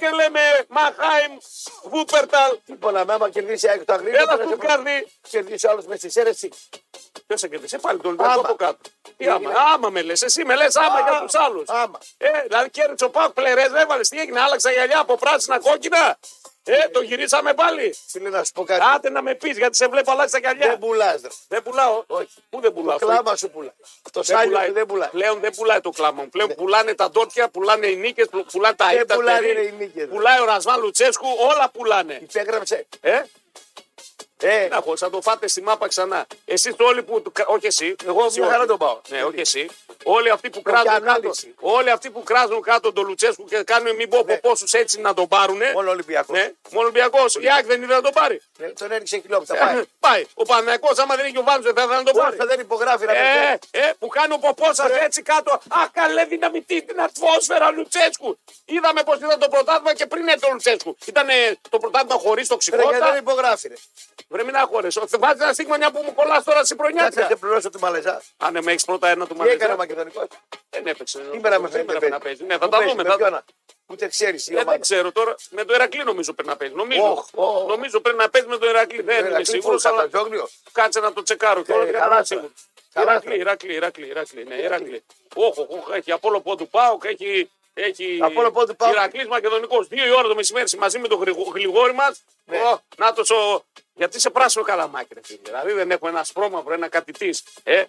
και λέμε Μαχάιμ, Βούπερταλ. Τίποτα, με άμα κερδίσει ΑΕΚ το αγρίνιο. Έλα στον Κάρνη. Κερδίσει άλλος με στη αίρεση. Ποιο σε κερδίσει, πάλι τον Ολυμπιακό Άμα. από κάτω. Τι Τι άμα, έγινε. άμα με λες, εσύ με λες άμα Α, για τους άλλους. άμα. Ε, δηλαδή κέρδισε ο Πάκ πλερέ, δεν έβαλες τι έγινε, άλλαξα γυαλιά από πράσινα κόκκινα. Ε, το γυρίσαμε πάλι. Φίλε, να σου πω κάτι. Άντε να με πεις, γιατί σε βλέπω αλλάξει τα γυαλιά. Δεν πουλάς. Δεν πουλάω. Όχι. Πού δεν πουλάω. αυτό. Κλάμα σου πουλά. Το Δεν πουλάει. σάλιο δεν πουλάει. Ναι. Πλέον δεν πουλάει το κλάμα μου. Πλέον πουλάνε τα ντόρτια, πουλάνε οι νίκες, πουλάνε τα Δεν ήττα. πουλάνε, τερί. ρε, οι νίκες. Πουλάει ο Ρασβάν Λουτσέσκου, όλα πουλάνε. Υπέγραψε. Ε, Ε, να έχω, θα το φάτε στη μάπα ξανά. Εσείς όλοι που. Όχι εσύ. Εγώ εσύ μια όχι. χαρά τον πάω. Ναι, όχι εσύ. Όλοι αυτοί που κράζουν κάτω. ανάλυση. Όλοι αυτοί που κράζουν κάτω τον Λουτσέσκου και κάνουν μην πω από Ναι. πόσους έτσι να τον πάρουνε. μόνο Ολυμπιακός. Ναι, μόνο Ολυμπιακός. Η Άκ δεν ήθελε να τον πάρει. Ε, Τον έριξε χιλόπιτα. Ε, Πάει. Πάει. Ο Παναγιακό, άμα δεν είχε ο Βάνο, δεν θα ήθελε να τον πάρει. Όρθα δεν υπογράφει να Ε, μην ε, που κάνει ο ποπό σα έτσι κάτω. Αχ, καλέ δυναμητή την ατμόσφαιρα Λουτσέσκου. Είδαμε πώς ήταν το πρωτάθλημα και πριν έρθει ο Λουτσέσκου. Ήταν το πρωτάθλημα χωρίς Ρε, γιατί δεν τοξικότητα. υπογράφει. ρε. Βρε μην άχωρες. Βάζεις ένα στίγμα μια που μου κολλάς τώρα στην Κάτσε να σε προνιάτια. πληρώσω τη Μαλεζά. Αν με έχεις πρώτα ένα του Τι έκανε Μαλέζα. ο Μακεδονικό. Δεν έπαιξε. Σήμερα με Δεν φέρνει. πρέπει να παίζει. Ναι, θα τα δούμε. θα- Ούτε ξέρεις η Ε, δεν ομάδα. ξέρω τώρα. Με το Ερακλή νομίζω πρέπει να παίζει. Νομίζω, Οχ, οχ. νομίζω πρέπει να παίζει με το Ερακλή. Δεν είμαι σίγουρο. Αλλά Καταζόγλιο. κάτσε να το τσεκάρω. Και όλα Ε, δεν καλά είμαι τώρα. σίγουρο. Καλά Ηρακλή, τώρα. Ηρακλή, Ηρακλή, Ηρακλή, ναι, Ηρακλή. Όχι, όχι, έχει Απόλο Πόντου Πάοκ, έχει, έχει Απόλλω Πόντου ΠΑΟΚ. Ηρακλής Μακεδονικός. Δύο η ώρα το μεσημέρι μαζί με τον γρηγο- γλυγόρι μας. Ναι. Ω, να το σο... Γιατί σε πράσινο καλαμάκι, ρε φίλε. Δηλαδή δεν έχω ένα σπρώμαυρο, ένα κατητής. Ε,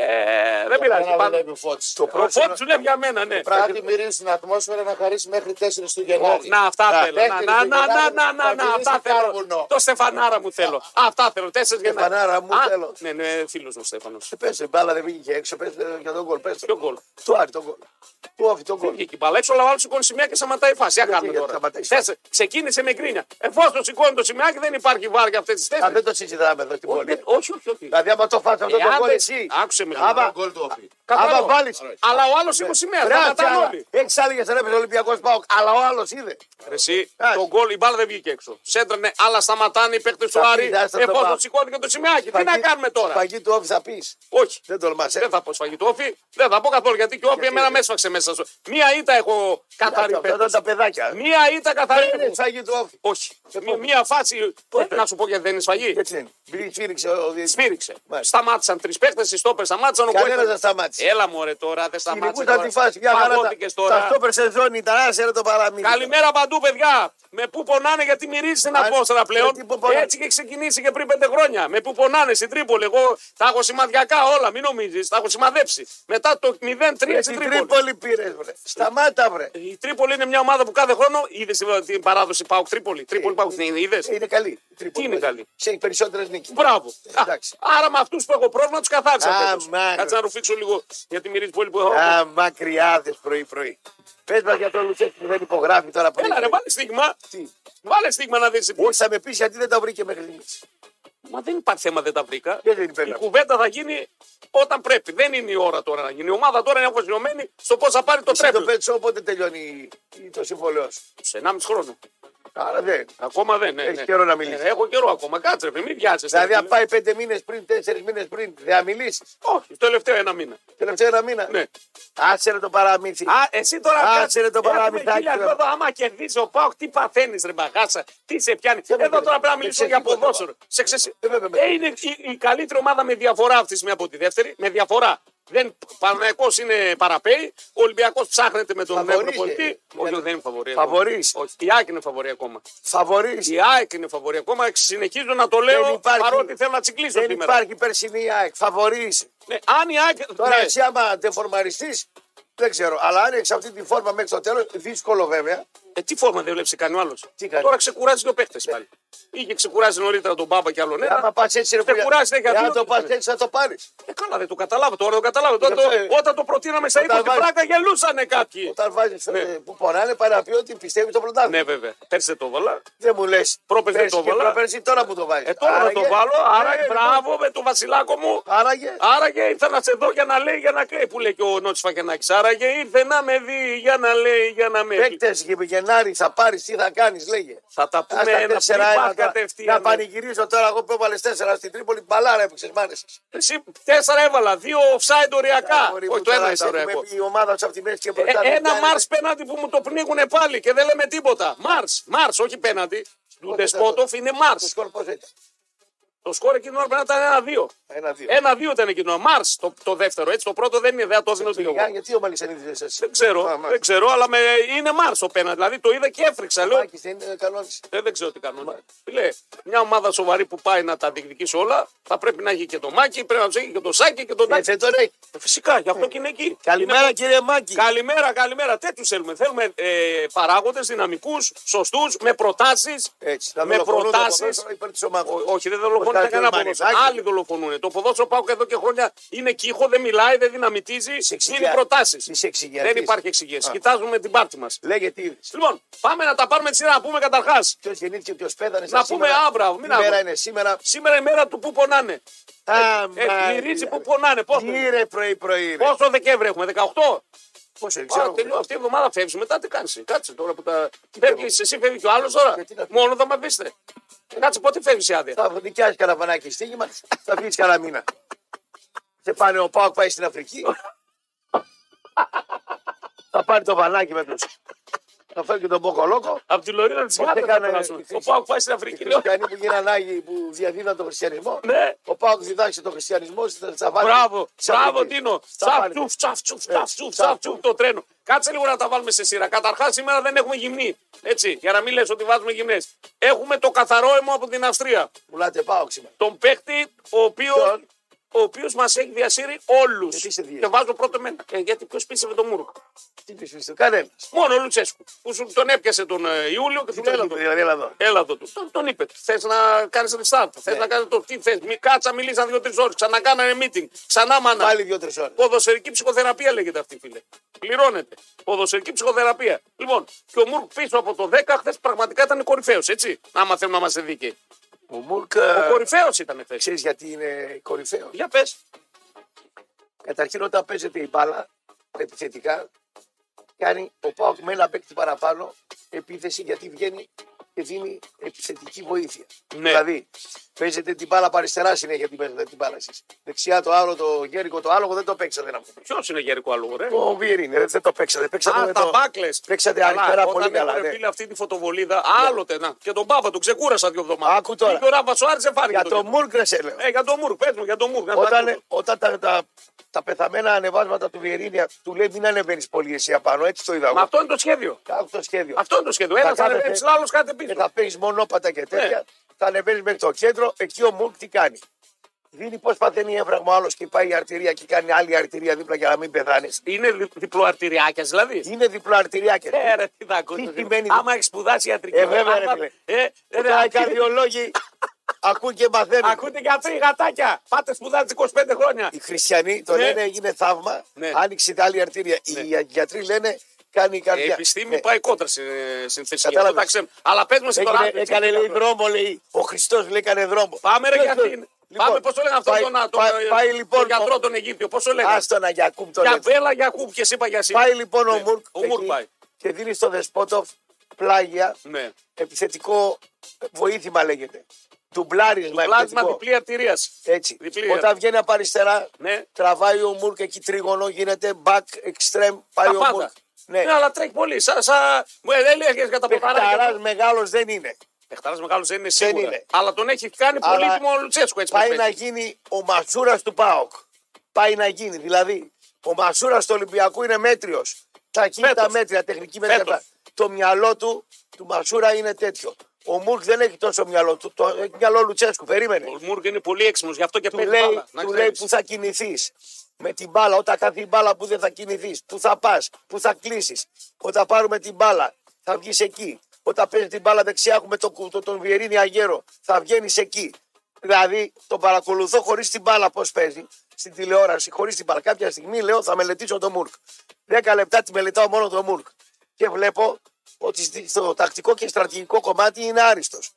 ε, δεν πειράζει. Πάντα... Το Ο πράσινο- Φώτης δουλεύει για μένα, Ε, ναι. Κάτι μυρίζεις στην ατμόσφαιρα να χαρίσεις μέχρι 4 του Ωχ, Γενάρη. να, αυτά Τα θέλω. Να, τέσσερις να, του να, να, Γενάρη να, να, θα να, γυρίσει αυτά θέλω. κάρβουνο. Το Στεφανάρα μου θέλω. Αυτά θέλω. Τέσσερις για Στεφανάρα μου θέλω. Ναι, ναι, φίλος μου Στέφανος. Ε, Πες, την μπάλα δεν βγήκε έξω, πες ε, για τον γκολ, πες. Ποιο γκολ? Του Άρη τον γκολ. Του Άρη τον γκολ. Βγήκε η μπάλα έξω, αλλά ο άλλος σηκώνει σημαία και σταματάει η φάση. Τι να κάνουμε γιατί τώρα. σταματάει η Θες, ξεκίνησε με γκρίνια. Εφόσον σηκώνει το σημαίακι, δεν υπάρχει βάρ για αυτές τι Α, θέσει. δεν το συζητάμε εδώ στην πόλη. Ε, Όχι, όχι, όχι. Δηλαδή, άμα το φας αυτό Ε, το γκολ άντε, εσύ. Άκουσε με. Άμα- Άμα, Το γκολ του όφη. Άμα βάλεις. Αλλά ο άλλος σηκώνει σημαία. Ρε, Θα άτσε, πατάνε άλλα. όλοι. Έχεις άδικες να έπαιζε Ολυμπιακός ΠΑΟΚ, αλλά ο άλλος είδε. Ρε Εσύ, Άσε. το γκολ, η μπάλα δεν βγήκε έξω. Σέντρανε, αλλά σταματάνε οι παίκτες του Θα Άρη. πεις, άσε το πάω. Εφόσον σηκώθηκε το σημαίακι, τι να Σφαγή- κάνουμε τώρα. Σφαγή του όφη θα πεις. Όχι. Δεν τολμάς, ε. Δεν θα πω σφαγητό όφι, δεν θα πω καθόλου γιατί και όφι εμένα με έσφαξε μέσα στο. Μία ήττα έχω καθαρή Αυτά ήταν παίχτη. τα Ναι, παιδάκια. Μία ήττα καθαρή Είναι παίχτη. σφαγή του όφη. Όχι. Δεν Μη- πω. Μία φάση. Πώς Ε, Να σου πω γιατί δεν είναι σφαγή. Έτσι είναι. Μπήκε, σφύριξε ο διαιτητής. Σφύριξε. Μάλιστα. Σταμάτησαν τρεις παίχτε, οι στόπερ σταμάτησαν. ο Κανένας Κουέστα- δεν σταμάτησε. Έλα μωρέ τώρα, δεν σταμάτησε. Κυνηγούσαν τη φάση, μια χαρά. τα- Παγώθηκες Τα τώρα. στόπερ σε ζώνη ήταν, άσε ρε το παραμύθι. Καλημέρα παντού, παιδιά. Με πού πονάνε, γιατί μυρίζεις την Α, ατμόσφαιρα πλέον. Ε, με τι που πονάνε. Έτσι και ξεκινήσει και πριν πέντε χρόνια. Με πού πονάνε στην Τρίπολη. Εγώ τα έχω σημαδιακά όλα, μην νομίζεις. Τα έχω σημαδέψει. Μετά το 0-3 Ρε, στην Την Τρίπολη. Ε, Τρίπολη πήρες, βρε. Σταμάτα, βρε. Η Τρίπολη είναι μια ομάδα που κάθε χρόνο είδες την παράδοση Πάουκ Τρίπολη. Τρίπολη Πάουκ την είδες. Ε, Είναι καλή. η Τρίπολη. είναι καλή? Σε έχει περισσότερες νίκες. Μπράβο. Α, Εντάξει. Άρα με αυτούς που έχω πρόβλημα τους καθάρισα. Α, φέτος. μάγκα. Κάτσε να ρουφήξω λίγο γιατί μυρίζει πολύ που έχω. Α, μακριάδες πρωί-πρωί. Πες μας για τον Λουτσέσκι που δεν υπογράφει τώρα που Έλα ρε, είναι. βάλε στίγμα. Τι. Βάλε στίγμα να δεις. Όχι, θα με πεις γιατί δεν τα βρήκε μέχρι στιγμής. Μα δεν υπάρχει θέμα, δεν τα βρήκα. Γιατί δεν Η υπέγραψε. κουβέντα θα γίνει όταν πρέπει. Δεν είναι η ώρα τώρα να γίνει. Η ομάδα τώρα είναι αφοσιωμένη στο πώς θα πάρει το Εσύ το τρέπλο. πέτσο όποτε τελειώνει η- το συμβόλαιό σου. Σε 1,5 χρόνο. Άρα δεν. Ακόμα δεν. Ναι, Έχεις ναι. καιρό να μιλήσεις. Ε, έχω καιρό ακόμα. Κάτσε, ρε, μην βιάζεσαι. Δηλαδή, ρε, αν φίλε. πάει πέντε μήνες πριν, τέσσερις μήνες πριν, δεν θα μιλήσεις. Όχι, το τελευταίο ένα μήνα. Τελευταίο ένα μήνα. Ναι. Άσε ρε το παραμύθι. Α, εσύ τώρα Άσε, κάτσε. ρε, το Έχουμε παραμυθάκι, χίλια ρε. δυο, ε, άμα κερδίσει ο Πάοκ, τι παθαίνεις, ρε Μπαγάσα, τι σε πιάνει. με Εδώ πιάνει. τώρα πρέπει να Με μιλήσουμε για ξεσηκώνει, ποδόσφαιρο. Σε ξεσυ- Ε, βέβαια, με Ε, είναι η, η καλύτερη ομάδα με διαφορά αυτής τη μία από τη δεύτερη. Με διαφορά. Δεν, Παναϊκός είναι παραπέει, ο Ολυμπιακός ψάχνεται με τον νέο Φαβορείς, ε. προπονητή. Όχι, δεν είναι φαβορή. ακόμα. Φαβορείς. Όχι, η ΑΕΚ είναι φαβορή ακόμα. Φαβορείς. Η ΑΕΚ είναι φαβορή ακόμα. Συνεχίζω να το λέω Δεν υπάρχει- παρότι θέλω να τσιγκλίσω Δεν σήμερα. υπάρχει περσινή ΑΕΚ. Φαβορείς. Ναι, αν η ΑΕΚ. Τώρα ναι. εσύ άμα ντεφορμαριστείς, δεν ξέρω. Αλλά αν έχεις αυτή τη φόρμα μέχρι το τέλος, δύσκολο βέβαια. Ε, τι φόρμα δεν βλέπεις κανένα άλλος. Τι κάνει. Τώρα ξεκουράζει δύο παίχτε πάλι. Είχε ξεκουράσει νωρίτερα τον Μπάμπα και άλλον Ε, άμα ένα. πας έτσι, ρε Τε πουλιά, κουράζει, δεν εάν καθόλου. το πα έτσι, θα το πάρεις. Ε, καλά, δεν το καταλάβω τώρα, δεν το καταλάβω. Τώρα, Γι' αυτό, το, ε, όταν το προτείναμε στα 20 όταν βάζεις- πράκα γελούσανε κάποιοι. Όταν βάζεις Ναι. που πονάνε, πάει να πει ότι πιστεύει το πρωτάθλημα. Ναι, βέβαια. Πέρσι δεν το βάλα. Δεν μου λες. Πρόπες δεν το βάλα. Προπέρσι τώρα που το βάζεις. Ε, τώρα θα το βάλω. Ε, Άραγε, μπράβο με τον Βασιλάκο μου. Άραγε. Άραγε ήρθα να σε δω για να λέει για να κλαίει που λέει και ο Νότσι Φακενάκης. Άραγε ήρθε να με δει για να λέει για να με πει. Παίκτε Γενάρη θα πάρεις, τι θα κάνεις, λέγε. Θα τα Ας πούμε τα ένα τέσσερα πριν πας να, τα- κατευθείαν. ναι. να πανηγυρίζω τώρα εγώ που έβαλες τέσσερα στην Τρίπολη. Μπαλάρα έπαιξες, μ' άρεσες. Εσύ τέσσερα έβαλα, δύο offside οριακά. Μωρή μου, Όχι, το τώρα ένα τα ήταν έχουμε ωριακό. πει, Η ομάδα τους από τη μέση και Ε, μπροστά. δεν ένα κάνει. Μάρς πέναντι που μου το πνίγουνε πάλι και δεν λέμε τίποτα. Μάρς, Μάρς, όχι πέναντι. Του Ντεσπότοφ είναι Το Μάρς. σκορ πώ έτσι. Το σκορ εκείνο πρέπει να ήταν ένα-δύο. Ένα-δύο. Ένα-δύο ήταν εκείνο. Μάρς το, το δεύτερο. Έτσι, το πρώτο δεν είναι, δεν θα το δίνω ούτε εγώ. Για- Γιατί ο Μαλισανίδης εσύ. Δεν ξέρω, Μάκης. δεν ξέρω, αλλά με, είναι Μάρς ο πέναντι. Δηλαδή το είδα και έφρυξα. Λέω, Μάκης δεν είναι καλό. Ε, δεν ξέρω τι κάνουν. Φίλε, μια ομάδα σοβαρή που πάει να τα διεκδικήσει όλα, θα πρέπει να έχει και το Μάκη, πρέπει να τους έχει και το Σάκη και τον Έτσι τον έχει. Ε, Φυσικά, γι' αυτό και είναι εκεί. Καλημέρα Είναι- κύριε Μάκη. Καλημέρα, καλημέρα. Τέτοιους θέλουμε. Θέλουμε ε, παράγοντες δυναμικούς, σωστούς, με προτάσεις. Έτσι, να με δολοφονούν το προτάσει. ποδόσφαιρο υπέρ της ομάδας. Όχι, δεν δολοφονείται Προτάσεις κανένα του ποδόσφαιρο. Μαρινάκη. Άλλοι δολοφονούν. Το ποδόσφαιρο πάω εδώ και χρόνια είναι κύχο, δεν μιλάει, δεν δυναμητίζει. εξηγιά- Είναι προτάσει. Είσαι εξηγιατής. Δεν υπάρχει εξηγήσει. Α. Κοιτάζουμε την πάρτη μας. Λέγεται ήδη. Λοιπόν, πάμε να τα πάρουμε τη σειρά. Να πούμε καταρχάς. Ποιος γεννήθηκε, ποιος πέθανε. Να σαν πούμε σήμερα. αύριο, μην Τι μέρα αύριο. είναι σήμερα. Σήμερα η μέρα του που πονάνε. Α, Ε, γυρίζει που πονάνε. Πόσο, Γύρε πρωί-πρωί. ρε. πόσο Δεκέμβρη έχουμε, 18. Πώς δεν Ξέρω, ξέρω. Α, τελειώ, αυτή η εβδομάδα φεύγεις. Μετά τι κάνεις. Κάτσε τώρα που τα. Φεύγεις εσύ, φεύγεις και ο άλλος τώρα. Γιατί να- Μόνο θα μα πείστε. Κάτσε πότε φεύγεις άδεια. Θα δικιάσει καραβανάκι στίγμα, θα φύγεις κανένα μήνα. Σε πάνε ο Πάοκ πάει στην Αφρική. θα πάρει το βανάκι με τους. Θα φέρει και τον Μποκολόκο. Από τη Λωρίδα της Πότε Γάτα θα κάνε- περάσουμε. τι- Ο Πάουκ πάει στην Αφρική. Οι Λέω, χριστιανοί που γίναν Άγιοι που διαδίδαν τον χριστιανισμό. ναι, Ο Πάοκ διδάξει τον χριστιανισμό στα Σαββάτια. μπράβο, Στην μπράβο Αφρική. Τίνο. Στα Ε, πάνε. Τσαφτσουφ, τσαφτσουφ, τσαφτσουφ, τσαφτσουφ το τρένο. Κάτσε λίγο να τα βάλουμε σε σειρά. Καταρχάς σήμερα δεν έχουμε γυμνή. Έτσι, για να μην λες ότι βάζουμε γυμνές. Έχουμε το καθαρό αίμα από την Αυστρία. Πουλάτε Πάοκ σήμερα. Τον παίκτη ο οποίος Ποιον? ο οποίος μας έχει διασύρει όλους. Γιατί σε διέσυρε? Και βάζω πρώτο μένα. Ε, γιατί ποιος πίστευε τον Μούρο. Τι πιστεύει, κανένας. Μόνο ο Λουτσέσκου. Που σου τον έπιασε τον ε, Ιούλιο και του λέει: Έλα εδώ. Δηλαδή, Έλα εδώ. Έλα εδώ. τους. Τον, τον είπε: Θες να κάνεις restart. Θε να κάνεις το τι θες. Μη κάτσα, μιλήσαν δύο-τρει ώρες. Ξανακάνανε meeting. Ξανά μάνα. Πάλι δύο-τρει ώρες. Ποδοσφαιρική ψυχοθεραπεία λέγεται αυτή, φίλε. Πληρώνεται. Ποδοσφαιρική ψυχοθεραπεία. Λοιπόν, και ο Μουρκ πίσω από το 10 χθες πραγματικά ήταν κορυφαίος, έτσι. Άμα θέλουν να είμαστε δίκαιοι. Ο Μουρκ. Ο ε, κορυφαίος ήταν χθε. Ξέρεις γιατί είναι κορυφαίος. Για πες. Καταρχήν όταν παίζεται η μπάλα επιθετικά, κάνει ο Πάοκ με ένα παίκτη παραπάνω επίθεση γιατί βγαίνει και δίνει επιθετική βοήθεια. Ναι. Δηλαδή, παίζετε την μπάλα από αριστερά συνέχεια την παίζετε την μπάλα εσείς. Δεξιά το άλλο, το γέρικο, το άλλο δεν το παίξατε να μου πείτε. Ποιος είναι γερικό αλόγο, ρε. Το Βιερίνε, δεν το παίξατε. Παίξατε Α, με τα το... μπάκλε. Παίξατε αριστερά πολύ καλά. Όταν ναι. έβαλε, φίλε αυτή τη φωτοβολίδα, άλλοτε να. Και τον Πάπα τον ξεκούρασα δύο εβδομάδες. Άκου τώρα. Και ο Ράφα Σουάρη δεν φάνηκε. Για το το κέντρο. Μουρκ, ρε, σε λέω. Ε, για τον Μουρκ, πες μου, για τον Μουρκ. να τα όταν, ε- ακούσω. όταν τα, τα, τα πεθαμένα ανεβάσματα του Βιερίνια του λέει μην ανεβαίνεις πολύ εσύ απάνω, έτσι το είδα Μα εγώ. αυτό είναι το σχέδιο. Άκου το σχέδιο. Αυτό είναι το σχέδιο. Ένα θα κάνετε- ανεβαίνει, άλλο κάτι και πίσω. θα παίζει μονόπατα και τέτοια. Ναι. Θα ανεβαίνεις μέχρι το κέντρο, εκεί ο Μουρκ τι κάνει. Δίνει πώ παθαίνει έβραγμα άλλος και πάει η αρτηρία και κάνει άλλη αρτηρία δίπλα για να μην πεθάνεις. Είναι δι- διπλοαρτηριάκια δηλαδή. Είναι διπλό αρτηρία και Ε, ρε, τι θα ακούσεις, Τι ρε. σημαίνει- Άμα έχεις σπουδάσει ιατρική. Ε, βέβαια, άμα- ρε, φίλε. Ε, ε, ρε, Τώρα οι ακούτε- καρδιολόγοι ακούν και μαθαίνουν. Ακούτε και αυτοί οι γατάκια. Πάτε σπουδάτε 25 χρόνια. Οι χριστιανοί το Ναι. λένε έγινε θαύμα, Ναι. άνοιξε την άλλη αρτηρία. Οι γιατροί λένε κάνει η καρδιά. Η Ε, επιστήμη Ναι. πάει κόντρα στην στην θεσία. Κατάλαβες. Αυτό τα ξέρουμε. Αλλά πες μας τώρα. Έγινε, άκου, τι έκανε είναι λέει αυτό. δρόμο, λέει. Ο Χριστός λέει έκανε δρόμο. Πάμε ρε Ποιος για Ε, το- λοιπόν, την. Πάμε, πώς το λένε αυτό πάει- τον, τον, πάει- Πάει λοιπόν. τον γιατρό τον Αιγύπτιο, πώς το λένε. Άστο να γιακούμ το Για λέει. βέλα, για κούπ και εσύ είπα για σήμερα. Πάει λοιπόν ο Ναι. Μουρκ. Ο Μουρκ εκεί πάει. Και δίνει στο Δεσπότοφ πλάγια Ναι. επιθετικό βοήθημα λέγεται. Ντουμπλάρισμα Πλάσμα επιθετικό. διπλή αρτηρίας. Έτσι. διπλή, Όταν βγαίνει από αριστερά, Ναι. τραβάει ο Μουρκ εκεί τρίγωνο, γίνεται back extreme, πάει Τα ο Μουρκ. πάντα. Ναι. Ναι. αλλά τρέχει πολύ. Σα, σα... Μου έλεγε για τα ποταράκια. Παιχταράς μεγάλος δεν είναι. Πεχταρά μεγάλος δεν είναι σίγουρα. είναι. Αλλά τον έχει κάνει Αλλά πολύτιμο ο Λουτσέσκο έτσι πάει μας να παίζει. γίνει ο Μασούρας του ΠΑΟΚ. Πάει να γίνει. Δηλαδή, ο Μασούρας του Ολυμπιακού είναι μέτριος. Τα κίνητα Φέτος. μέτρια, τεχνική μέτρια. Φέτος. τα- Το μυαλό του, του Μασούρα είναι τέτοιο. Ο Μουρκ δεν έχει τόσο μυαλό του. Το έχει μυαλό Λουτσέσκου. Περίμενε. Ο Μούργκ είναι πολύ έξυπνο, γι' αυτό και Του παίζει λέει, μπάλα. να του λέει ξέρεις. που θα κινηθείς. Με την μπάλα, όταν κάθε μπάλα που δεν θα κινηθείς, που θα πας, που θα κλείσεις. Όταν πάρουμε την μπάλα, θα βγεις εκεί. Όταν παίζεις την μπάλα δεξιά, έχουμε τον, κου- το, τον Βιερίνη Αγέρο, θα βγαίνεις εκεί. Δηλαδή, τον παρακολουθώ χωρίς την μπάλα πώς παίζει στην τηλεόραση, χωρίς την μπάλα. Κάποια στιγμή λέω θα μελετήσω τον Μουρκ. Δέκα λεπτά τη μελετάω μόνο τον Μουρκ. Και βλέπω ότι στη- στο τακτικό και στρατηγικό κομμάτι είναι άριστος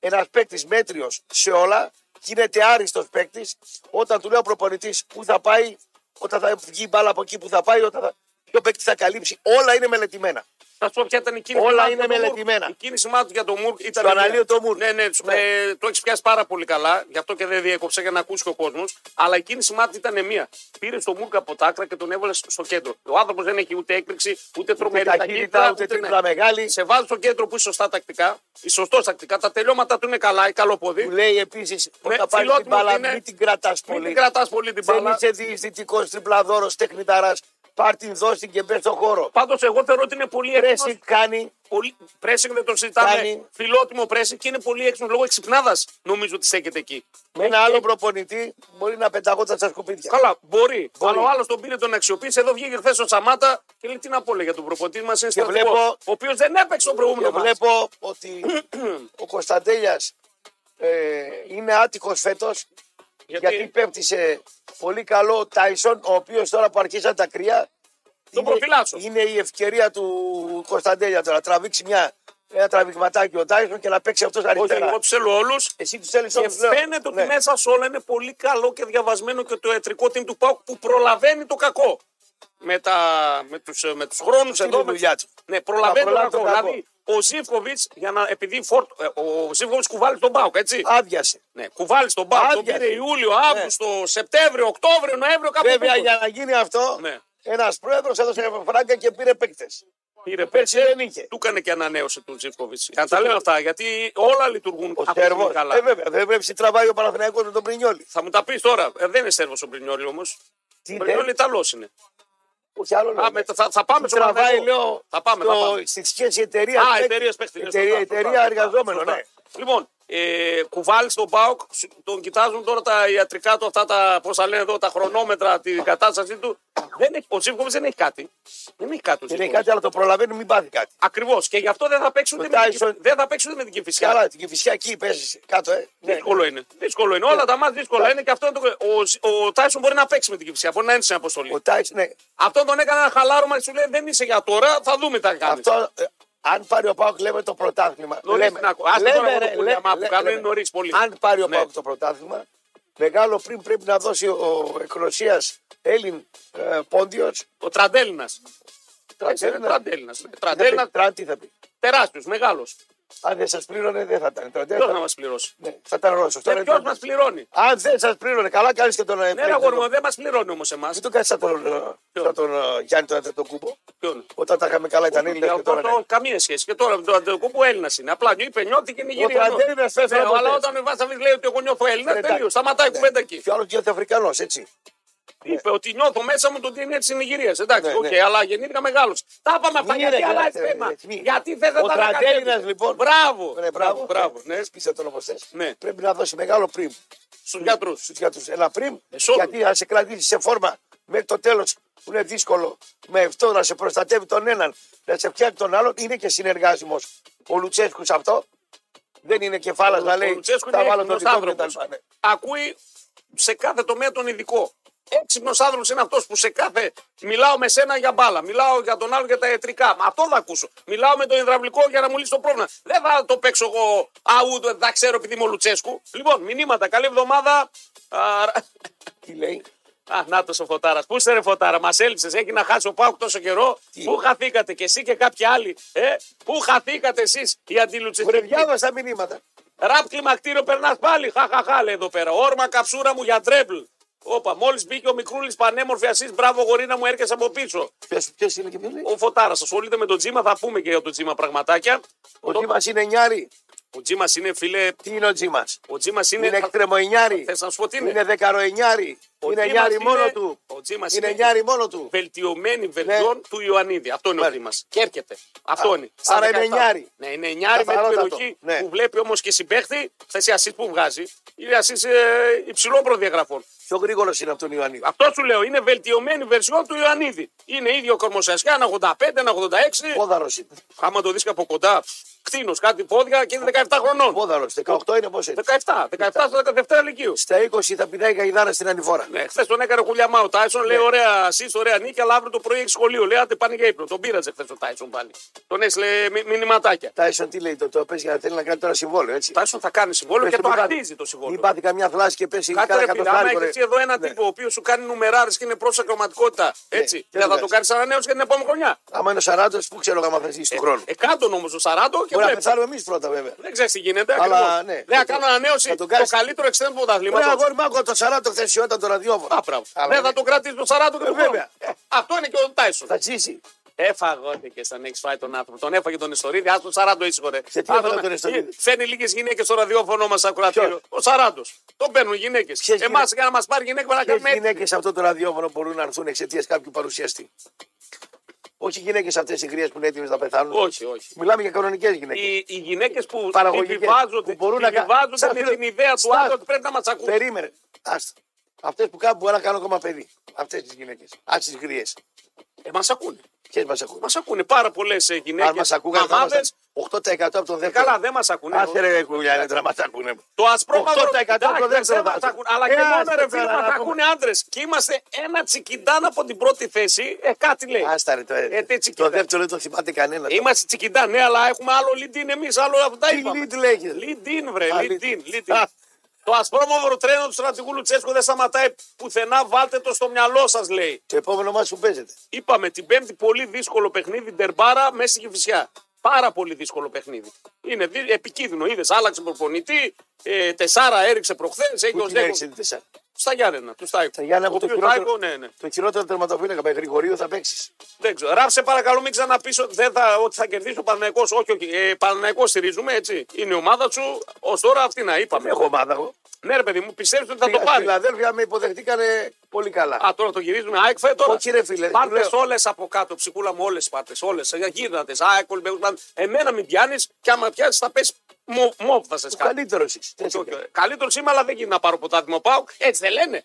ένας παίκτης μέτριος σε όλα, γίνεται άριστος παίκτης. Όταν του λέω προπονητής πού θα πάει, όταν θα βγει η μπάλα από εκεί που θα πάει, όταν θα... ποιο παίκτη θα καλύψει, όλα είναι μελετημένα. Θα σου πω ποια ήταν η κίνηση. Όλα μάτου είναι για τον Μουρκ. μελετημένα. Η κίνηση μάτου για τον Μουρκ ήταν. Το αναλύω το Μουρκ. Ναι, ναι, Ναι. ε, το έχεις πιάσει πάρα πολύ καλά. Γι' αυτό και δεν διέκοψε για να ακούσει και ο κόσμος. Αλλά η κίνηση μάτου ήταν μία. Πήρε τον Μουρκ από τα άκρα και τον έβαλε στο κέντρο. Ο άνθρωπος δεν έχει ούτε έκρηξη, ούτε τρομερή ταχύτητα, ούτε ναι. τρίπλα μεγάλη. Σε βάζει στο κέντρο που είσαι σωστά τακτικά. Είσαι σωστός τακτικά. Τα τελειώματα του είναι καλά, καλό Του ποδί. λέει επίσης Ναι, όταν πάρεις την φιλότιμος μπάλα, είναι. μην την κρατάς Μην την πολύ. κρατάς πολύ την Δεν μπάλα. είσαι διεισδυτικός τριπλαδόρος τεχνηταρά. Πάρ την, δώσ' την και μπες στο χώρο. Πάντως, εγώ θεωρώ ότι είναι πολύ έξυπνος. Πρέσι κάνει. Πολύ... Πρέσινγκ δεν το συζητάμε. Κάνει. Φιλότιμο πρέσινγκ και είναι πολύ έξυπνος λόγω εξυπνάδας. Νομίζω ότι στέκεται εκεί. Με ένα άλλο προπονητή μπορεί να πενταγόταν στα σκουπίδια. Καλά, μπορεί. Μπορεί. Αλλά ο άλλος τον πήρε τον αξιοποίησε. Εδώ βγήκε χθες ο Τσαμάτα και λέει τι να πω λέει, για τον προπονητή μας. Είναι στρατηγό, βλέπω- Ο οποίος δεν έπαιξε τον Και προηγούμενο μάτς. βλέπω ότι ο Κωνσταντέλιας είναι άτυχος φέτος Γιατί, γιατί πέφτει σε πολύ καλό Τάισον, ο οποίος τώρα που αρχίσαν τα κρύα. Τον είναι- προφυλάσσω. Είναι η ευκαιρία του Κωνσταντέλια τώρα. Τραβήξει μια, ένα τραβηγματάκι ο Τάισον και να παίξει αυτός Όχι, αριστερά. εγώ του θέλω όλους. Εσύ τους θέλεις Και όλου. φαίνεται ναι. ότι μέσα σε όλα είναι πολύ καλό και διαβασμένο και το ιατρικό team του ΠΑΟΚ που προλαβαίνει το κακό. Με, τα, με τους, ε, με τους χρόνους Αυτή εδώ. είναι η με- δουλειά τους. Ναι, προλαβαίνει Να το προλάβει κακό. το κακό. Δηλαδή, ο Ζήφκοβιτ, για να, επειδή φορ, ε, ο Ζήφκοβιτ κουβάλλει τον ΠΑΟΚ, έτσι. Άδειασε. Ναι, κουβάλλει τον ΠΑΟΚ, τον Άδεια. Ναι. πήρε Ιούλιο, Αύγουστο, Σεπτέμβριο, Οκτώβριο, Νοέμβριο, κάπου Βέβαια εκεί. για να γίνει αυτό, Ναι. ένας πρόεδρος έδωσε φράγκα και πήρε παίκτες. Πήρε πέρσι, ε, Πέρσι δεν είχε. του έκανε και ανανέωση του Ζήφκοβιτ. Αν τα λέω αυτά, γιατί όλα λειτουργούν Ο αυτή τη Σέρβο. στιγμή καλά. Ε, βέβαια, δεν πρέπει τραβάει ο Παναθηναϊκός με τον Πρινιόλη. Θα μου τα πεις τώρα, ε, δεν είναι Σέρβος ο Πρινιόλη όμως. Τι Ο είναι, Πρινιόλη Ιταλός είναι. όχι άλλο Α, λέω. μετά θα, θα πάμε Τι στο τραβάει, Παναθηναϊκό. λέω, Θα πάμε, στο- θα πάμε. στη σχέση εταιρεία. Α, εταιρεία παίχτη. ναι, Εταιρεία, σωστά, εταιρεία σωστά, εργαζόμενο, σωστά. ναι. Λοιπόν, ε, κουβάλει στον Πάοκ, σ- τον κοιτάζουν τώρα τα ιατρικά του, αυτά τα, πώς τα λένε εδώ, τα χρονόμετρα, την κατάστασή του. Δεν έχει, ο Ζήφκοβιτ δεν έχει κάτι. Δεν έχει κάτι. Δεν είναι κάτι άλλο, το προλαβαίνει, μην πάθει κάτι. Ακριβώς. Και γι' αυτό δεν θα παίξουν Ο ούτε με την Τάισον- Κυφ- δεν θα παίξουν ούτε με την Κυφυσιά. Καλά, την κυφισιά εκεί παίζεις κάτω, ε. Ναι. Δύσκολο είναι. Δύσκολο είναι. Όλα τα μάτια δύσκολα είναι και αυτό είναι το. Ο, Ζ- ο Τάισον μπορεί να παίξει με την Κυφυσιά. Μπορεί να είναι στην αποστολή. Ο Τάις, ναι. Αυτό τον έκανε ένα χαλάρωμα και σου λέει δεν είσαι για τώρα, θα δούμε τι θα κάνει. Αυτό, ε, αν πάρει ο Πάοκ, λέμε το πρωτάθλημα. Νωρίς να ακούω. Άσε τώρα εγώ το πουλιαμά που λέ- κάνω, είναι λέμε. νωρίς πολύ. Αν πάρει ο Ναι. Πάοκ το πρωτάθλημα, μεγάλο πριν πρέπει να δώσει ο Εκροσία Έλλην ε, Πόντιος. Ο Τραντέλινας. Τραντέλινας. Τραντέλινα Τραν, τι θα πει. τεράστιος, μεγάλος. Αν δεν σας πλήρωνε, δεν θα ήταν. Τραντέλ, Ποιο θα, να Ε, μας πληρώσει. ναι, θα ήταν Ρώσος. Τώρα Ε, Ποιο ήταν- μας πληρώνει. Αν δεν σας πλήρωνε, καλά κάνεις και τον. Ναι, ρε γόρμα, δεν μας πληρώνει όμως εμάς. Μην τον κάνεις σαν τον, σαν τον ε, Γιάννη τον Αντετοκούμπο. Ποιον. Ε, Όταν τα είχαμε καλά, ήταν Έλληνα και Αυτό τώρα. ναι. το καμία σχέση. Και τώρα με τον Αντεκούπο Έλληνας είναι. Απλά είπε νιώτη και είναι γυριανό. Τραντέλινας δεν θα Ναι, Αλλά ποτέ. όταν με βάζεις λέει ότι εγώ νιώθω Έλληνα, Ναι, Εντάξει. τελείω. Ναι, Σταματάει η κουβέντα εκεί. Και ο άλλο γίνεται Αφρικανός, έτσι. Είπε ότι νιώθω μέσα μου το DNA της Νιγηρίας. Εντάξει, Ναι, οκ, ναι. αλλά γεννήθηκα μεγάλος. Τα είπαμε αυτά Μη γιατί ρε, αλλάζει ρε, θέμα. ρε, μη. Γιατί δεν θα Ο τα Τραντέλινας, ανακατεύεις. λοιπόν. Μπράβο. Ναι, μπράβο. μπράβο. Ναι, Πείστε τον όπως θες. Ναι. Πρέπει να δώσει μεγάλο πριμ στους γιατρούς. στους γιατρούς. Ένα πριμ. Εσόλου. Γιατί να σε κρατήσει σε φόρμα μέχρι το τέλος που είναι δύσκολο. Με αυτό να σε προστατεύει τον έναν, να σε φτιάχνει τον άλλον. Είναι και συνεργάσιμος ο Λουτσέσκους σε αυτό. Δεν είναι κεφάλας να λέει. Θα βάλω τον δικό μου κτλ. Ναι. Ακούει σε κάθε τομέα τον ειδικό. Έξυπνος άνθρωπος είναι αυτός που σε κάθε. Μιλάω με σένα για μπάλα, μιλάω για τον άλλο για τα ιατρικά. Μα αυτό θα ακούσω. Μιλάω με τον υδραυλικό για να μου λύσει το πρόβλημα. Δεν θα το παίξω εγώ. Αού, δεν τα ξέρω επειδή είμαι ο Λουτσέσκου. Λοιπόν, μηνύματα. Καλή εβδομάδα. Α, Ναι. Τι λέει. Α, να το ο Φωτάρας. Πού είσαι, ρε Φωτάρα, μας έλειψες. Έχει να χάσει ο Πάουκ τόσο καιρό. Τι? Πού χαθήκατε κι εσύ και κάποιοι άλλοι. Ε, πού χαθήκατε εσείς οι Βρε, αντιλουτσιστικοί. διάβασα μηνύματα. Ραπ κλιμακτήριο περνάς πάλι. Χαχαχά λέει εδώ πέρα. Όρμα καψούρα μου για τρέμπλ. Όπα, μόλις μπήκε ο Μικρούλης πανέμορφη ασή. Μπράβο, γορίνα μου, έρχεσαι από πίσω. Ποιος είναι και ποιος λέει. Ο Φωτάρας ασχολείται με τον Τζίμα, θα πούμε και για τον Τζίμα πραγματάκια. Ο Τζίμας είναι νιάρι. Ο Τζίμας είναι, φίλε, Τι είναι ο Τζίμας. ο Τζίμας είναι. Είναι εκτρεμοενιάρι. Θες να σου πω τι είναι. Είναι δεκαροενιάρι. Ο Είναι Τζίμας νιάρι μόνο είναι- του. Ο Τζίμας Είναι είναι- νιάρι μόνο του. βελτιωμένη βερσιόν του Ιωαννίδη. Αυτό είναι ο Ναι. Μάλιστα. Δήμα. Και έρχεται. Αυτό Α, είναι. Στα άρα είναι 17. νιάρι. Ναι, είναι νιάρι με την Καθαρότατο. περιοχή Ναι. που βλέπει όμως και συμπέχτη. Χθε η Ασή που βγάζει. Η Ασή υψηλών προδιαγραφών. Πιο γρήγορος είναι από τον Ιωαννίδη. Αυτό σου λέω είναι βελτιωμένη βερσιόν του Ιωαννίδη. Είναι ίδιο κορμοσιασιά, ένα 85, ένα 86. Πόδαρος είναι. Άμα το δεις από κοντά, Ευθύνο, κάτι πόδια και είναι 17 χρονών. Πόδαλος, 18 είναι πώς έτσι. 17, 17 στα δεύτερα λυκείου. Στα 20 θα πηδάει η Γαϊδάρα στην ανηφόρα. Ναι, χθες τον έκανε χουλιαμά ο Τάισον. Ναι. Λέει: Ωραία, εσύ, ωραία νίκη, αλλά αύριο το πρωί έχεις σχολείο. Λέει: Άντε πάνε για ύπνο. Τον πήραζε χθες ο Τάισον πάλι. Τον έστειλε μι- μηνυματάκια. Τάισον τι λέει, το, το πες για να θέλει να κάνει τώρα συμβόλαιο, έτσι. Ο Τάισον θα κάνει συμβόλαιο Πες και του το μην πάθει- αρτίζει το Μην συμβόλαιο. πάθει καμιά θλάση και πέσει Κάτσε κάνα ρε φίλε, άμα εκατοστάρικο. έχεις ρε. εδώ ένα Ναι. τύπο ο οποίος σου κάνει νουμεράρες και είναι πρόσωπη πραγματικότητα. Έτσι. και και θα δεν τον πες. κάνει ανανέωση και την επόμενη χρονιά. Ε, Άμα είναι ο Σαράντος, που ξέρω άμα θα ζήσει τον χρόνο. Εκάτον όμως ο Σαράντο και Μπορεί να βλέπει. πεθάνουμε εμείς πρώτα βέβαια. Δεν ξέρει τι γίνεται. Αλλά, ακριβώς. ναι. Δεν θα Θα κάνω το- ανανέωση θα το τον κάνεις. καλύτερο εξτρέμ του Ρε πρωταθλήματο. αγόρι μου, άκουγα το 40 χθε η όταν το ραδιόφωνο. Αλλά Δεν θα ναι. τον κρατήσεις το 40 και Ε, τον βέβαια. Ε, Αυτό είναι και ο Τάισον. Θα ζήσει. Έφαγονται και σαν έχεις φάει τον άνθρωπο. Τον έφαγε τον Ιστορίδη, άστον 40 ήσυχο ρε. Σε τι Άστον- έφαγε τον Ιστορίδη? Φέρνει λίγες γυναίκες στο ραδιόφωνο μας ακροατήριο. Ποιος? Ο 40. Το παίρνουν γυναίκες. Ποιες Εμάς γυναίκες? για να μας πάρει γυναίκα να Ποιες κάνουμε έτσι. γυναίκες σε αυτό το ραδιόφωνο μπορούν να έρθουν εξαιτίας κάποιου παρουσιαστή. Όχι γυναίκες αυτές οι γρίε που είναι έτοιμε να πεθάνουν. Όχι, όχι. Μιλάμε για κανονικές γυναίκες. Οι, οι γυναίκες που Παραγωγικές, επιβιβάζονται, που μπορούν να κα- επιβιβάζονται Σαν με φίλο- την ιδέα του Στάς. άλλου ότι πρέπει να μας ακούσει. Περίμενε. Άστα. Αυτές που κάπου μπορεί να κάνουν ακόμα παιδί. Αυτές τις γυναίκες. Ας τις γρίε. Ε, μας ακούνε. Ποιε μα ακούνε. Μας ακούνε πάρα ε, πολλέ γυναίκες. Αν μας ακούγανε θα ήμασταν 8% από τον δεύτερο. Ε, Καλά, δεν μας ακούνε. Άσε ρε κουλιά, είναι τραμματάκουνε. Το ασπρόμαυρο. 8% Εντάξει, το δεύτερο δεν μας βάζω. ακούν, Αλλά και Ε, μόνο άσε ρε φίλε τώρα μας να ακούνε άντρες. Και είμαστε ένα τσικιντάν από την πρώτη θέση. Ε, κάτι λέει. Άστα ρε το, Ε, τι τσικιντάν. το δεύτερο δεν το θυμάται κανένα. Είμαστε τσικιντάν, ναι, αλλά έχουμε άλλο Λιντίν εμείς. Άλλο αυτά τα Τι είπαμε. lead λέγεται. Λιντίν, βρε. Α, Λιντίν. lead. Λιντίν. Α. Το ασπρόμαυρο τρένο του στρατηγού Λουτσέσκου δεν σταματάει πουθενά. Βάλτε το στο μυαλό σας, λέει. Το επόμενο μα που παίζεται. Είπαμε την Πέμπτη πολύ δύσκολο παιχνίδι. Ντερμπάρα μέσα στη Κυφυσιά. Πάρα πολύ δύσκολο παιχνίδι. Είναι δι- επικίνδυνο. Είδες, άλλαξε προπονητή. Ε, τεσάρα έριξε προχθές. Έχει Πού ω την έριξε την τεσσάρα. Στα Γιάννενα, του Στάικου. Τα Γιάννα Ο από το οποίος χειρότερο, Στάικου, ναι, ναι. το χειρότερο τερματοφύλακα. Με Γρηγορίου θα παίξεις. Δεν ξέρω. Ράφ, σε παρακαλώ, μην ξαναπείς ότι, δεν θα, ότι θα κερδίσει ο Παναναϊκό. Όχι, όχι. Ε, Παναναϊκό στηρίζουμε, έτσι. Είναι η ομάδα σου. Ως τώρα αυτή να είπαμε. Έχω ομάδα εγώ. Ναι, ρε παιδί μου, πιστεύεις ότι θα το Στη πάρει. δηλαδή. Φιλαδέλφια με υποδεχτήκανε πολύ καλά. Α, τώρα το γυρίζουμε. ΑΕΚ φε τώρα. Όχι, ρε φίλε, Πάρτε λέω. όλες από κάτω, ψυχούλα μου, όλες πάρτες. Όλες. Γύρνατες. ΑΕΚ, Ολυμπιακός. Εμένα μην πιάνεις και άμα πιάσεις θα πέσει μο- μόβ θα σε Ο σκάσει. καλύτερος είσαι. Όχι, όχι. Καλύτερος είμαι, αλλά δεν γίνεται να πάρω ποτάθμο πάω. Έτσι δεν λένε.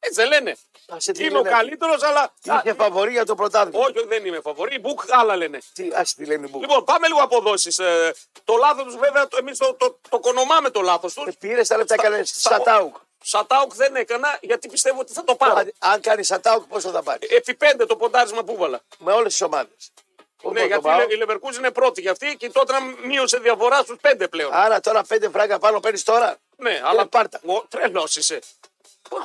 Έτσι δεν λένε. Α, σε τι Είμαι ο λένε. καλύτερος, αλλά. Α, Είχε φαβορή για το πρωτάθλημα. Όχι, όχι, δεν είμαι φαβορή. Μπουκ, άλλα λένε. Τι, άσε τη λένε οι Μπούκ. Λοιπόν, πάμε λίγο αποδόσεις. Ε, το λάθος τους, βέβαια, εμείς το, το, το κονομάμε το λάθος τους. Ε, Πήρες τα λεπτά έκανε στα- σατάουκ. Σατάουκ δεν έκανα γιατί πιστεύω ότι θα το πάρω. Αν- Αν κάνεις σατάουκ, πόσο θα πάρεις. Επί πέντε το ποντάρισμα που βάλα. Με όλες τις ομάδες. Ναι, γιατί η Λε- η Λεβερκούζη είναι πρώτη για αυτή και τότε να μείωσε διαφορά στους πέντε πλέον. Άρα τώρα πέντε φράγκα πάνω παίρνεις τώρα. ναι, αλλά. πάρτα. Ο, τρελός είσαι.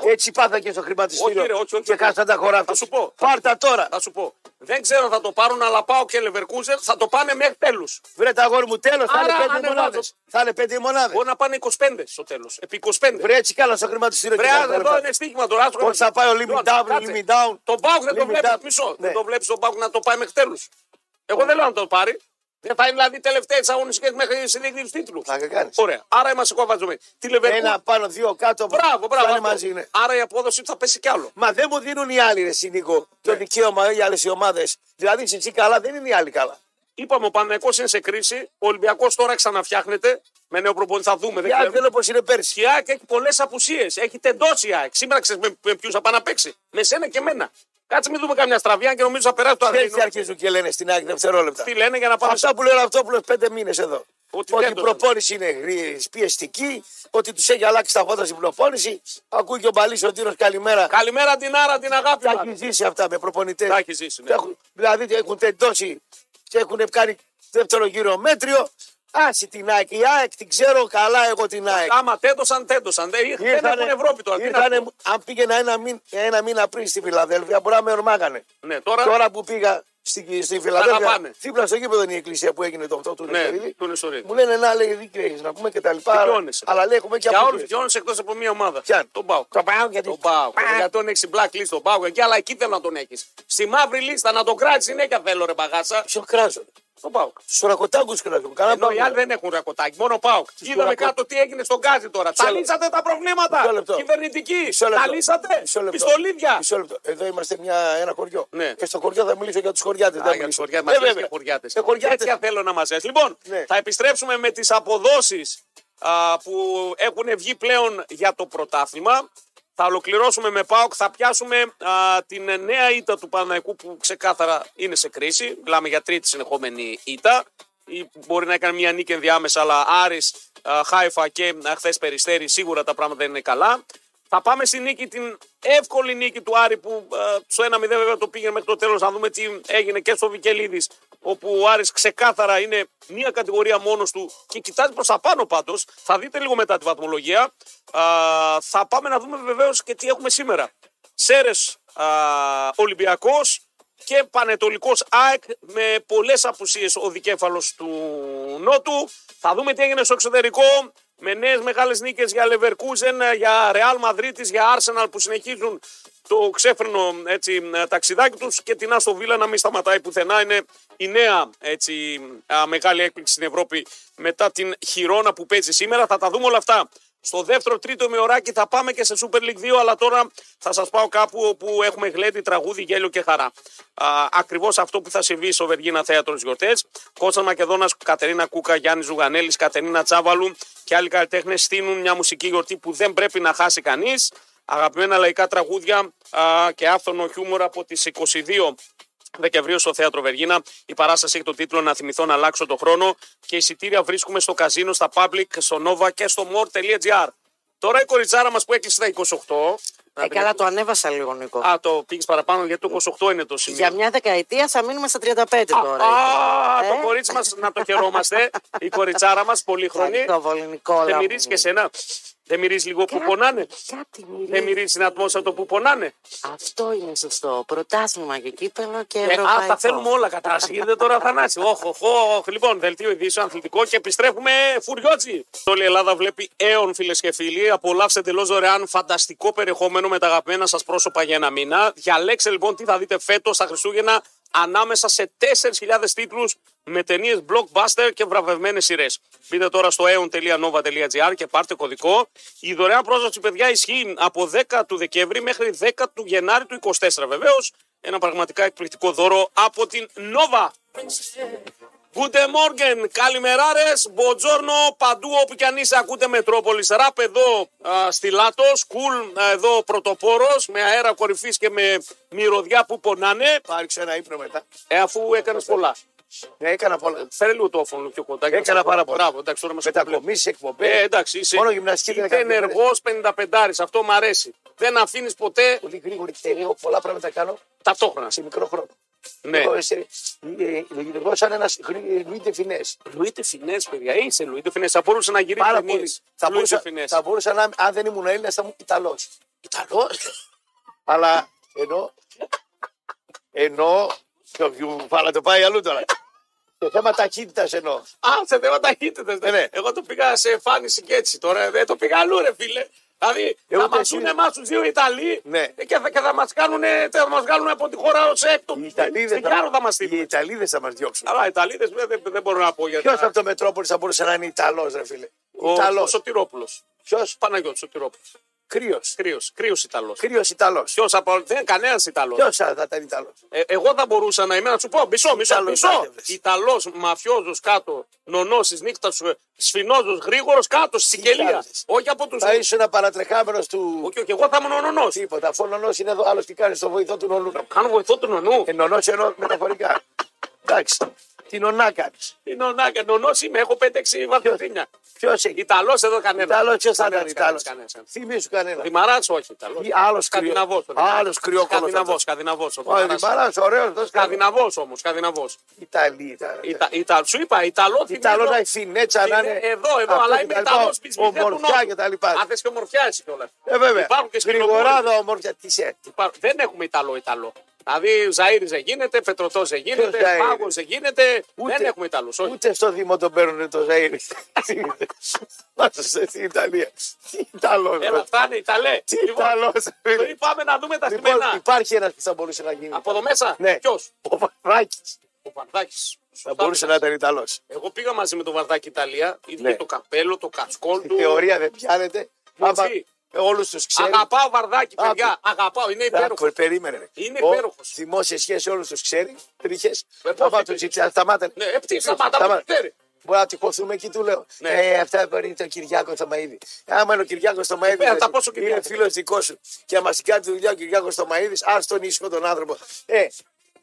Έτσι πάθακε στο Όχι, ρε, χρηματιστήριο. όχι, όχι, και όχι. χάσαν τα χωρά Θα σου πω. Πάρτα τώρα. Θα σου πω. Δεν ξέρω αν θα το πάρουν, αλλά πάω και Λεβερκούζε θα το πάνε μέχρι τέλους. Βρε τα αγόρι μου τέλος. Θα Άρα, είναι πέντε ανεβάζω. μονάδε. Θα είναι πέντε μονάδες. Μπορεί να πάνε 25 στο τέλος. Επί 25. Βρε έτσι καλά στο χρηματιστήριο. Βρε, και χάσαν αν τα εδώ λεφτά. είναι στίχημα τώρα. άστο Όχι, θα πάει ο Λοιπόν, limit down, κάτσε. limit down. Τον Πάουκ δεν το Limit βλέπεις. down. Μισό. Δεν Ναι. το βλέπεις τον Πάουκ να το πάει μέχρι τέλους. Εγώ δεν λέω να το πάρει. Δεν θα είναι δηλαδή τελευταίες αγωνιστικές μέχρι συνέχεια του τίτλου. Θα κάνεις. Ωραία. Άρα είμαστε κοβατζωμένοι. Τη Λεβερκού. Ένα πάνω, δύο κάτω. Μπράβο, μπράβο. Πάνε αυτό. μαζί ναι. είναι. Άρα η απόδοση θα πέσει κι άλλο. Μα δεν μου δίνουν οι άλλοι, ρε Σινίκο, Ναι. το δικαίωμα οι άλλες οι ομάδες. Δηλαδή, είσαι εσύ καλά, δεν είναι οι άλλοι καλά. Είπαμε ο Παναγικό είναι σε κρίση. Ο Ολυμπιακός τώρα ξαναφτιάχνεται. Με νέο προπονητή θα δούμε. Δεν Οι ξέρουμε. άλλοι δεν είναι όπως είναι πέρσι. Και η ΑΕΚ έχει πολλές απουσίες. Έχει τεντώσει η ΑΕΚ. Σήμερα ξέρεις με, με ποιους θα πάει να παίξει. Με σένα και μένα. Κάτσε μην δούμε καμιά στραβιά αν και νομίζω θα περάσει το Ξέρεις τι Αρδίνο. αρχίζουν και λένε στην άκρη δευτερόλεπτα. Τι λένε για να πάμε Αυτά που λέει ο Ραπτόπουλος πέντε μήνες εδώ. Ότι Ότι, δεν η το προπόνηση είναι γρήγορη, πιεστική, ότι τους έχει αλλάξει τα φώτα στην προπόνηση. Ακούει και ο Μπαλής ο Τύρο καλημέρα. Καλημέρα την Άρα, την αγάπη Τα μας. έχει ζήσει αυτά με προπονητές. Τα έχει ζήσει, ναι. Δηλαδή τα έχουν τεντώσει και έχουν κάνει δεύτερο γύρο μέτριο. Άσε την ΑΕΚ. Η ΑΕΚ την ξέρω καλά εγώ την ΑΕΚ. Άμα τέντωσαν, τέντωσαν. Δεν είχ- δεν έχουν Ευρώπη τώρα. Τι να ήρθανε- πω. αν πήγαινα ένα, μήνα, ένα μήνα πριν στη Φιλαδέλφια, μπορεί να με ορμάγανε. Ναι, τώρα, Τώρα που πήγα στη, στη πάνε. Φιλαδέλφια, δίπλα στο γήπεδο είναι η εκκλησία που έγινε το 8 του Ναι, Νεστορίδη. του Νεστορίδη. Μου λένε να λέει δίκιο έχεις να πούμε και τα λοιπά. Δικαιώνεσαι. Αλλά λέει έχουμε και για όλου αποκλείες. του εκτός εκτό από μία ομάδα. Ποιαν? Τον Πάο. Το πάω γιατί. Τον Πάο. Πα- Για τον έχεις black list τον Πάο εκεί, αλλά εκεί θέλω να τον έχεις. Στη μαύρη λίστα να τον κράτεις συνέχεια θέλω ρε μπαγάσα. Ποιο κράζω. Τον Πάο. Στου ρακοτάκου κράζω. Καλά Ενώ πάω. οι άλλοι δεν έχουν ρακοτάκι, μόνο πάω. Είδαμε ρακο- κάτω τι έγινε στον Γκάζι τώρα. Τα Μισό λεπτό. λύσατε τα Μισό προβλήματα. λεπτό. Κυβερνητική. Μισό λεπτό. Τα λύσατε. Μισό λεπτό. Πιστολίδια. Μισό λεπτό. Εδώ είμαστε μια, ένα χωριό. Ναι. Και στο χωριό θα μιλήσω για τους χωριάτες. Α, για τους χωριάτες. Μας λες και χωριάτες. Ε, χωριάτες. Τέτοια θέλω να μας λες. Λοιπόν, Ναι. θα επιστρέψουμε με τις αποδόσεις α, που έχουν βγει πλέον για το πρωτάθλημα. Θα ολοκληρώσουμε με ΠΑΟΚ, θα πιάσουμε α, την νέα ήττα του Παναϊκού που ξεκάθαρα είναι σε κρίση. Μιλάμε για τρίτη συνεχόμενη ήττα. ή μπορεί να έκανε μια νίκη ενδιάμεσα, αλλά Άρης, α, Χάιφα και χθες Περιστέρη σίγουρα τα πράγματα δεν είναι καλά. Θα πάμε στη νίκη, την εύκολη νίκη του Άρη που ε, στο 1-0 βέβαια το πήγαινε μέχρι το τέλος. Να δούμε τι έγινε και στο Βικελίδης, όπου ο Άρης ξεκάθαρα είναι μία κατηγορία μόνος του και κοιτάζει προς τα πάνω πάντως. Θα δείτε λίγο μετά τη βαθμολογία. Α, θα πάμε να δούμε βεβαίως και τι έχουμε σήμερα. Σέρες Ολυμπιακός και Πανετολικός ΑΕΚ με πολλές απουσίες ο δικέφαλος του Νότου. Θα δούμε τι έγινε στο εξωτερικό με νέες μεγάλες νίκες για Λεβερκούζεν, για Ρεάλ Μαδρίτη, για Άρσεναλ που συνεχίζουν το ξέφρενο έτσι, ταξιδάκι τους και την Άστο Βίλα να μην σταματάει πουθενά. Είναι η νέα έτσι, α, μεγάλη έκπληξη στην Ευρώπη μετά την χειρόνα που παίζει σήμερα. Θα τα δούμε όλα αυτά. Στο δεύτερο τρίτο ημεωράκι θα πάμε και σε Super League 2, αλλά τώρα θα σας πάω κάπου όπου έχουμε γλέντι, τραγούδι, γέλιο και χαρά. Α, ακριβώς αυτό που θα συμβεί στο Βεργίνα Θέατρος στις γιορτές. Κώστας Μακεδόνας, Κατερίνα Κούκα, Γιάννης Ζουγανέλης, Κατερίνα Τσάβαλου και άλλοι καλλιτέχνες στείλουν μια μουσική γιορτή που δεν πρέπει να χάσει κανείς. Αγαπημένα λαϊκά τραγούδια α, και άφθονο χιούμορ από τις 22 Δεκεμβρίου στο θέατρο Βεργίνα. Η παράσταση έχει τον τίτλο Να θυμηθώ να αλλάξω το χρόνο και εισιτήρια βρίσκουμε στο καζίνο, στα public, στο Nova και στο more.gr. Τώρα η κοριτσάρα μας που έκλεισε τα 28. να Ε, την καλά, ακού- το ανέβασα λίγο, Νίκο. Α, το πήγες παραπάνω γιατί το 28 είναι το σημείο. Για μια δεκαετία θα μείνουμε στα 35 τώρα. Α, Ε. το κορίτσι μας να το χαιρόμαστε. Η κοριτσάρα μας πολύχρονη. Το βολινικό Δεν μυρίζεις και εσένα. Δεν μυρίζει λίγο που πονάνε. Κάτι Δεν μυρίζει. μυρίζει την ατμόσφαιρα το που πονάνε. Αυτό είναι σωστό. Πρωτάθλημα και κύπελο και Ε, ευρωπαϊκό. Α, τα θέλουμε όλα κατάσταση. Γίνεται τώρα θανάση. Όχ, όχ, όχ. Λοιπόν, δελτίο ειδήσεων αθλητικό και επιστρέφουμε φουριότσι. Όλη η Ελλάδα βλέπει έον, φίλες και φίλοι. Απολαύστε εντελώς δωρεάν φανταστικό περιεχόμενο με τα αγαπημένα σας πρόσωπα για ένα μήνα. Διαλέξτε λοιπόν τι θα δείτε φέτος στα Χριστούγεννα ανάμεσα σε 4.000 τίτλους με ταινίες blockbuster και βραβευμένες σειρές. Μπείτε τώρα στο aeon.nova.gr και πάρτε κωδικό. Η δωρεάν πρόσβαση, παιδιά, ισχύει από 10 του Δεκέμβρη μέχρι 10 του Γενάρη του 24 βεβαίως ένα πραγματικά εκπληκτικό δώρο από την Nova. Good morning, καλημεράρε, μποτζόρνο, παντού όπου κι αν είσαι ακούτε Μετρόπολης. Ραπ εδώ α, στη Λάτος, κουλ α, εδώ πρωτοπόρος, με αέρα κορυφής και με μυρωδιά που πονάνε, Πάριξε ένα ύπνο μετά. ε, αφού έκανες πολλά. Ναι, έκανα πολλά. Φέρε λίγο το όφωνο πιο κοντά. για να Έκανα σε- πάρα πολλά. Μπράβο, εντάξει, τώρα μας κομπλέ. Μετακομίσει, εκπομπές. Ε, εντάξει, είσαι, Μόνο γυμναστική δεν Είτε έκανα. ενεργό 55 αυτό μ' αρέσει. Δεν αφήνεις ποτέ Πολύ γρήγορη και εγώ πολλά πράγματα κάνω ταυτόχρονα. σε μικρό χρόνο. Ναι. Εγώ, εσύ, ε, ε, Λειτουργώ σαν ένα Λουίτε Φινέ. Λουίτε Φινές, παιδιά, είσαι Λουίτε Φινές. Θα μπορούσε να γυρίσει Πάρα ταινίες. πολύ. Θα Λουίτε μπορούσα, Φινές. θα μπορούσα να, αν δεν ήμουν Έλληνας, θα ήμουν Ιταλός. Ιταλός. Αλλά ενώ. Ενώ. Αλλά το πάει αλλού τώρα. Σε θέμα ταχύτητας εννοώ. Α, σε θέμα ταχύτητας. Ναι, ναι. Εγώ το πήγα σε εμφάνιση και έτσι. Τώρα δεν το πήγα αλλού, ρε φίλε. Δηλαδή Εγώ θα ούτε μα εσύ. δουν εμάς τους δύο Ιταλοί ε, Ναι. και, θα, και θα μας κάνουν θα μας βγάλουν από τη χώρα ως έκτο. Οι Ιταλίδε Στην Κάρο θα μας οι στείλουν. Ιταλίδες θα μας διώξουν. Αλλά Ιταλίδε δεν, δεν μπορώ να πω για Ποιο από το Μετρόπολης θα μπορούσε να είναι Ιταλός, ρε φίλε. Ο, ο Ιταλός. Σωτηρόπουλος. Ποιος Παναγιώτης Σωτηρόπουλος. κρύος. Κρύος Κρύος Ιταλός. Κρύος Ιταλός. Ποιος από. Δεν κανένας Ιταλός. Ποιος θα θα ήταν Ιταλός. Ε, εγώ θα μπορούσα να είμαι να σου πω μισό, μισό, Ιταλός, μισό. μάτευες. Ιταλός μαφιόζος κάτω, νονός της νύχτας, σφινόζος γρήγορος κάτω στη Σικελία. κάνεις? Όχι από τους. Θα ήσουν παρατρεχάμενος του. Όχι, όχι, εγώ θα ήμουν ο νονός. Τίποτα. Αφού ο νονός είναι εδώ, άλλος τι κάνεις στο βοηθό του νονού. Κάνω βοηθό του νονού. Ενωνό εννοώ μεταφορικά. Εντάξει. Τι νονά κάνει. Τι νονάκα, νονό είμαι, έχω 5-6 βαθμίδια. Ποιο έχει. Ιταλός εδώ κανένας. Ιταλός, ποιο θα ήταν Ιταλό. Ιταλό. Θυμήσου κανένα. Δημαράς, όχι Ιταλός. Άλλος κρυό. Σκανδιναβό. Άλλο κρυό Σκανδιναβό, κόμμα. σκανδιναβό. Ο Δημαρά, ωραίο. Σκανδιναβό όμω, σκανδιναβό. Ιταλία. Σου είπα, Ιταλό. Ιταλό θυμίζω- να έχει φινέτσα να είναι. Ε, Εδώ, εδώ, αυτό αλλά και είμαι τα λοιπά, Ιταλό πισπιτέ του Ομορφιά Νότου. και τα λοιπά. Αν θες και ομορφιά εσύ κιόλας. Ε, βέβαια. Υπάρχουν και σκυλοπούλες. Γρηγοράδα ομορφιά. Τι σε. Υπά- Δεν έχουμε Ιταλό Ιταλό. Δηλαδή Ζαήρη δεν γίνεται, Φετρωτό δεν Ποιος γίνεται, Ζαΐρης? Πάγος δεν γίνεται. Ούτε- Δεν έχουμε Ιταλούς. Όχι. Ούτε στο Δήμο τον παίρνουν το Ζαΐρι. Πάσα στην Ιταλία. Τι Έλα, Ιταλό. φτάνει Ιταλέ. Τι Λοιπόν, Ιταλός. πριν πάμε να δούμε τα Λοιπόν, χειμερινά. υπάρχει ένας που θα μπορούσε να γίνει. Από εδώ μέσα, Ναι. ποιος. Ο Βαρδάκης. Ο Βαρδάκης. Θα μπορούσε να ήταν Ιταλός. Εγώ πήγα μαζί με τον Βαρδάκη Ιταλία. Είδε Ναι. και το καπέλο, το κασκόλ Η του. θεωρία δεν πιάνεται. Έτσι. Άμα όλους τους ξέρει. Αγαπάω Βαρδάκη, παιδιά. Αγαπάω, είναι υπέροχο. Άκου, ε, περίμενε. ρε. Είναι Ο- υπέροχος. Δημόσια σχέση όλους τους ξέρει. Τρίχες. Ε, πώς Άμα είπε. του ζητήσει, σταμάτα. Ναι, ε, τι σταματάμε, Σταμάτα. ξέρει. Μπορεί να τυχωθούμε εκεί, του λέω. Ναι. Ε, αυτά μπορεί το Κυριάκο στο Μαίδι. Άμα είναι ο Κυριάκος στο Μαίδι, Ε, θα τα πω στο είναι Κυριάκο. φίλος δικός σου. Και άμα κάνει τη δουλειά ο Κυριάκος στο Μαίδι, ας τον ήσυχο τον άνθρωπο. Ε,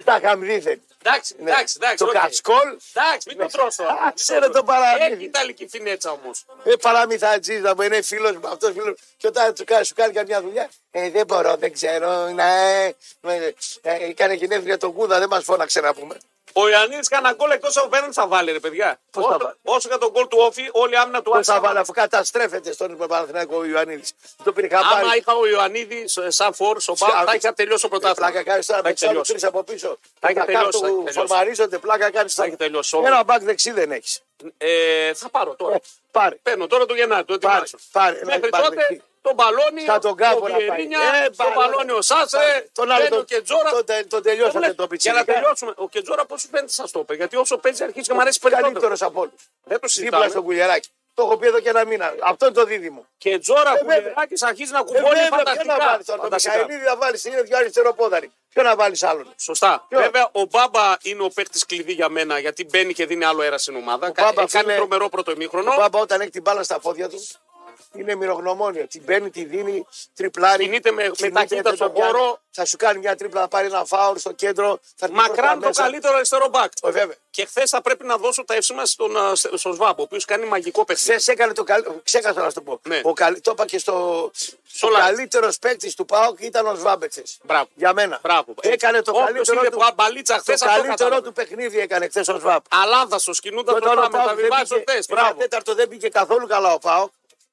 Τα είχαμε δίθεν. Εντάξει, Ναι. εντάξει, εντάξει. Το οκ. κατσκόλ. Εντάξει, μην το τρως τώρα. Α, μην το ξέρω τρως. το παραμύθι. Έχει Ιταλική φινέτσα όμως. Ε, παραμυθατζίδα μου, είναι φίλος μου, αυτός φίλος Και όταν του κάνει, σου κάνει καμιά δουλειά, ε, δεν μπορώ, δεν ξέρω. Ναι, ε, ε, ε, έκανε γυναίκα τον Κούδα, δεν μας φώναξε να πούμε. Ο Ιωαννίδης κανένα γκολ εκτός από πέναντι θα βάλει, ρε παιδιά. Πώς θα Όσο- βάλει. Όσο για τον γκολ του Όφη, όλη η άμυνα του Πώς θα Άρη. βάλει, αφού καταστρέφεται στον Παναθηναϊκό ο Ιωαννίδης. Το πήρε Άμα χαμπάρι. είχα ο Ιωαννίδης σαν φόρ, στον Σκα- Πάο, θα είχε τελειώσει το πρωτάθλημα. Ε, Πλάκα κάνεις τώρα Θα με είχε του άλλου τελειώσει. τρεις από πίσω. Θα έχει Τα τελειώσει, κάτω θα έχει τελειώσει. Φορμαρίζονται, πλάκα κάνεις. Θα έχει τελειώσει όλο. Ένα μπακ δεξί δεν έχεις. Ε, θα πάρω τώρα. Πάρε. Παίρνω τώρα το Γενάρη. Το Πάρε, ετοιμάζω. πάρε, ένα Μέχρι πάρε τότε εκεί. τον μπαλώνει Στα τον κάμπο Ε, ο να πάει. Βιερίνια, Ε, τον πάρε, μπαλώνει ο Σάτσε, Τον άλλο τον τον- Κετζόρα. τον τε- τον τελειώσατε Δεν βλέπω. τον Για να πιτσιρικά. τελειώσουμε. Ο Κετζόρα πώς σου φαίνεται σαν στόπερ. Γιατί όσο παίζει αρχίζει και μου αρέσει περισσότερο. Καλύτερος από όλους. Δεν το Δίπλα στο συζητάμε. κουλιαράκι. Το έχω πει εδώ και ένα μήνα. Αυτό είναι το δίδυμο. Κετζόρα Ε, βέβαια. Κουλεράκης αρχίζει να Ε, κουμπώνει βέβαια, ποιον να φανταστικά. βάλει τώρα. Το Φανταστικά. Μιχαηλίδη να βάλεις είναι δύο αριστεροπόδαροι. Ποιο να βάλεις άλλον. Σωστά. Ποιο? Βέβαια, ο Μπάμπα είναι ο παίκτης κλειδί για μένα γιατί μπαίνει και δίνει άλλο αέρα στην ομάδα. Κα- Μπάμπα, έχει κάνει φίλε, τρομερό πρώτο ημίχρονο. Ο Μπάμπα όταν έχει την μπάλα στα πόδια τους είναι μυρογνωμόνιο. Την παίρνει, τη δίνει, τριπλάρει. Κινείται με- με ταχύτητα δεν στον το πιάνει. χώρο. Θα σου κάνει μια τρίπλα, θα πάρει ένα φάουρ στο κέντρο. Θα έρθει προς τα Μακράν το μέσα. καλύτερο αριστερό μπακ. Ε, βέβαια. Και χθες θα πρέπει να δώσω τα εύσημα στον, α, σε- στον Σβάμπ, ο οποίος κάνει μαγικό παιχνίδι. Χθες έκανε το καλύτερο. Ξέχασα να σου το πω. Ναι. Ο καλ- Το είπα και στο. Ο live. καλύτερος παίκτης του ΠΑΟΚ ήταν ο Σβάμπε χθες. Μπράβο. Για μένα. Μπράβο. Έκανε το Όποιος καλύτερο είδε του. που αμπαλίτσα χθες, αυτό το καλύτερο κατάλαβε. του παιχνίδι έκανε χθες ο Σβάμπ. Αλάδαστο, Και κινούντα όταν το ο με τα Πάοκ δεν βιβάζει πήγε, χθες. ένα Μπράβο. τέταρτο δεν πήγες καθόλου καλά ο Πάοκ.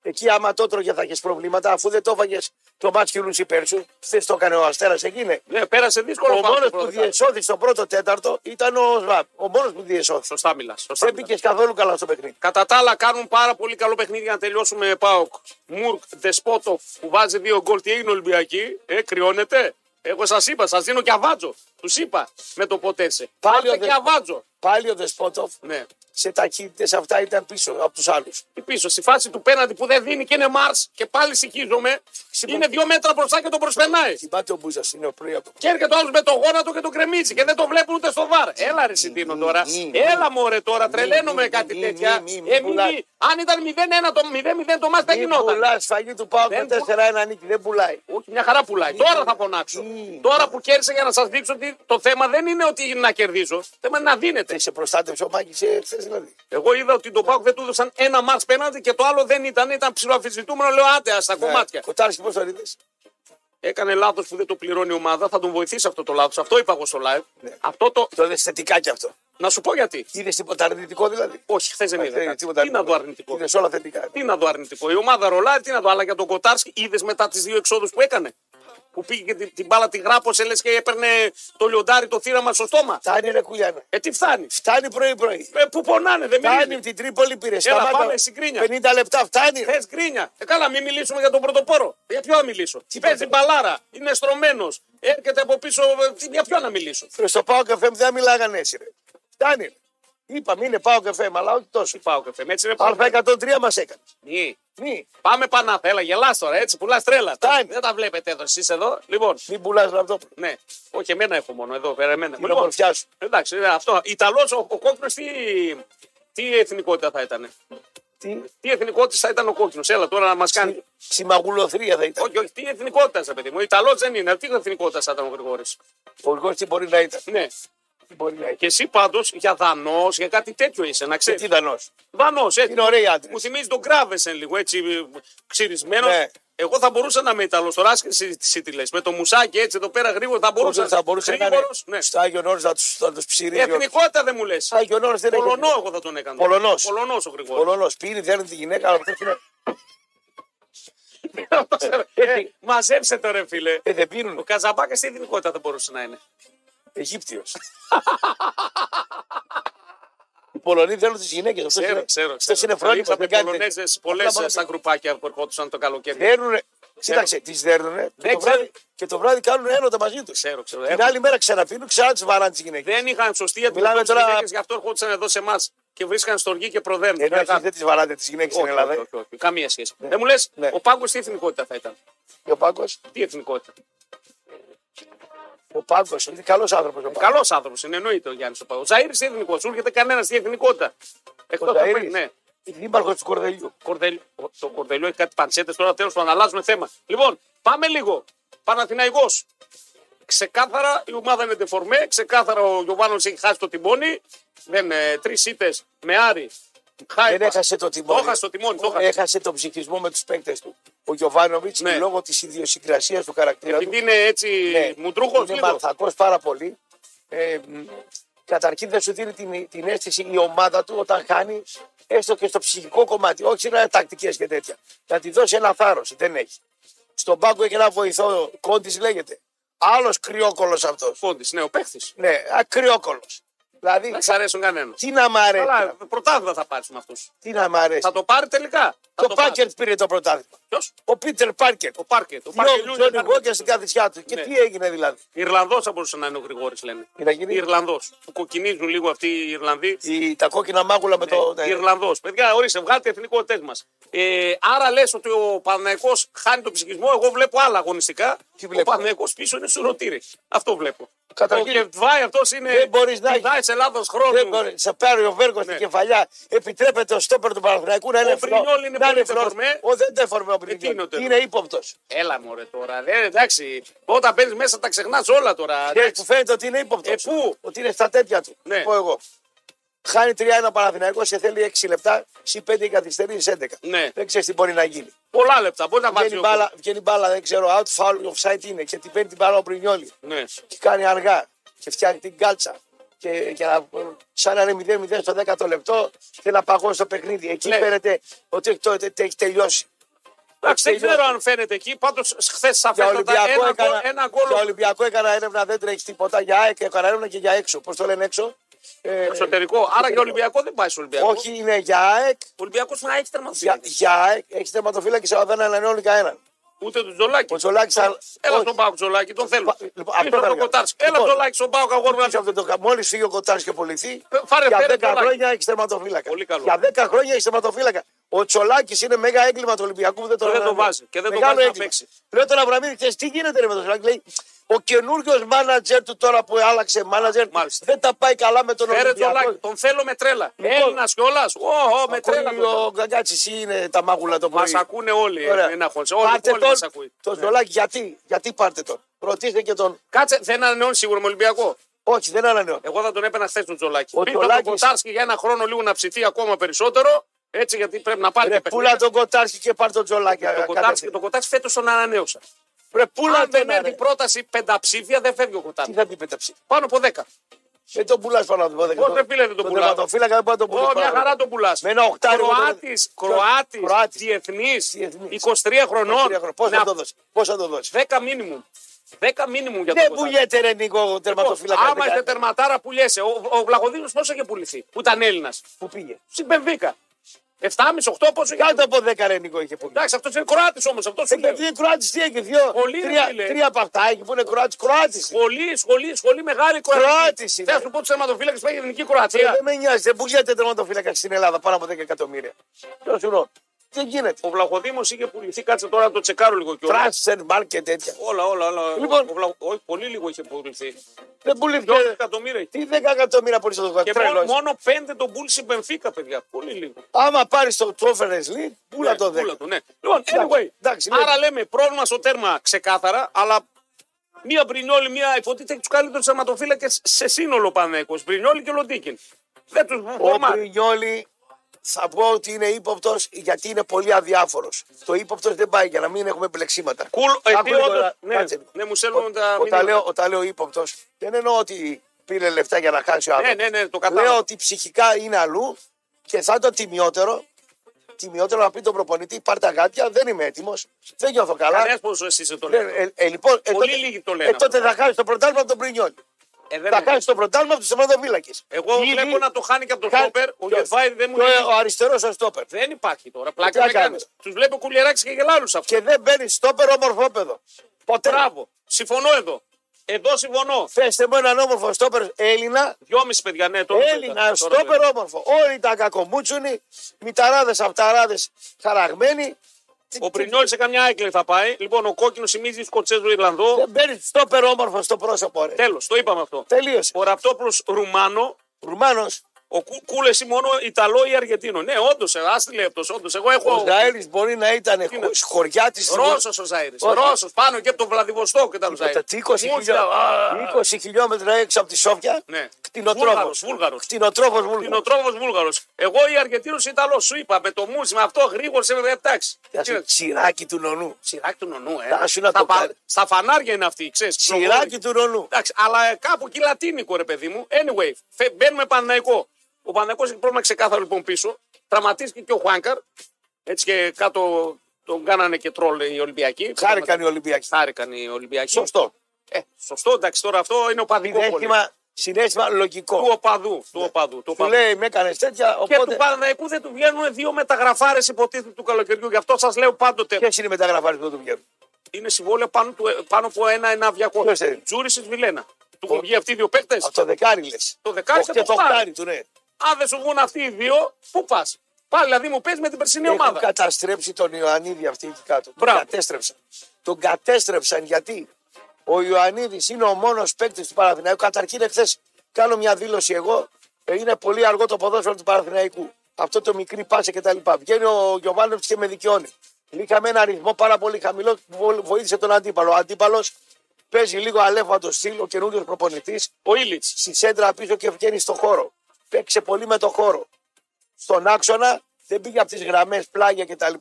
Εκεί άμα το τρώγε θα είχε προβλήματα. Αφού δεν το έφαγε το μάτς κυλούς υπέρ σου, χθες το έκανε ο Αστέρας εκείνη. Ναι, πέρασε δύσκολο Ο πάνω μόνο στο που πρώτο δεκάλεπτο. διεσώθη στο πρώτο τέταρτο ήταν ο Σβάμπ. Ο μόνος που διεσώθη. Σωστά μιλάς. Σωστά Δεν μιλάς. πήγες καθόλου καλά στο παιχνίδι. Κατά τα άλλα, κάνουν πάρα πολύ καλό παιχνίδι για να τελειώσουμε. Πάοκ. Μουρκ, Δεσπότοφ που βάζει δύο γκολ. Τι έγινε Ολυμπιακή. Ε, κρυώνεται. Εγώ σας είπα, σας δίνω και αβάτζο. Τους είπα με το ποτέσαι. Πάλι Πάλι ο και Δε- αβάτζο. Πάλι ο Δεσπότοφ Ναι. σε ταχύτητες αυτά ήταν πίσω από τους άλλους. Τι πίσω, στη φάση του πέναντι που δεν δίνει και είναι Μάρ και πάλι συγχύζομαι. Είναι δύο μέτρα μπροστά και τον προσπερνάει. Θυμάται ο Μπούζας, είναι ο πρωί από Και έρχεται ο άλλος με το γόνατο και τον κρεμίζει και δεν το βλέπουν ούτε στο βαρ. Έλα ρε Σιντίνο τώρα. μη, μη. Έλα μωρέ τώρα, τρελαίνομαι μη, κάτι μη, τέτοια. μη, μη, μη Ε, μη, πουλάς. μη. Αν ήταν 0-1 το 0-0 το μάτι θα Μην γινόταν. πουλάς σφαγή του Πάοκ με Δεν 4-1 νίκη, δεν πουλάει. Όχι, μια χαρά πουλάει. Τώρα θα φωνάξω. Μη. Τώρα που κέρδισε για να σας δείξω ότι το θέμα δεν είναι ότι να κερδίζω. Το θέμα είναι να δίνετε. Δεν Ε, σε προστάτευσε ο Μάκης χθε δηλαδή. Εγώ είδα ότι τον Πάουκ δεν του έδωσαν ένα μάτ πέναντι και το άλλο δεν ήταν. Ήταν ψηλοαφισβητούμενο. Λέω άντε, ας Ναι. τα κομμάτια. Κοτάρσκι, πώ τον είδες. Έκανε λάθος που δεν το πληρώνει η ομάδα. Θα τον βοηθήσει αυτό το λάθος. Αυτό είπα εγώ στο live. Αυτό το. Το είδε θετικά κι αυτό. Να σου πω γιατί. Είδες τίποτα αρνητικό δηλαδή. Όχι, χθες δεν είδα. κάτι. Τι να δω αρνητικό. Είδες όλα θετικά. Τι να δω αρνητικό. Η ομάδα ρολάει, τι να δω. Αλλά για τον Κοτάρσκι είδες μετά τις δύο εξόδους που έκανε. Που πήγε και την, την μπάλα τη γράπωσε λες και έπαιρνε το λιοντάρι το θύραμα στο στόμα. Φτάνει ρε κουλιάνα. Ε, τι φτάνει. Φτάνει πρωί-πρωί. Ε, που πονάνε, δεν Φτάνει μιλάνε. την Τρίπολη πήρε. πάμε στην κρίνια. 50 λεπτά φτάνει. ρε. Θε γκρίνια. Ε, καλά, μην μιλήσουμε για τον πρωτοπόρο. Για ποιο να μιλήσω. Τι παίζει μπαλάρα, είναι στρωμένος, έρχεται από πίσω. ε, τι- Για ποιο να μιλήσω. Ρε, Στο Πάο Καφέ μου δεν μιλάγανε έτσι. Ρε. Φτάνει. Είπαμε είναι Πάο Καφέ, αλλά όχι τόσο. Πάω καφέ, με έτσι είναι πάνω. Α103 μας έκανε. Μη. Μη, Πάμε πανάθα, έλα γελάς τώρα έτσι, πουλάς τρέλα. Τα- Φτάνει. Δεν τα βλέπετε εδώ, εσείς εδώ. Λοιπόν, μην πουλάς λαμπτό. ναι, όχι εμένα έχω μόνο εδώ, πέρα εμένα. Την Λοιπόν, ομορφιά σου. εντάξει, ε, αυτό. Ιταλός, ο, ο κόκκινος τι, τι εθνικότητα θα ήταν. Τι Τι εθνικότητα θα ήταν ο κόκκινος, έλα τώρα να μας κάνει. συμμαγουλοθρία θα ήταν. Όχι, όχι, τι εθνικότητας, ρε παιδί μου. Ιταλός δεν είναι. Τι εθνικότητας θα ήταν ο Γρηγόρης. Ο Γρηγόρης τι μπορεί να ήταν. Ναι. Τι μπορεί να ήταν. Και εσύ πάντως για δανός, για κάτι τέτοιο είσαι, να Και ξέρει. Ε, τι δανός. Δανός, έτσι. Είναι ωραίοι άντρες. Μου θυμίζει τον Κράβεσεν λίγο έτσι ξυρισμένο. Ναι. Εγώ θα μπορούσα να είμαι Ιταλό τώρα, άσχεση τι- τι λε. Με το μουσάκι έτσι εδώ πέρα γρήγορα θα μπορούσα. Όσο θα μπορούσε να Γρήγορος, ναι. είναι στο Άγιον Όρος να τους να τους Η ψηρίζει. όλους. εθνικότητα δεν μου λες. Άγιον Όρος δεν έχει. Πολωνό, εγώ θα τον έκανα. Πολωνός. Πολωνός ο Γρηγόρης. Πολωνός. Πήρε, δεν τη γυναίκα, αλλά αυτός είναι. Ε, Μαζέψε το ρε φίλε. Ε, δεν Ο πήρουν. Καζαμπάκας τι εθνικότητα θα μπορούσε να είναι. Αιγύπτιος. Οι Πολωνοί θέλουν τις γυναίκες. Αυτός Ξέρω, είναι- Ε, ξέρω. αυτός είναι φρόνιμος, Είχατε μην κάνετε- Πολωνέζε πολλέ Απλά μόνο- Ε, στα γκρουπάκια που ερχόντουσαν το καλοκαίρι. Δέρνουν. Κοίταξε, τις δέρνουν. Δεν Ναι, ξέρω. Και το βράδυ κάνουν έρωτα μαζί τους. Ξέρω, ξέρω. Την Έχω- άλλη μέρα ξαναπίνουν, ξανά τις βαράνε τις γυναίκες. Δεν είχαν σωστή Μιλάμε αντιμετώπιση τώρα... τώρα- γυναίκες, γι' αυτό ερχόντουσαν εδώ σε εμάς και βρίσκαν στοργή και προδέρνουν. Ενώ Κάτι- εσεί δεν τις βαράτε τις γυναίκες στην Ναι, όχι, Ελλάδα. όχι, ε. όχι, όχι. Καμία σχέση. Δεν μου λες, Ναι. ο Πάγκο τι εθνικότητα θα ήταν. Και ο Πάγκο. Τι εθνικότητα. Ο Πάγκο είναι καλός άνθρωπος. Καλός άνθρωπος είναι, εννοείται ο Γιάννης ο Πάγκο. Ο Ζαήρη τι εθνικότητα. Σου έρχεται κανένα τι εθνικότητα. Εκτός Ο Ζαΐρης. ναι. Δήμαρχο του Κορδελιού. Κορδελ... ο- Το κορδελιό έχει κάτι παντσέτε τώρα, τέλος πάντων, αλλάζουμε θέμα. Λοιπόν, πάμε λίγο. Παναθηναϊκός. Ξεκάθαρα η ομάδα είναι τεφορμέ. Ξεκάθαρα ο Γιωβάνος έχει χάσει το τιμόνι. Δεν, ε, τρεις ήττες με Άρη. Δεν Χάιπα. έχασε το τιμόνι. Το έχασε το τιμόνι. Το έχασε. έχασε τον ψυχισμό με τους παίκτες του. Ο Γιωβάνοβιτ Ναι. λόγω της ιδιοσυγκρασίας του χαρακτήρα Επειδή είναι έτσι του. ναι. μουντρούχος, είναι μαρθακός πάρα πολύ. Ε, μ, καταρχήν δεν σου δίνει την, την αίσθηση η ομάδα του όταν χάνει, έστω και στο ψυχικό κομμάτι. Όχι να είναι τακτικές και τέτοια. Να τη δώσει ένα θάρρος. Δεν έχει. Στον πάγκο έχει ένα βοηθό, κόντις λέγεται. Άλλος κρυόκολος αυτός. ναι, ο παίχτης. Ναι, ακριόκολο. Δηλαδή, Δεν σ' αρέσουν κανένας. τι να μ' αρέσει. Αλλά πρωτάθλημα θα πάρεις με αυτούς. Τι να μ' αρέσει. Θα το πάρει τελικά. Το Πάρκερ πήρε το πρωτάθλημα. Ποιος? Ο Πίτερ Πάρκερ. Ο Πάρκετ. Ο Πάρκετ. Τζόνι Γκόγκερ στην καθησιά του. Και Ναι. τι έγινε δηλαδή. Ιρλανδός θα μπορούσε να είναι ο Γρηγόρης, λένε. Τι να γίνει? Ιρλανδός. Που κοκκινίζουν λίγο αυτοί οι Ιρλανδοί. Η, τα κόκκινα μάγουλα με το. ναι. Ιρλανδός. Παιδιά, ορίστε, βγάλετε εθνικότητές μας. Ε, άρα λες ότι ο Παναγενικό χάνει τον ψυχισμό. Εγώ βλέπω άλλα αγωνιστικά. Τι ο βλέπω? Παναγενικό πίσω είναι σουρωτήρι. Αυτό βλέπω. Καταρχήν- Ο Κεβδβάη αυτός είναι. Δεν μπορείς να κοιτάει σε λάθο χρόνο. Δεν μπορεί- Σε πάρει ο Βέργος Ναι. στην κεφαλιά. Επιτρέπεται ο στόπερ του Παναθηναϊκού να είναι φρόντι. Πρινιόλ είναι πολύ τεφορμέ. Ε, Ο δεν τεφορμέ ο τι είναι ο Πρινιόλ. τεφορμέ? Είναι ύποπτος. Έλα μωρέ τώρα. Ε, εντάξει. Όταν παίζεις μέσα τα ξεχνάς όλα τώρα. Και του φαίνεται ότι είναι ύποπτος. Ε, πού? Ότι είναι στα τέτοια του. Ναι. Πω εγώ. Χάνει 3-1 Παναθηναϊκός και θέλει 6 λεπτά. Συ 5 καθυστερήσει 11. Ναι. Δεν ξέρεις τι μπορεί να γίνει. Πολλά λεπτά. Μπορεί να βάζει. Βγαίνει ο- μπάλα, βγαίνει μπάλα, δεν ξέρω, out, foul, offside είναι και την παίρνει την μπάλα ο Πρινιόλη Ναι. και κάνει αργά και φτιάχνει την κάλτσα και, και να, σαν να είναι 0-0 στο 10ο λεπτό θέλει να παγώσει το παιχνίδι. Εκεί Ναι. φαίνεται ότι έχει, το, τε- τε- έχει τελειώσει. Εντάξει, δεν Έχει ξέρω τελειώσει. αν φαίνεται εκεί. Πάντως χθες Για σαφέστατα Ολυμπιακό, ένα, γκολ- έκανα, ένα για γκολ. Ολυμπιακό έκανα έρευνα, δεν τρέχει τίποτα. Για ΑΕΚ έκανα έρευνα και για έξω. Πώς το λένε έξω. Ε, Εξωτερικό. Άρα για Ολυμπιακό δεν πάει στο Ολυμπιακό. όχι, είναι για ΑΕΚ. Ο Ολυμπιακός να έχει Για, τερματοφύλακα. για ΑΕΚ έχεις τερματοφύλακες, αλλά δεν ανανεώνει κανέναν. Ούτε του Τζολάκη. Ο Τζολάκης, αλλά- Έλα όχι. στον Πάοκ Τζολάκη, τον θέλω. Πα- λοιπόν, αυτό θα έλεγα. Έλα Λοιπόν. Τζολάκη στον Πάοκ, αγόρι μου. να- Μόλις φύγει ο Κοτάρ και πολιθεί, Ε, φάρε για φέρε 10 Τσολάκη. χρόνια έχεις τερματοφύλακα. Πολύ καλό. Για 10 χρόνια έχεις τερματοφύλακα. Ο Τσολάκη είναι μέγα έγκλημα του Ολυμπιακού που δεν Δεν τον τον ανανεώνει. βάζει και δεν τον Μεγάλο βάζει να έγκλημα. παίξει. Λέω τον Αβραμίδη, ξέρει τι γίνεται ρε, με τον Τσολάκη. Λέει, ο καινούριος μάνατζερ του τώρα που άλλαξε μάνατζερ Μάλιστα. δεν τα πάει καλά με τον Φέρε Ολυμπιακό. Τζολάκη, τον θέλω με τρέλα. Λοιπόν. Έλληνας κιόλας. Ω, με τρέλα. Ακούει Ο Γκαγκάτσι είναι τα μάγουλα το πρωί. Μας ακούνε όλοι. Ωραία. ε, Ένα χώρο. Όλοι Πάρτε μα τον, ακούει. Ναι. τον Τζολάκη, γιατί, γιατί πάρτε τον. Ρωτήστε και τον. Κάτσε, δεν ανανεώνεις σίγουρα με Ολυμπιακό. Όχι, δεν ανανεώνει. Εγώ θα τον έπαινα χθες τον Τζολάκη. Ο Πείτε τον Τζολάκης- Κοτάρσκι για ένα χρόνο λίγο να ψηθεί ακόμα περισσότερο. Έτσι, γιατί πρέπει να πάρει. Ρε, και πούλα παιχνίδια. τον Κοτάρσκι και πάρ τον ε, Τζολάκη. Το Κοτάρσκι, κατευθείαν. το Κοτάρσκι φέτος τον ανανέωσα. Ρε, πούλα Αν δεν τον, έρθει ρε. πρόταση πενταψήφια, δεν φεύγει ο Τι Κοτάρσκι. θα την πέταψε. Πάνω από 10. Δεν τον πουλάς πάνω από 12. Πώς, ρε, φίλε, δεν τον πουλάω. Το φύλακα δεν πάει να τον Ε, Ω, πουλάς. μια χαρά τον πουλάς. Με ένα οκτάρι. Κροάτη, Κροάτης, Κροάτης. διεθνής, Διεθνής. 23 χρονών. Πώ Να- θα το δώσει. Πώς θα το δώσει. 10 μήνυμου. 10 μήνυμου για Δεν τον Κροάτη. πουλιέται ρε Νίκο τερματοφύλακα. Άμα είστε δεκαετία. τερματάρα, πουλιέσαι. Ο, ο Βλαχοδήμος πόσο είχε πουληθεί, που ήταν Έλληνας. Που πήγε. Στην Πεμβίκα. 7,5-8 πόσο είχε. Κάτω από 10 ρε Νίκο είχε πουλήσει. Εντάξει, αυτός είναι Κροάτης όμως. Αυτός Ε, σου και λέω. τι Κροάτης τι έχει, δύο. Πολύ, ρε, τρία, φίλε. τρία από αυτά έχει που είναι Κροάτης. Κροάτης. Σχολή, σχολή, σχολή μεγάλη Κροατία. Κροάτης είναι. Ε, Θέλω να σου πω του τερματοφύλακε που έχει η ελληνική Κροατία. Δεν με νοιάζει, δεν πουλιέται τερματοφύλακα στην Ελλάδα πάνω από 10 εκατομμύρια. Ποιος σου λέω. Δεν γίνεται. Ο Βλαχοδήμος είχε πουληθεί, κάτσε τώρα να το τσεκάρω λίγο κιόλας. Τράσσερ, μπαρ και τέτοια. Όλα, όλα, όλα. Λοιπόν. Ε, Ο Βλαχο- όχι, πολύ λίγο είχε πουληθεί. Δεν 2 πουλήθηκε. εκατομμύρια είχε. Τι 10 εκατομμύρια πουλήσε το Και Τρέλος. μόνο, μόνο πέντε τον πούλησε η Μπενφίκα, παιδιά. Πολύ λίγο. Άμα πάρεις το Conference League, πούλα Ναι, το 10. πούλα το, ναι. Λοιπόν, Εντάξει, anyway. εντάξει, ναι. άρα λέμε πρόβλημα στο τέρμα ξεκάθαρα, αλλά μία Μπρινιόλη, μία υποτίθεται έχει τους καλύτερους τερματοφύλακε σε σύνολο πανέκος. Μπρινιόλη και Λοντίκιν. Δεν τους Ο βομβάρει. Μπρινιόλη θα πω ότι είναι ύποπτος γιατί είναι πολύ αδιάφορος. Το ύποπτος δεν πάει για να μην έχουμε μπλεξίματα. Κουλ, Άκου εσύ λίγο όντως- να- ναι, κάτσε λίγο. ναι, μου στέλνουν τα Όταν μηνύματα. λέω, όταν λέω ύποπτος, δεν εννοώ ότι πήρε λεφτά για να χάσει ο Ναι, άνθρωπος. ναι, ναι, το κατάλαβα. λέω ότι ψυχικά είναι αλλού και θα ήταν τιμιότερο. Τιμιότερο να πει τον προπονητή: Πάρ τα γάτια, δεν είμαι έτοιμος. Δεν νιώθω καλά. Κανένας πόσο εσύ σε το Ε, λέω. ε, ε, λοιπόν, ε, Πολύ τότε- λίγοι το λένε ε, τότε θα χάσει το πρωτάθλημα από τον Πρινιόλη. Ε, δεν Θα είναι. χάσεις το πρωτάθλημα από του τερματοφύλακε. Εγώ βλέπω να το χάνει και από τον Στόπερ. Ο Γεβάη δεν μου λέει. Ο αριστερός ο στόπερ. Δεν υπάρχει τώρα. Τι Πλάκα να να κάνεις. κάνεις. Τους βλέπω κουλιαράξει και γελάλου αυτό. Και δεν μπαίνει στόπερ ομορφόπεδο. Ποτέ. Μπράβο. Συμφωνώ εδώ. Εδώ συμφωνώ. Φέστε μου έναν όμορφο στόπερ Έλληνα. Δυόμιση παιδιά, ναι, τώρα. το είδα. Έλληνα, Τώρα το είδα. στόπερ όμορφο. Όλοι τα κακομούτσουνοι, μηταράδες, αυταράδες, χαραγμένοι. Ο Πρινιόλη σε καμιά έκλε θα πάει. Λοιπόν, ο κόκκινος σημίζει Σκοτσέζο Ιρλανδό. Δεν μπαίνει στόπερ όμορφο στο πρόσωπο. Ρε. Τέλος, το είπαμε αυτό. Τελείωσε. Ο Ραπτόπουλος Ρουμάνο. Ρουμάνος. Ο Ο Κού, Κούλες ή μόνο Ιταλό ή Αργεντίνο. Ναι, όντως, άστηλε αυτός, όντως. Εγώ έχω. Ο Ζαέλη μπορεί να ήταν είναι. χω- χωριά της. Ρώσος ο Ζαήρη. Όχι. Ρώσος πάνω και από τον Βλαδιβοστόκ ήταν ο Ζαήρη. 20, χιλιό- 20 χιλιόμετρα έξω από τη Σόφια. Ναι. Κτηνοτρόφος. Βούλγαρος, Βούλγαρος. Κτηνοτρόφος Βούλγαρος. Κτηνοτρόφος Βούλγαρος. Εγώ ή Αργεντίνος Ιταλός. Σου είπα με το μουζ, με αυτό γρήγορα με εντάξει. Σιράκι του νονού. Σιράκι του νονού, ε. Θα σου να το Στα, πα- πάρει. στα φανάρια είναι αυτή, ξέρεις. Σιράκι του νονού. Εντάξει, αλλά ε, κάπου εκεί λατίνικο, ρε παιδί μου. Anyway, φε- μπαίνουμε Παναναϊκό. Ο Παναναϊκό έχει πρόβλημα ξεκάθαρο λοιπόν πίσω. Τραυματίστηκε και ο Χουάνκαρ. Έτσι και κάτω τον κάνανε και τρόλ οι Ολυμπιακοί. Χάρηκαν οι Ολυμπιακοί. Χάρηκαν οι Ολυμπιακοί. Σωστό. Ε, σωστό, εντάξει, τώρα αυτό είναι οπαδικό. πολύ. Συνέστημα, συνέστημα Του λογικό. οπαδού. Του οπαδού. Του Του οπαδού. λέει, με έκανες τέτοια. Και του Ναι. Οπότε. Παναναϊκού δεν του βγαίνουν δύο μεταγραφάρες υποτίθεται του καλοκαιριού. Γι' αυτό σας λέω πάντοτε. Ποιες είναι οι μεταγραφάρες που του βγαίνουν. Είναι συμβόλαιο πάνω, του, πάνω από ένα-ένα Ποιος είναι? 200. Τζούρισι Βιλένα. Του έχουν βγει αυτοί οι δύο παίκτες. Αυτό δεκάρι λες. Το δεκάρι και το χτάρι. του, ναι. Αν δεν σου βγουν αυτοί οι δύο, πού πας. Πάλι δηλαδή μου παίζει με την περσινή Έχουν ομάδα. καταστρέψει τον Ιωαννίδη αυτή εκεί κάτω. Μπράβο. Τον κατέστρεψαν. Τον κατέστρεψαν γιατί ο Ιωαννίδης είναι ο μόνος παίκτης του Παναθηναϊκού. Καταρχήν, εχθές κάνω μια δήλωση εγώ. ε, Είναι πολύ αργό το ποδόσφαιρο του Παναθηναϊκού. Αυτό το μικρή πάσα κτλ. Βγαίνει ο Γιωβάνοβιτ και με δικαιώνει. Είχαμε ένα ρυθμό πάρα πολύ χαμηλό που βο- βοήθησε τον αντίπαλο. Ο αντίπαλος παίζει λίγο αλέφατο στυλ, ο καινούριος προπονητής. Ο Ήλιτ. Στη σέντρα πίσω και βγαίνει στο χώρο. Παίξε πολύ με το χώρο στον άξονα, δεν πήγε από τις γραμμές, πλάγια κτλ.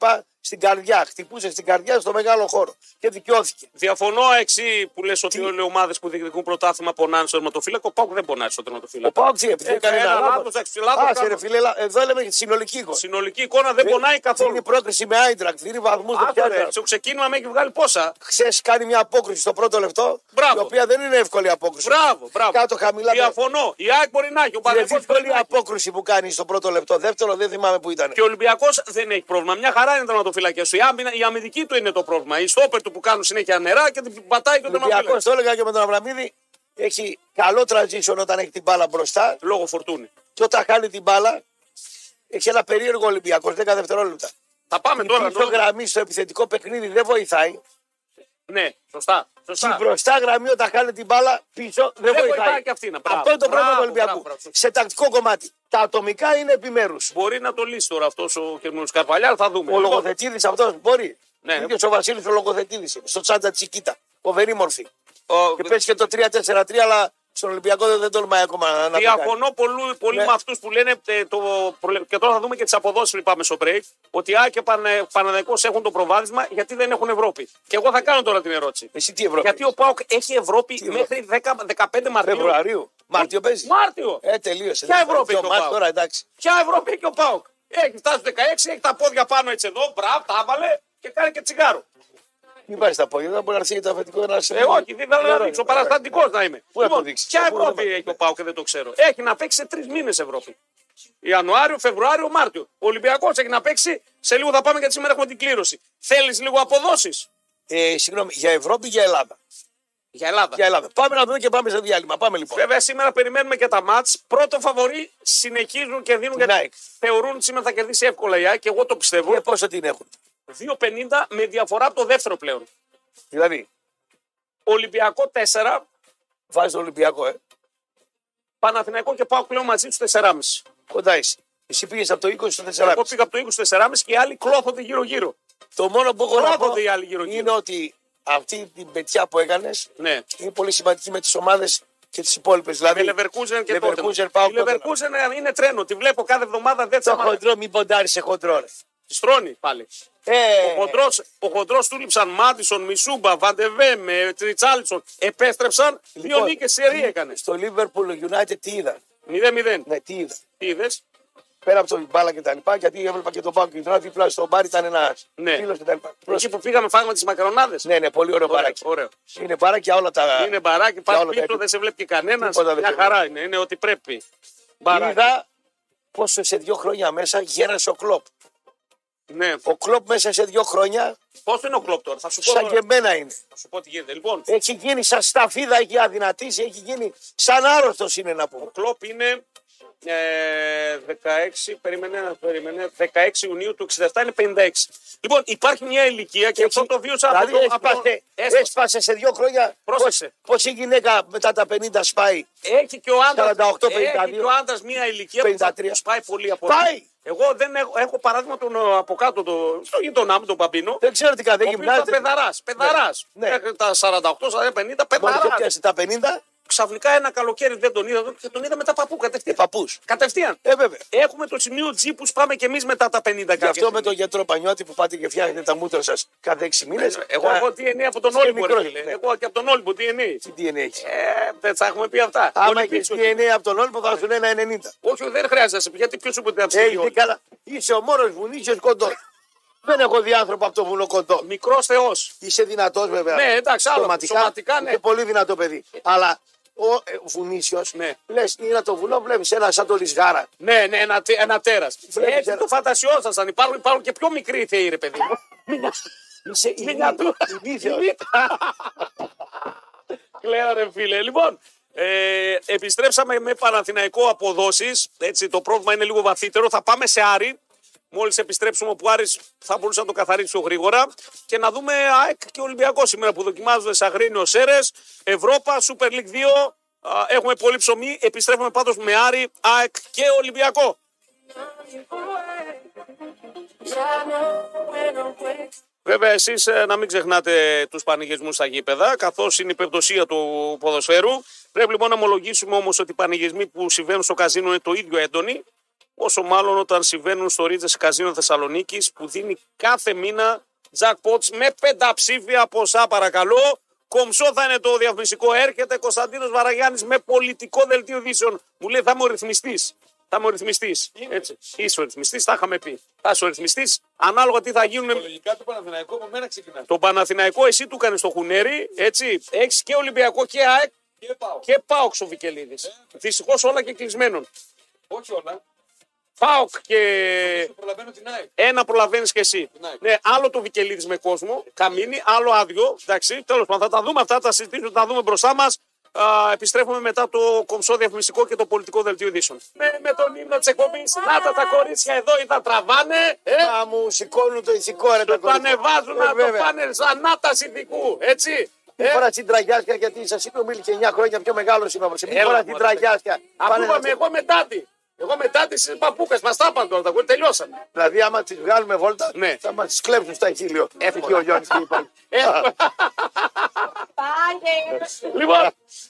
Στην καρδιά. Χτυπούσε στην καρδιά στο μεγάλο χώρο. Και δικαιώθηκε. Διαφωνώ εξή που λες ότι όλοι οι ομάδες που διεκδικούν πρωτάθλημα πονάνε στο τερματοφύλακα. Ο Πάουκ δεν πονάει στο Ο τερματοφύλακα. Πάοξ επειδή Ε, έκανε ένα ένα λάθος, λάθος. εντάξει, λάθος Άσε ρε κάνω. φίλε, λα- εδώ λέμε συνολική εικόνα. Ε, Συνολική εικόνα δεν πονάει καθόλου. Δίνει πρόκριση με Άιντρακ, δίνει βαθμούς Άκου, ρε, Στο ξεκίνημα με έχει βγάλει πόσα. Χθε κάνει μια απόκριση στο πρώτο λεπτό, Μπράβο. η οποία δεν είναι εύκολη απόκριση. Μπράβο, μπράβο. Κάτω χαμηλά. ναι. Διαφωνώ. Η ΑΕΚ μπορεί να έχει. Ο Είναι Παναγιώτης μπορεί δύσκολη να έχει. απόκριση που κάνει στο πρώτο λεπτό. Δεύτερο δεν θυμάμαι που ήταν. Και ο Ολυμπιακός δεν έχει πρόβλημα. Μια χαρά είναι τερματοφυλακέ του. Η, άμυνα- η αμυντική του είναι το πρόβλημα. Η στόπερ του που κάνουν συνέχεια νερά και την πατάει και ο Ολυμπιακό, τερματοφύλακα. το έλεγα και με τον Αβραμίδη, έχει καλό transition όταν έχει την μπάλα μπροστά. Λόγω φορτούνη. και όταν χάνει την μπάλα, έχει ένα περίεργο Ολυμπιακός 10 δευτερόλεπτα. Θα πάμε Ε, τώρα. Η πίσω νο- γραμμή στο επιθετικό παιχνίδι δεν βοηθάει. Ναι, σωστά. σωστά. Η μπροστά γραμμή όταν χάνει την μπάλα πίσω δεν, Δεν βοηθάει βοηθάει. και αυτή να- Αυτό μπράβο, είναι το πρόβλημα μπράβο, του Ολυμπιακού. μπράβο, μπράβο. Σε τακτικό κομμάτι. Τα ατομικά είναι επιμέρους. Μπορεί να το λύσει τώρα αυτός ο κ. Καρπαλιά, θα δούμε. Ο Λοιπόν, λογοθετήδης αυτός μπορεί. Ναι. Ίδιος ο Βασίλης ο λογοθετήδης στο τσάντα Τσικίτα. Φοβερή μορφή. ο- Και παίζει και το 3-4-3, αλλά στον Ολυμπιακό δεν, δεν τολμάει ακόμα να, να το κάνει. Διαφωνώ πολύ, πολύ Ναι. με αυτούς που λένε ε, το, προλε- και τώρα θα δούμε και τις αποδόσεις που πάμε στο break. Ότι Α και Πανε, Παναδικός έχουν το προβάδισμα γιατί δεν έχουν Ευρώπη. Και εγώ θα κάνω τώρα την ερώτηση. Εσύ τι Ευρώπη. Γιατί ο Πάοκ έχει Ευρώπη Ευρώπη? μέχρι 10, 15 Μαρτίου. Φεβρουαρίου. Μάρτιο παίζεις. Μάρτιο. Ε, τελείωσε. Ποια Δεν- Ευρώπη δύο το μάτς πάω. τώρα, εντάξει. Ποια Ευρώπη έχει ο Πάοκ. Έχει φτάσει στους 16, έχει τα πόδια πάνω έτσι εδώ, μπράβ, τα έβαλε και κάνει και τσιγάρο. Μην πάρεις τα πόδια, δεν μπορεί να έρθει το αφεντικό να σε. Ε, όχι, δεν θέλω να Ωραία, δείξω. ωραία. Παραστατικό να είμαι. Πού να το Λοιπόν, δείξεις, Ποια αφού Ευρώπη δεν- έχει ο Πάοκ, δεν το ξέρω. Έχει να παίξει σε τρεις μήνες Ευρώπη. Ιανουάριο, Φεβρουάριο, Μάρτιο. Ο Ολυμπιακός έχει να παίξει. Σε λίγο θα πάμε γιατί σήμερα έχουμε την κλήρωση. Θέλεις λίγο αποδόσεις Ε, συγγνώμη, για Ευρώπη ή για Ελλάδα. για Ελλάδα. Για Ελλάδα. Πάμε να δούμε και πάμε σε διάλειμμα. Πάμε λοιπόν. Βέβαια, σήμερα περιμένουμε και τα μάτ. Πρώτο φαβορή συνεχίζουν και δίνουν Την γιατί ΑΕΚ. θεωρούν ότι σήμερα θα κερδίσει εύκολα η ΑΕΚ και εγώ το Και πιστεύω. Ε, πόσο την έχουν. 2.50 με διαφορά από το δεύτερο πλέον. Δηλαδή, Ολυμπιακό 4, βάζει τον Ολυμπιακό, ε. Παναθηναϊκό και πάω πλέον μαζί τους 4,5. Κοντά είσαι. Εσύ πήγες από το 20 στο 4. Εγώ πήγα από το 20 στο 4,5 και οι άλλοι κλώθονται γύρω-γύρω. Το μόνο που έχω να Ρόδο πω οι άλλοι γύρω-γύρω. είναι ότι αυτή την πετιά που έκανες Ναι. είναι πολύ σημαντική με τις ομάδες και τις υπόλοιπες. Με Δηλαδή, Λεβερκούζεν και τότε. Leverkusen, πάω Η Leverkusen είναι τρένο. Τη βλέπω κάθε εβδομάδα δεν το τσαμάει. χοντρό, μην ποντάρεις σε χοντρό. ρε. Στρώνει πάλι. Ε, Ο χοντρός, ο χοντρός του λείψαν Μάντισον, Μισούμπα, Βαντεβέμε, Τριτσάλτσον. ε, Επέστρεψαν. δύο λοιπόν, νίκες σερή έκανε. Στο Liverpool United τι είδα. 0-0. Ναι, τι είδα. Τι είδες. πέρα από τον μπάλα και τα λοιπά, γιατί έβλεπα και τον Πάο και τώρα δίπλα στο μπαρ ήταν ένας Ναι. φίλος και τα λοιπά. Εκεί που πήγαμε φάγαμε τις μακαρονάδες. Ναι, ναι, πολύ ωραίο Ωραίο, μπαράκι. ωραίο. Είναι μπαράκι για όλα τα. Είναι μπαράκι, για πας όλα τα πίσω, δεν επίπεδα. σε βλέπει και κανένας. Τίποτα δεν Μια σε χαρά είναι, είναι ό,τι πρέπει. Μπαράκι. Είδα πόσο σε δύο χρόνια μέσα γέρασε ο κλοπ. Ναι. Ο κλοπ μέσα σε δύο χρόνια, Πώς είναι ο κλόπ τώρα, θα σου πω, σαν τώρα. και εμένα είναι. Θα σου πω τι γίνεται. Λοιπόν, Έχει γίνει σαν σταφίδα, έχει αδυνατήσει, έχει γίνει σαν άρρωστος είναι να πούμε. Κλοπ είναι Ε, 16, περίμενε, περίμενε, 16 Ιουνίου του 67 είναι 56. Λοιπόν, υπάρχει μια ηλικία και αυτό το βίωσα από Δηλαδή, το. από το- έσπασε, Έστω. έσπασε σε δύο χρόνια. Πρόσεξε. Πώς η γυναίκα μετά τα 50 σπάει. Έχει και ο άντρας 48, 52. μια ηλικία που θα 53. τους πάει πολύ από Πάει! εκεί. Εγώ δεν έχω, έχω παράδειγμα τον ε, από κάτω, το, στο γειτονά μου, τον Παμπίνο. Δεν ξέρω τι κάνει. Ο Δεν οποίος ήταν γυμνάζεται. πεδαρά. Πεδαρά. Ναι. Τα 48, 50, Μόλι πεδαρά. το πιάσει τα 50, Ξαφνικά ένα καλοκαίρι δεν τον είδα και τον είδα μετά παππού κατευθείαν. παππούς. Κατευθείαν. Ε, βέβαια. Έχουμε το σημείο G που σπάμε και εμείς μετά τα 50 Γι' κάποια. αυτό με στιγμή. τον γιατρό Πανιώτη που πάτε και φτιάχνετε τα μούτρα σας κάθε 6 μήνε. Ε, Εγώ έχω DNA από τον και Όλυμπο. ρε μικρός, φίλε. ναι. Εγώ και από τον Όλυμπο DNA. Τι DNA έχεις. Ε, δεν θα έχουμε πει αυτά. Άμα Όλοι έχεις πίσω. Ε, DNA από τον Όλυμπο θα σου λέει ένα 90. Όχι, δεν χρειάζεσαι. Γιατί ποιος σου είπε να Ε, ψηφίσει. τι καλά. Είσαι ο μόνος βουνίσιο κοντός. Δεν έχω δει άνθρωπο από το βουνό κοντό. Μικρός Θεός. Είσαι δυνατός βέβαια. Ναι, εντάξει, άλλο. Σωματικά, ναι. Είσαι πολύ δυνατό παιδί. Αλλά ο ε, βουνίσιος, Ναι. λες, είναι το βουνό, βλέπεις ένα σαν το λισγάρα. Ναι, ναι, ένα, τε- ένα τέρας. Βλέπεις, Έτσι ένα- το φαντασιόσασταν. Υπάρχουν, υπάρχουν και πιο μικροί Θεοί, ρε παιδί. μου. Είσαι Μηνιά του. ηλίθιος. Κλαίω ρε φίλε. Λοιπόν, ε, επιστρέψαμε με Παναθηναϊκό αποδόσεις. Έτσι, το πρόβλημα είναι λίγο βαθύτερο. Θα πάμε σε Άρη. Μόλις επιστρέψουμε όπου Άρης θα μπορούσε να το καθαρίσει πιο γρήγορα. Και να δούμε ΑΕΚ και Ολυμπιακό σήμερα που δοκιμάζονται Σαγρίνιο Σέρες. Ευρώπα, Super League 2. Α, Έχουμε πολύ ψωμί. Επιστρέφουμε πάντως με Άρη, ΑΕΚ και Ολυμπιακό. Βέβαια, εσείς να μην ξεχνάτε τους πανηγισμού στα γήπεδα, καθώς είναι η πευδοσία του ποδοσφαίρου. Πρέπει λοιπόν να ομολογήσουμε όμως ότι οι πανηγισμοί που συμβαίνουν στο καζίνο είναι το ίδιο έντονοι, όσο μάλλον όταν συμβαίνουν στο Ρίτζες Καζίνο Θεσσαλονίκης, που δίνει κάθε μήνα jackpots με πενταψήφια ποσά, παρακαλώ. Κομψό θα είναι το διαφημιστικό. Έρχεται Κωνσταντίνος Βαραγιάννης με πολιτικό δελτίο ειδήσεων. Μου λέει θα είμαι ο ρυθμιστής. Θα είμαι ο ρυθμιστής. Είσαι ο ρυθμιστής, τα είχαμε πει. Θα είσαι ο ρυθμιστής, ανάλογα τι θα γίνουν Λογικά του Παναθηναϊκού από μένα ξεκινάς. τον Παναθηναϊκό εσύ του κάνεις το χουνέρι, έτσι. Έχεις και Ολυμπιακό και ΑΕΚ Και πάω. και ΠΑΟΚ στο Βικελίδη. Δυστυχώς όλα και κλεισμένων. Όχι όλα. ΠΑΟΚ και Το προλαβαίνω την ΑΕΚ. ένα προλαβαίνεις και εσύ. Ναι. Ναι, άλλο το Βικελίδης με κόσμο, καμίνι, άλλο άδειο. Εντάξει, τέλος πάντων, θα τα δούμε αυτά, θα συζητήσουμε, θα τα δούμε μπροστά μας. Επιστρέφουμε μετά το κομψό διαφημιστικό και το πολιτικό δελτίο ειδήσεων. Με, με τον ύμνο της εκπομπής, να τα τα κορίτσια εδώ ή τα τραβάνε. Ε, Α, μου σηκώνουν το ηθικό ρε τα το κορίτσια. ανεβάζουν Ε, να το Ε. βέβαια. Ε, πάνε σαν άταση ειδικού, έτσι. Μην φορά την τραγιάσια γιατί σα είπε ο Μίλη και 9 χρόνια πιο μεγάλος είμαι από εσένα. Μην Έλα, φοράς την μωρέ. τραγιάσια. Πάνε να- Ακούγαμε εγώ μετά τη. Εγώ μετά τη στι παππούκες μας τα είπαν τώρα, τα ακούω, τελειώσαμε. Δηλαδή, άμα τις βγάλουμε βόλτα, Ναι. θα μας τις κλέψουν στα χίλιο. Εύκολα. Εκεί ο Γιάννη και είπαν. Εύκολα. λοιπόν,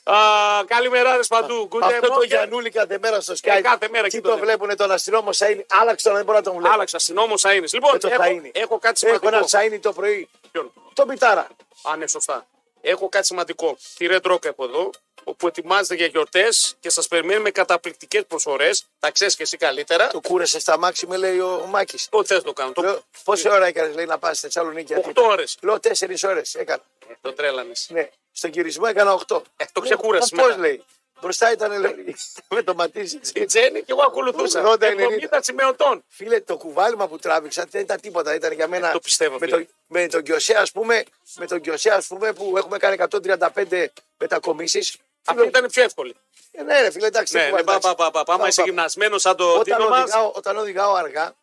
α, καλημέρα ρε παντού. Good Αυτό morning. το Γιανούλη κάθε μέρα στο Skype. Ε, κάθε μέρα Τι και το το βλέπουν τον αστυνόμο Σαΐνη. Άλλαξε τον, δεν μπορώ να τον βλέπω. Άλλαξα συνόμο Σαΐνης. Λοιπόν, Με το έχω, Σαΐνη. έχω κάτι Έχω σημαντικό. ένα Σαΐνη το πρωί. Ποιον? Το πιτάρα. Α, ναι, σωστά. Έχω κάτι σημαντικό. Τη Red Rock έχω εδώ, όπου ετοιμάζεται για γιορτές και σας περιμένει με καταπληκτικές προσφορές. Τα ξέρεις και εσύ καλύτερα. Το κούρεσε στα μάξι, με λέει ο Μάκης. Το θε το κάνω. Το, Πόση ώρα έκανες, λέει, να πας στη Θεσσαλονίκη. Αθήνα. 8 ώρες. Λέω 4 ώρες έκανα. Το τρέλανες. Ναι. Στον κυρισμό έκανα 8. Ε, το ξεκούρασες Πώς μετά. λέει. Μπροστά ήταν, λέει, με το ματίζεις. Η Τζέννη και εγώ ακολουθούσα. 80-90. 70 σημεωτών. Φίλε, το κουβάλιμα που τράβηξα δεν ήταν τίποτα. Ήταν για μένα. Ε, το πιστεύω, Με, φίλε. τον- με τον Κιωσέ, ας πούμε, με τον Κιωσέ, ας πούμε, που έχουμε κάνει 135 μετακομίσει. Αυτή ήταν η πιο εύκολη. Ε, ναι, ρε, φίλε, εντάξει. Ναι, κουβάλα, ναι, πα, εντάξει. πα, πα, πα, Άμα είσαι γυμνασμένο σαν το Όταν τίτλο μα, οδηγάω, όταν οδηγάω αργά,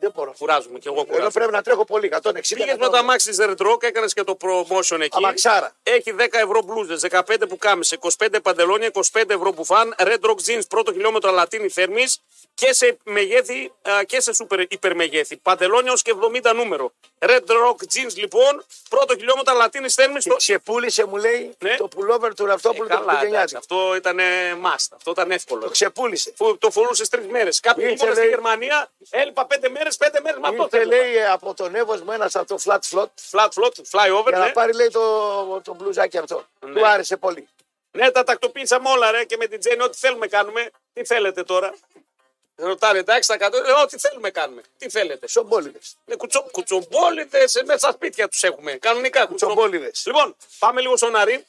δεν μπορώ. κουράζουμε και εγώ Ενώ κουράζομαι. πρέπει να τρέχω πολύ, 160. Πήγε με Ε, τα μάξι τη Ρετρόκ, έκανες και το promotion εκεί. Αμαξάρα. Έχει 10 ευρώ μπλούζες, 15 που κάμισε, 25 παντελόνια, 25 ευρώ που φαν, Red Rock Jeans πρώτο χιλιόμετρο Λατίνη Θέρμης και σε μεγέθη α, και σε σούπερ υπερμεγέθη. Παντελόνια ω και 70 νούμερο. Red Rock Jeans λοιπόν, πρώτο χιλιόμετρο Λατίνης Θέρμης. Και Το... ξεπούλησε, μου λέει, Ναι. το πουλόβερ του Ε, Ραυτόπουλου το καλά, εντάξει, 19. αυτό ήταν must, αυτό ήταν εύκολο. Το ξεπούλησε. Φου- το φορούσε τρεις μέρες. Κάποιοι Ήρθε, ήμουν στη λέει- Γερμανία, έλειπα πέντε μέρες, πέντε μέρες με αυτό. Ήρθε, θέλουμε. Ναι. λέει, από τον Εύωσμο ένας από το flat flop Flat flop, fly over. για Ναι. να πάρει, λέει, το, το μπλουζάκι αυτό. Ναι. Του άρεσε πολύ. ναι, τα τακτοποιήσαμε όλα, ρε, και με την Τζέννη, ό,τι θέλουμε κάνουμε. Τι θέλετε τώρα. Ρωτάνε, εντάξει, τα κατώ. Λέω, ό,τι θέλουμε κάνουμε. Τι θέλετε. Σομπόλιδε. Ναι, κουτσο, κουτσομπόλιδες μέσα στα σπίτια τους έχουμε. Κανονικά κουτσο- Κουτσομπόλιδες. Λοιπόν, πάμε λίγο στον Άρη.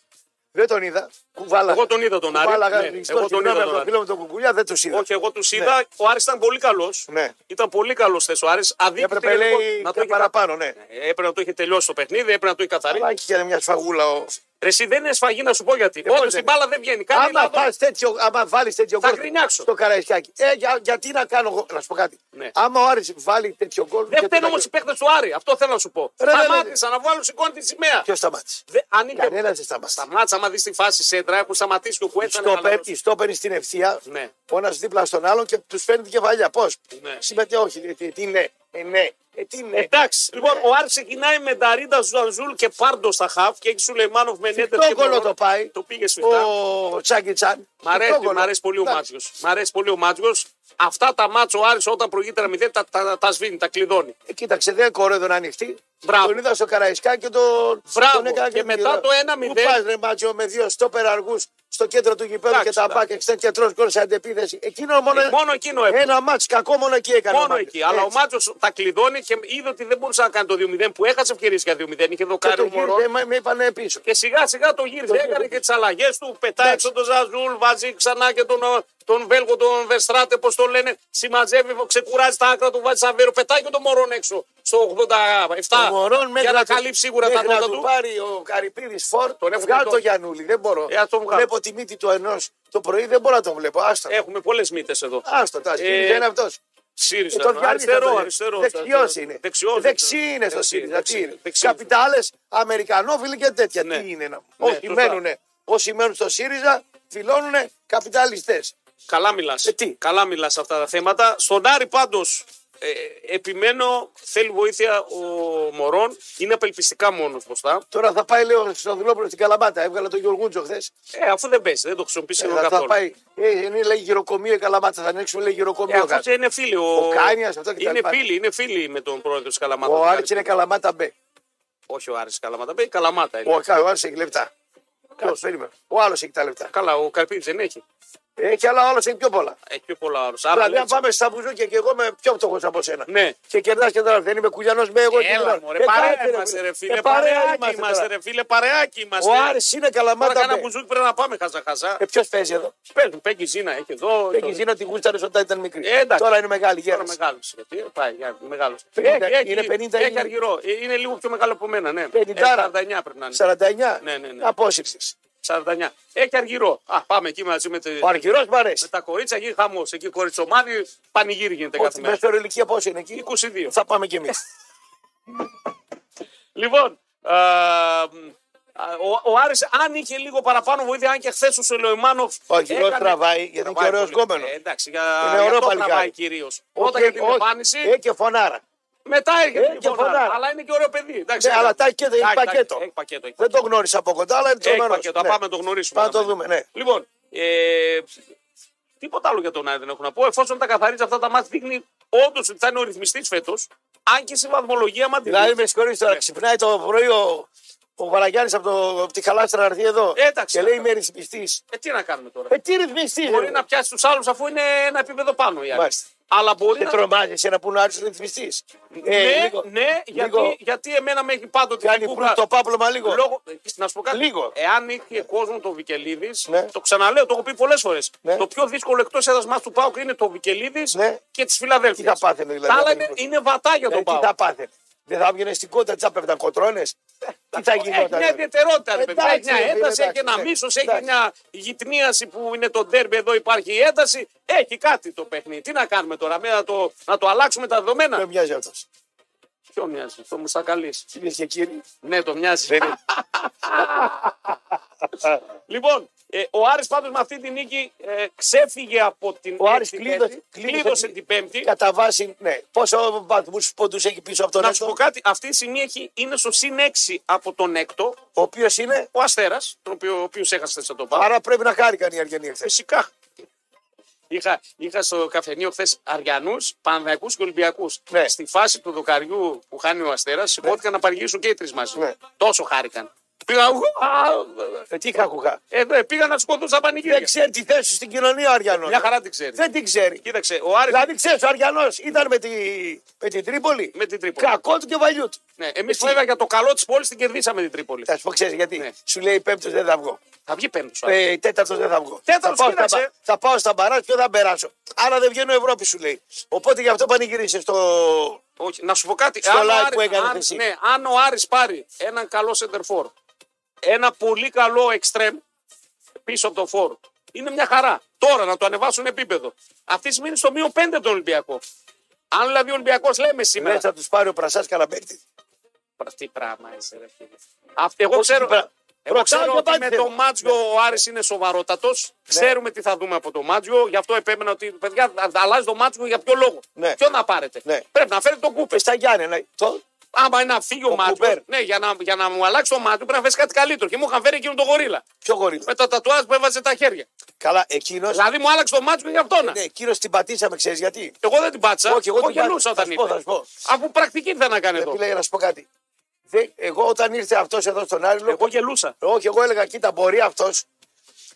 Δεν τον είδα. Κουβάλα. Εγώ τον είδα τον Άρη. Κουβάλα Ναι, εγώ τον είδα τον τον Άρη. φίλο μου τον κουκουλιά, δεν τους είδα. Όχι, εγώ τους είδα. Ο Άρης ήταν πολύ καλός. Ναι. Ήταν πολύ καλός θες ο Άρης. Αδίκητη, Έπρεπε, λοιπόν, λέει, να το και είχε Ε, παραπάνω, ναι. Έπρεπε να το είχε τελειώσει το παιχνίδι, έπρεπε να το είχε καθαρίσει. Αλλά και μια σφαγούλα ο Ρε, εσύ δεν είναι σφαγή να σου πω γιατί. Ε, πώς Όντως δεν η μπάλα δεν βγαίνει. Κάνει άμα λάθος. πας τέτοιο, άμα βάλεις τέτοιο Θα γκολ γκρινιάξω. στο Καραϊσκάκι. Ε, για- γιατί να κάνω εγώ, να σου πω κάτι. Ναι. Άμα ο Άρης βάλει τέτοιο γκολ. Δεν φταίνουν όμως οι παίχτε του Άρη. Αυτό θέλω να σου πω. Ρε, Σταμάτησαν να βάλουν σηκώνει τη σημαία. Ποιος σταμάτησε. Δε- Αν είναι. Κανένας δεν σταμάτησε. Σταμάτησα, άμα δεις τη φάση σέντρα, έχουν σταματήσει και ο Οι Κουέτσα. να στόπερ- χαλαρώσει. Οι στόπερ στην ευθεία, Ναι. ο ένα δίπλα στον άλλον και τους φέρνει την κεφαλιά. Πώς. Ναι. Συμμετεί, όχι. Τι, τι ναι, ε, ναι. Ε, τι ναι. Εντάξει, λοιπόν, ο Άρης ξεκινάει με Νταρίντα Ζουανζούλ και Πάρντο στα χαφ και έχει Σουλεϊμάνοφ με Νέντερ. Το και γκολ Μωρόν. το πάει. Το πήγε σφιχτά. Ο Τσάκι Τσάν. Μ' αρέσει, Φυκτό γκολ. μ' αρέσει πολύ ο Εντάξει. Μάτζιος. Μ' αρέσει πολύ ο Μάτζιος. Αυτά τα μάτσο ο Άρης όταν προηγείται ένα μηδέν τα, τα, τα, τα σβήνει, τα κλειδώνει. Ε, Κοίταξε, δεν κορέδο να ανοιχτεί. Μπράβο. Τον είδα στο Καραϊσκά και τον. Μπράβο. τον έκανα Και την μετά κυρά. το 1-0. Πού πας, ρε Μάτσιο με δύο στόπερ αργούς στο κέντρο του γηπέδου Εντάξει, και τα εντάξει. Ε, μπάκ εξτέρ και τρως γκολ σε αντεπίθεση. Εκείνο μόνο. Μόνο εκείνο έπρεπε. Ένα μάτς κακό μόνο εκεί έκανε. ο Μόνο Μάτσιος. εκεί. Αλλά ο Έτσι. Μάτσος τα κλειδώνει και είδε ότι δεν μπορούσε να κάνει το 2-0 που έχασε ευκαιρίες για 2-0. Είχε Και δοκάρει το ο Μωρόν. γύρισε, με- με είπανε πίσω. Και σιγά σιγά το γύριζε. Έκανε και τις αλλαγές του. Πετάει Εντάξει. έξω τον Ζαζούλ, βάζει ξανά και τον, ε, τον Βέλγο, τον Βεστράτε, πώ το λένε. Συμμαζεύει, ξεκουράζει τα άκρα του, βάζει Σαβέρο. Πετάει και τον Μωρόν έξω στο 87. Ο Μωρόν μέχρι για να του- καλύψει σίγουρα τα μέχρι νότα να του του. πάρει ο Καρυπίδης φορ. Τον έχουν Βγάλω και το τον. Γιανούλη. Δεν μπορώ. Ε, ας τον βγάλω. Βλέπω τη μύτη του ενός το πρωί, δεν μπορώ να τον βλέπω. Άστο. Έχουμε πολλές μύτες εδώ. Άστο. Τα Ε, σκύλια είναι αυτός. ΣΥΡΙΖΑ. Ε, το διάλειμμα αριστερό, το- αριστερό. Δεξιός είναι. Δεξιός, Δεξί δεξιός. είναι στο Δεξί, ΣΥΡΙΖΑ. δεξί, Τι είναι. δεξί. Καπιτάλες, Αμερικανόφιλοι και τέτοια. Ναι. Τι είναι. να- Ναι, Όσοι σωστά. μένουνε, όσοι μένουν στο ΣΥΡΙΖΑ, φιλώνουνε καπιταλιστές. Καλά μιλάς. Ε, τι? Καλά μιλάς σε αυτά τα θέματα. Στον Άρη πάντως ε, επιμένω, θέλει βοήθεια ο Μωρόν. Είναι απελπιστικά μόνος μπροστά. Τώρα θα πάει, λέω, στον Δουλόπουλο στην Καλαμάτα. Έβγαλε τον Γιωργούντζο χθες. Ε, αφού δεν παίζει, δεν το χρησιμοποιήσει Ε, εδώ θα- θα καθόλου. πάει. Ε, είναι λέει γυροκομείο η Καλαμάτα. Θα ανοίξουμε λέει Ε, γυροκομείο. αφού γα- και είναι φίλοι. Ο, Ο Κάνιας, αυτό και τα είναι λοιπά. φίλοι, είναι φίλοι με τον πρόεδρο της Καλαμάτας. Ο τον Άρης Άρη. είναι Καλαμάτα Μπέ. Όχι ο Άρης Καλαμάτα. Μπαίνει Καλαμάτα. Είναι. Ο, ο άλλο έχει λεπτά. Κάτσε, περίμενε. Ο άλλος έχει τα λεπτά. Καλά, ο Καρπίδης δεν έχει. Έχει, αλλά ο άλλος έχει πιο πολλά. Έχει πιο πολλά άρρωστα. Άρα Δηλαδή, αν λέξε- πάμε στα μπουζούκια και εγώ είμαι πιο φτωχός από σένα. Ναι. Και κερδάς και τώρα δεν είμαι κουλιανός με εγώ. Έλα, κουλιανός. μωρέ, Ε, παρέα κάτσε, ρε, είμαστε, ρε φίλε. Ε, παρεάκι είμαστε είμαστε, τώρα. ρε φίλε. Παρεάκι είμαστε. Ο Άρης είναι Τώρα καλαμάτα. κάνα μπε. μπουζούκι πρέπει να πάμε χαζά-χαζά. Ε, ποιος παίζει εδώ. Παίζουν, παίγει ζήνα, έχει εδώ. Έχει γίνει ότι γούσταρε όταν ήταν μικρή. Ε, εντάξει. Τώρα είναι μεγάλη Τώρα γέρα. μεγάλο. Πάει, για- μεγάλος. Πενήντα, Έχει, έχει, είναι πενήντα, έχει είναι. αργυρό. Ε, Είναι λίγο πιο μεγάλο από μένα, ναι. Πενηντάρα. Ε, 49 πρέπει να είναι. 49. Ναι, ναι, ναι. Απόσυρση. 49. Έχει αργυρό. Α, πάμε εκεί μαζί με, τη- Ο αργυρός μ' αρέσει. με τα κορίτσια, εκεί χαμός. Εκεί κοριτσομάδι, πανηγύρι γίνεται κάθε Ότι μέρα. μέσα στην ηλικία πόσο είναι εκεί. 22. Θα πάμε κι εμείς. Λοιπόν, α, μ, α, ο, ο Άρης αν είχε λίγο παραπάνω βοήθεια, αν και χθες ο Σολοϊμάνοφ. Ο Αργυρός τραβάει, γιατί είναι και ωραίος πολύ. γκόμενος. Ε, εντάξει, για, Είναι για ωραίο αυτό παλικάρι. τραβάει κυρίως. Όταν για την εμφάνιση, Ε, και φωνάρα. μετά έρχεται. ε, και και φωνάζει. φωνάζει. Αλλά είναι και ωραίο παιδί. Εντάξει, Ναι, αλλά τα έχει και- έχει Εντάξει, πακέτο. Έχει πακέτο. Έχει Δεν το γνώρισα από κοντά, αλλά είναι Έχει τρομερό. πακέτο, θα πάμε να Ε, το γνωρίσουμε. Πάμε να ναι. το Αναμένει. δούμε, ναι. Λοιπόν, ε, τίποτα άλλο για τον Άρη δεν έχω να πω. Εφόσον τα καθαρίζει αυτά τα μάτια, δείχνει όντως ότι θα είναι ο ρυθμιστής φέτος. Αν και σε βαθμολογία μα Δηλαδή με συγχωρείτε τώρα, ξυπνάει το πρωί ο, ο Βαραγιάννης από, το- από τη Χαλάστρα να έρθει εδώ. Ε, εντάξει, και λέει εντάξει. είμαι ρυθμιστής. Ε, τι να κάνουμε τώρα. Ε, τι ρυθμιστή, μπορεί να πιάσει τους άλλους αφού είναι ένα επίπεδο πάνω η Άρη. Μάλιστα. Ε, Αλλά μπορεί Και να. τρομάζει ένα που είναι άριστο ρυθμιστή. ναι, ναι γιατί, Ε, λίγο- γιατί εμένα με έχει πάντοτε. Κάνει την προύτ το πάπλωμα λίγο. Λόγω, να σου πω κάτι. Λίγο. Εάν είχε κόσμο το Βικελίδης, Ναι. το ξαναλέω, το έχω πει πολλές φορές. Ναι. Το πιο δύσκολο εκτός έδρα μα του Πάουκ είναι το Βικελίδης Ναι. και τη Φιλαδέλφια. Τι θα πάθαινε δηλαδή, Τα άλλα είναι, ακριβώς. είναι βατά για Ε, τον τι Πάουκ. θα πάθε. Δεν θα έβγαινε στην κότα, τι θα πέφταν κοτρώνε. Ε, Τι θα Έχει γινόταν. μια ιδιαιτερότητα, ρε παιδί. Έχει Εντάξει, μια ρε φίλε, ένταση, έχει εντάξει, ένα ναι. μίσος, έχει Εντάξει. μια γυτνίαση που είναι το ντέρμπι. Εδώ υπάρχει η ένταση. Έχει κάτι το παιχνίδι. Τι να κάνουμε τώρα, με να το, να το αλλάξουμε τα Δεν δεδομένα. μοιάζει αυτός. Ποιο μοιάζει, το μουσακαλί. Κυρίε και κύριοι, Ναι, το μοιάζει. δεν είναι. Λοιπόν, ε, ο Άρης πάντως με αυτή τη νίκη ε, ξέφυγε από την Ο Άρης έκτη κλείδωσε- θέση, κλείδωσε κλείδωσε την- την πέμπτη. κατά βάση, ναι. Πόσο βαθμούς πόντους έχει πίσω από τον Να σου έκτο, πω κάτι, αυτή η στιγμή έχει, είναι στο συν 6 από τον έκτο, ο οποίος είναι. ο Αστέρας, τον οποίο, ο οποίος έχασε το πάω. Άρα πρέπει να χάρηκαν οι Αργενοί χθε. Φυσικά. Είχα, είχα στο καφενείο χθες Αριανού, Πανδιακούς και Ολυμπιακούς. Ναι. Στη φάση του δοκαριού που χάνει ο Αστέρας, σηκώθηκαν να παρηγήσουν και οι τρεις μαζί. Ναι. Τόσο χάρηκαν. Πήγα, α, Τι χακουχά. εδώ, ε, πήγα να σκοτώσουν στα πανηγύρια. Δεν ξέρει τη θέση στην κοινωνία ο Αριανός. Μια χαρά την ξέρει. Δεν την ξέρει. Κοίταξε, ο Άρης Δηλαδή ξέρεις, ο Αριανός ήταν με, τη... με την Τρίπολη. Με την Τρίπολη. Κακό του και βαλιού του. Ναι, εμείς βέβαια για το καλό της πόλης την κερδίσαμε την Τρίπολη. Θα σου πω, ξέρεις γιατί. Ναι. Σου λέει πέμπτος δεν θα βγω. Θα βγει πέμπτος. Ε, τέταρτος δεν θα βγω. Τέταρτος, θα, πάω στα, κοίταξε. μπα- θα πάω στα μπαράζ και δεν περάσω. Άρα δεν βγαίνω Ευρώπη, σου λέει. Οπότε γι' αυτό πανηγυρίσε στο. Όχι, να σου πω κάτι. Στο ο live Άρης- που έκανες αν, εσύ. ναι, αν ο Άρης πάρει έναν καλό σεντερφόρ ένα πολύ καλό εξτρέμ πίσω από το φόρ. Είναι μια χαρά. Τώρα να το ανεβάσουν επίπεδο. Αυτή τη στιγμή είναι στο μείον 5 τον Ολυμπιακό. Αν δηλαδή ο Ολυμπιακός λέμε σήμερα. Μέσα Ναι, θα τους πάρει ο Πρασάς Καραμπέκτη. Πρα- Τι πράγμα είσαι, ρε φίλε. Αυτή, εγώ ξέρω, τι πράγμα. εγώ ξέρω Προκάλεσε ότι πάντα με θέλω. το Μάτζιο ο Άρης είναι σοβαρότατος. Ναι. Ξέρουμε τι θα δούμε από το Μάτζιο. Γι' αυτό επέμενα ότι παιδιά α- αλλάζει το Μάτζιο για ποιο λόγο. Ναι. Ποιο να πάρετε. Ναι. Πρέπει να φέρετε τον Κούπε. Πε στα Γιάννενα. Το, Άμα είναι να φύγει ο, Ο Κούπερ. Μάτζιο. Ναι, για να, για να μου αλλάξει το Μάτζιο πρέπει να φέρεις κάτι καλύτερο. Και μου είχαν φέρει εκείνο τον γορίλα. πιο γορίλα. Με τα τατουάζ που έβαζε τα χέρια. Καλά, εκείνος. Δηλαδή μου άλλαξε το Μάτζιο για αυτόν. Ναι, εκείνος την πατήσαμε, ξέρεις γιατί. Εγώ δεν την πάτησα. Όχι, εγώ την γελούσα πάτησα. Θα όταν σου πω, ήρθε. θα σου πω. Αφού πρακτική ήρθε να κάνει Ρε εδώ. φίλε, για να σου πω κάτι. Δεν- εγώ όταν ήρθε αυτός εδώ στον Άριλο. Εγώ γελούσα. Όχι, εγώ έλεγα, κοίτα, μπορεί αυτός,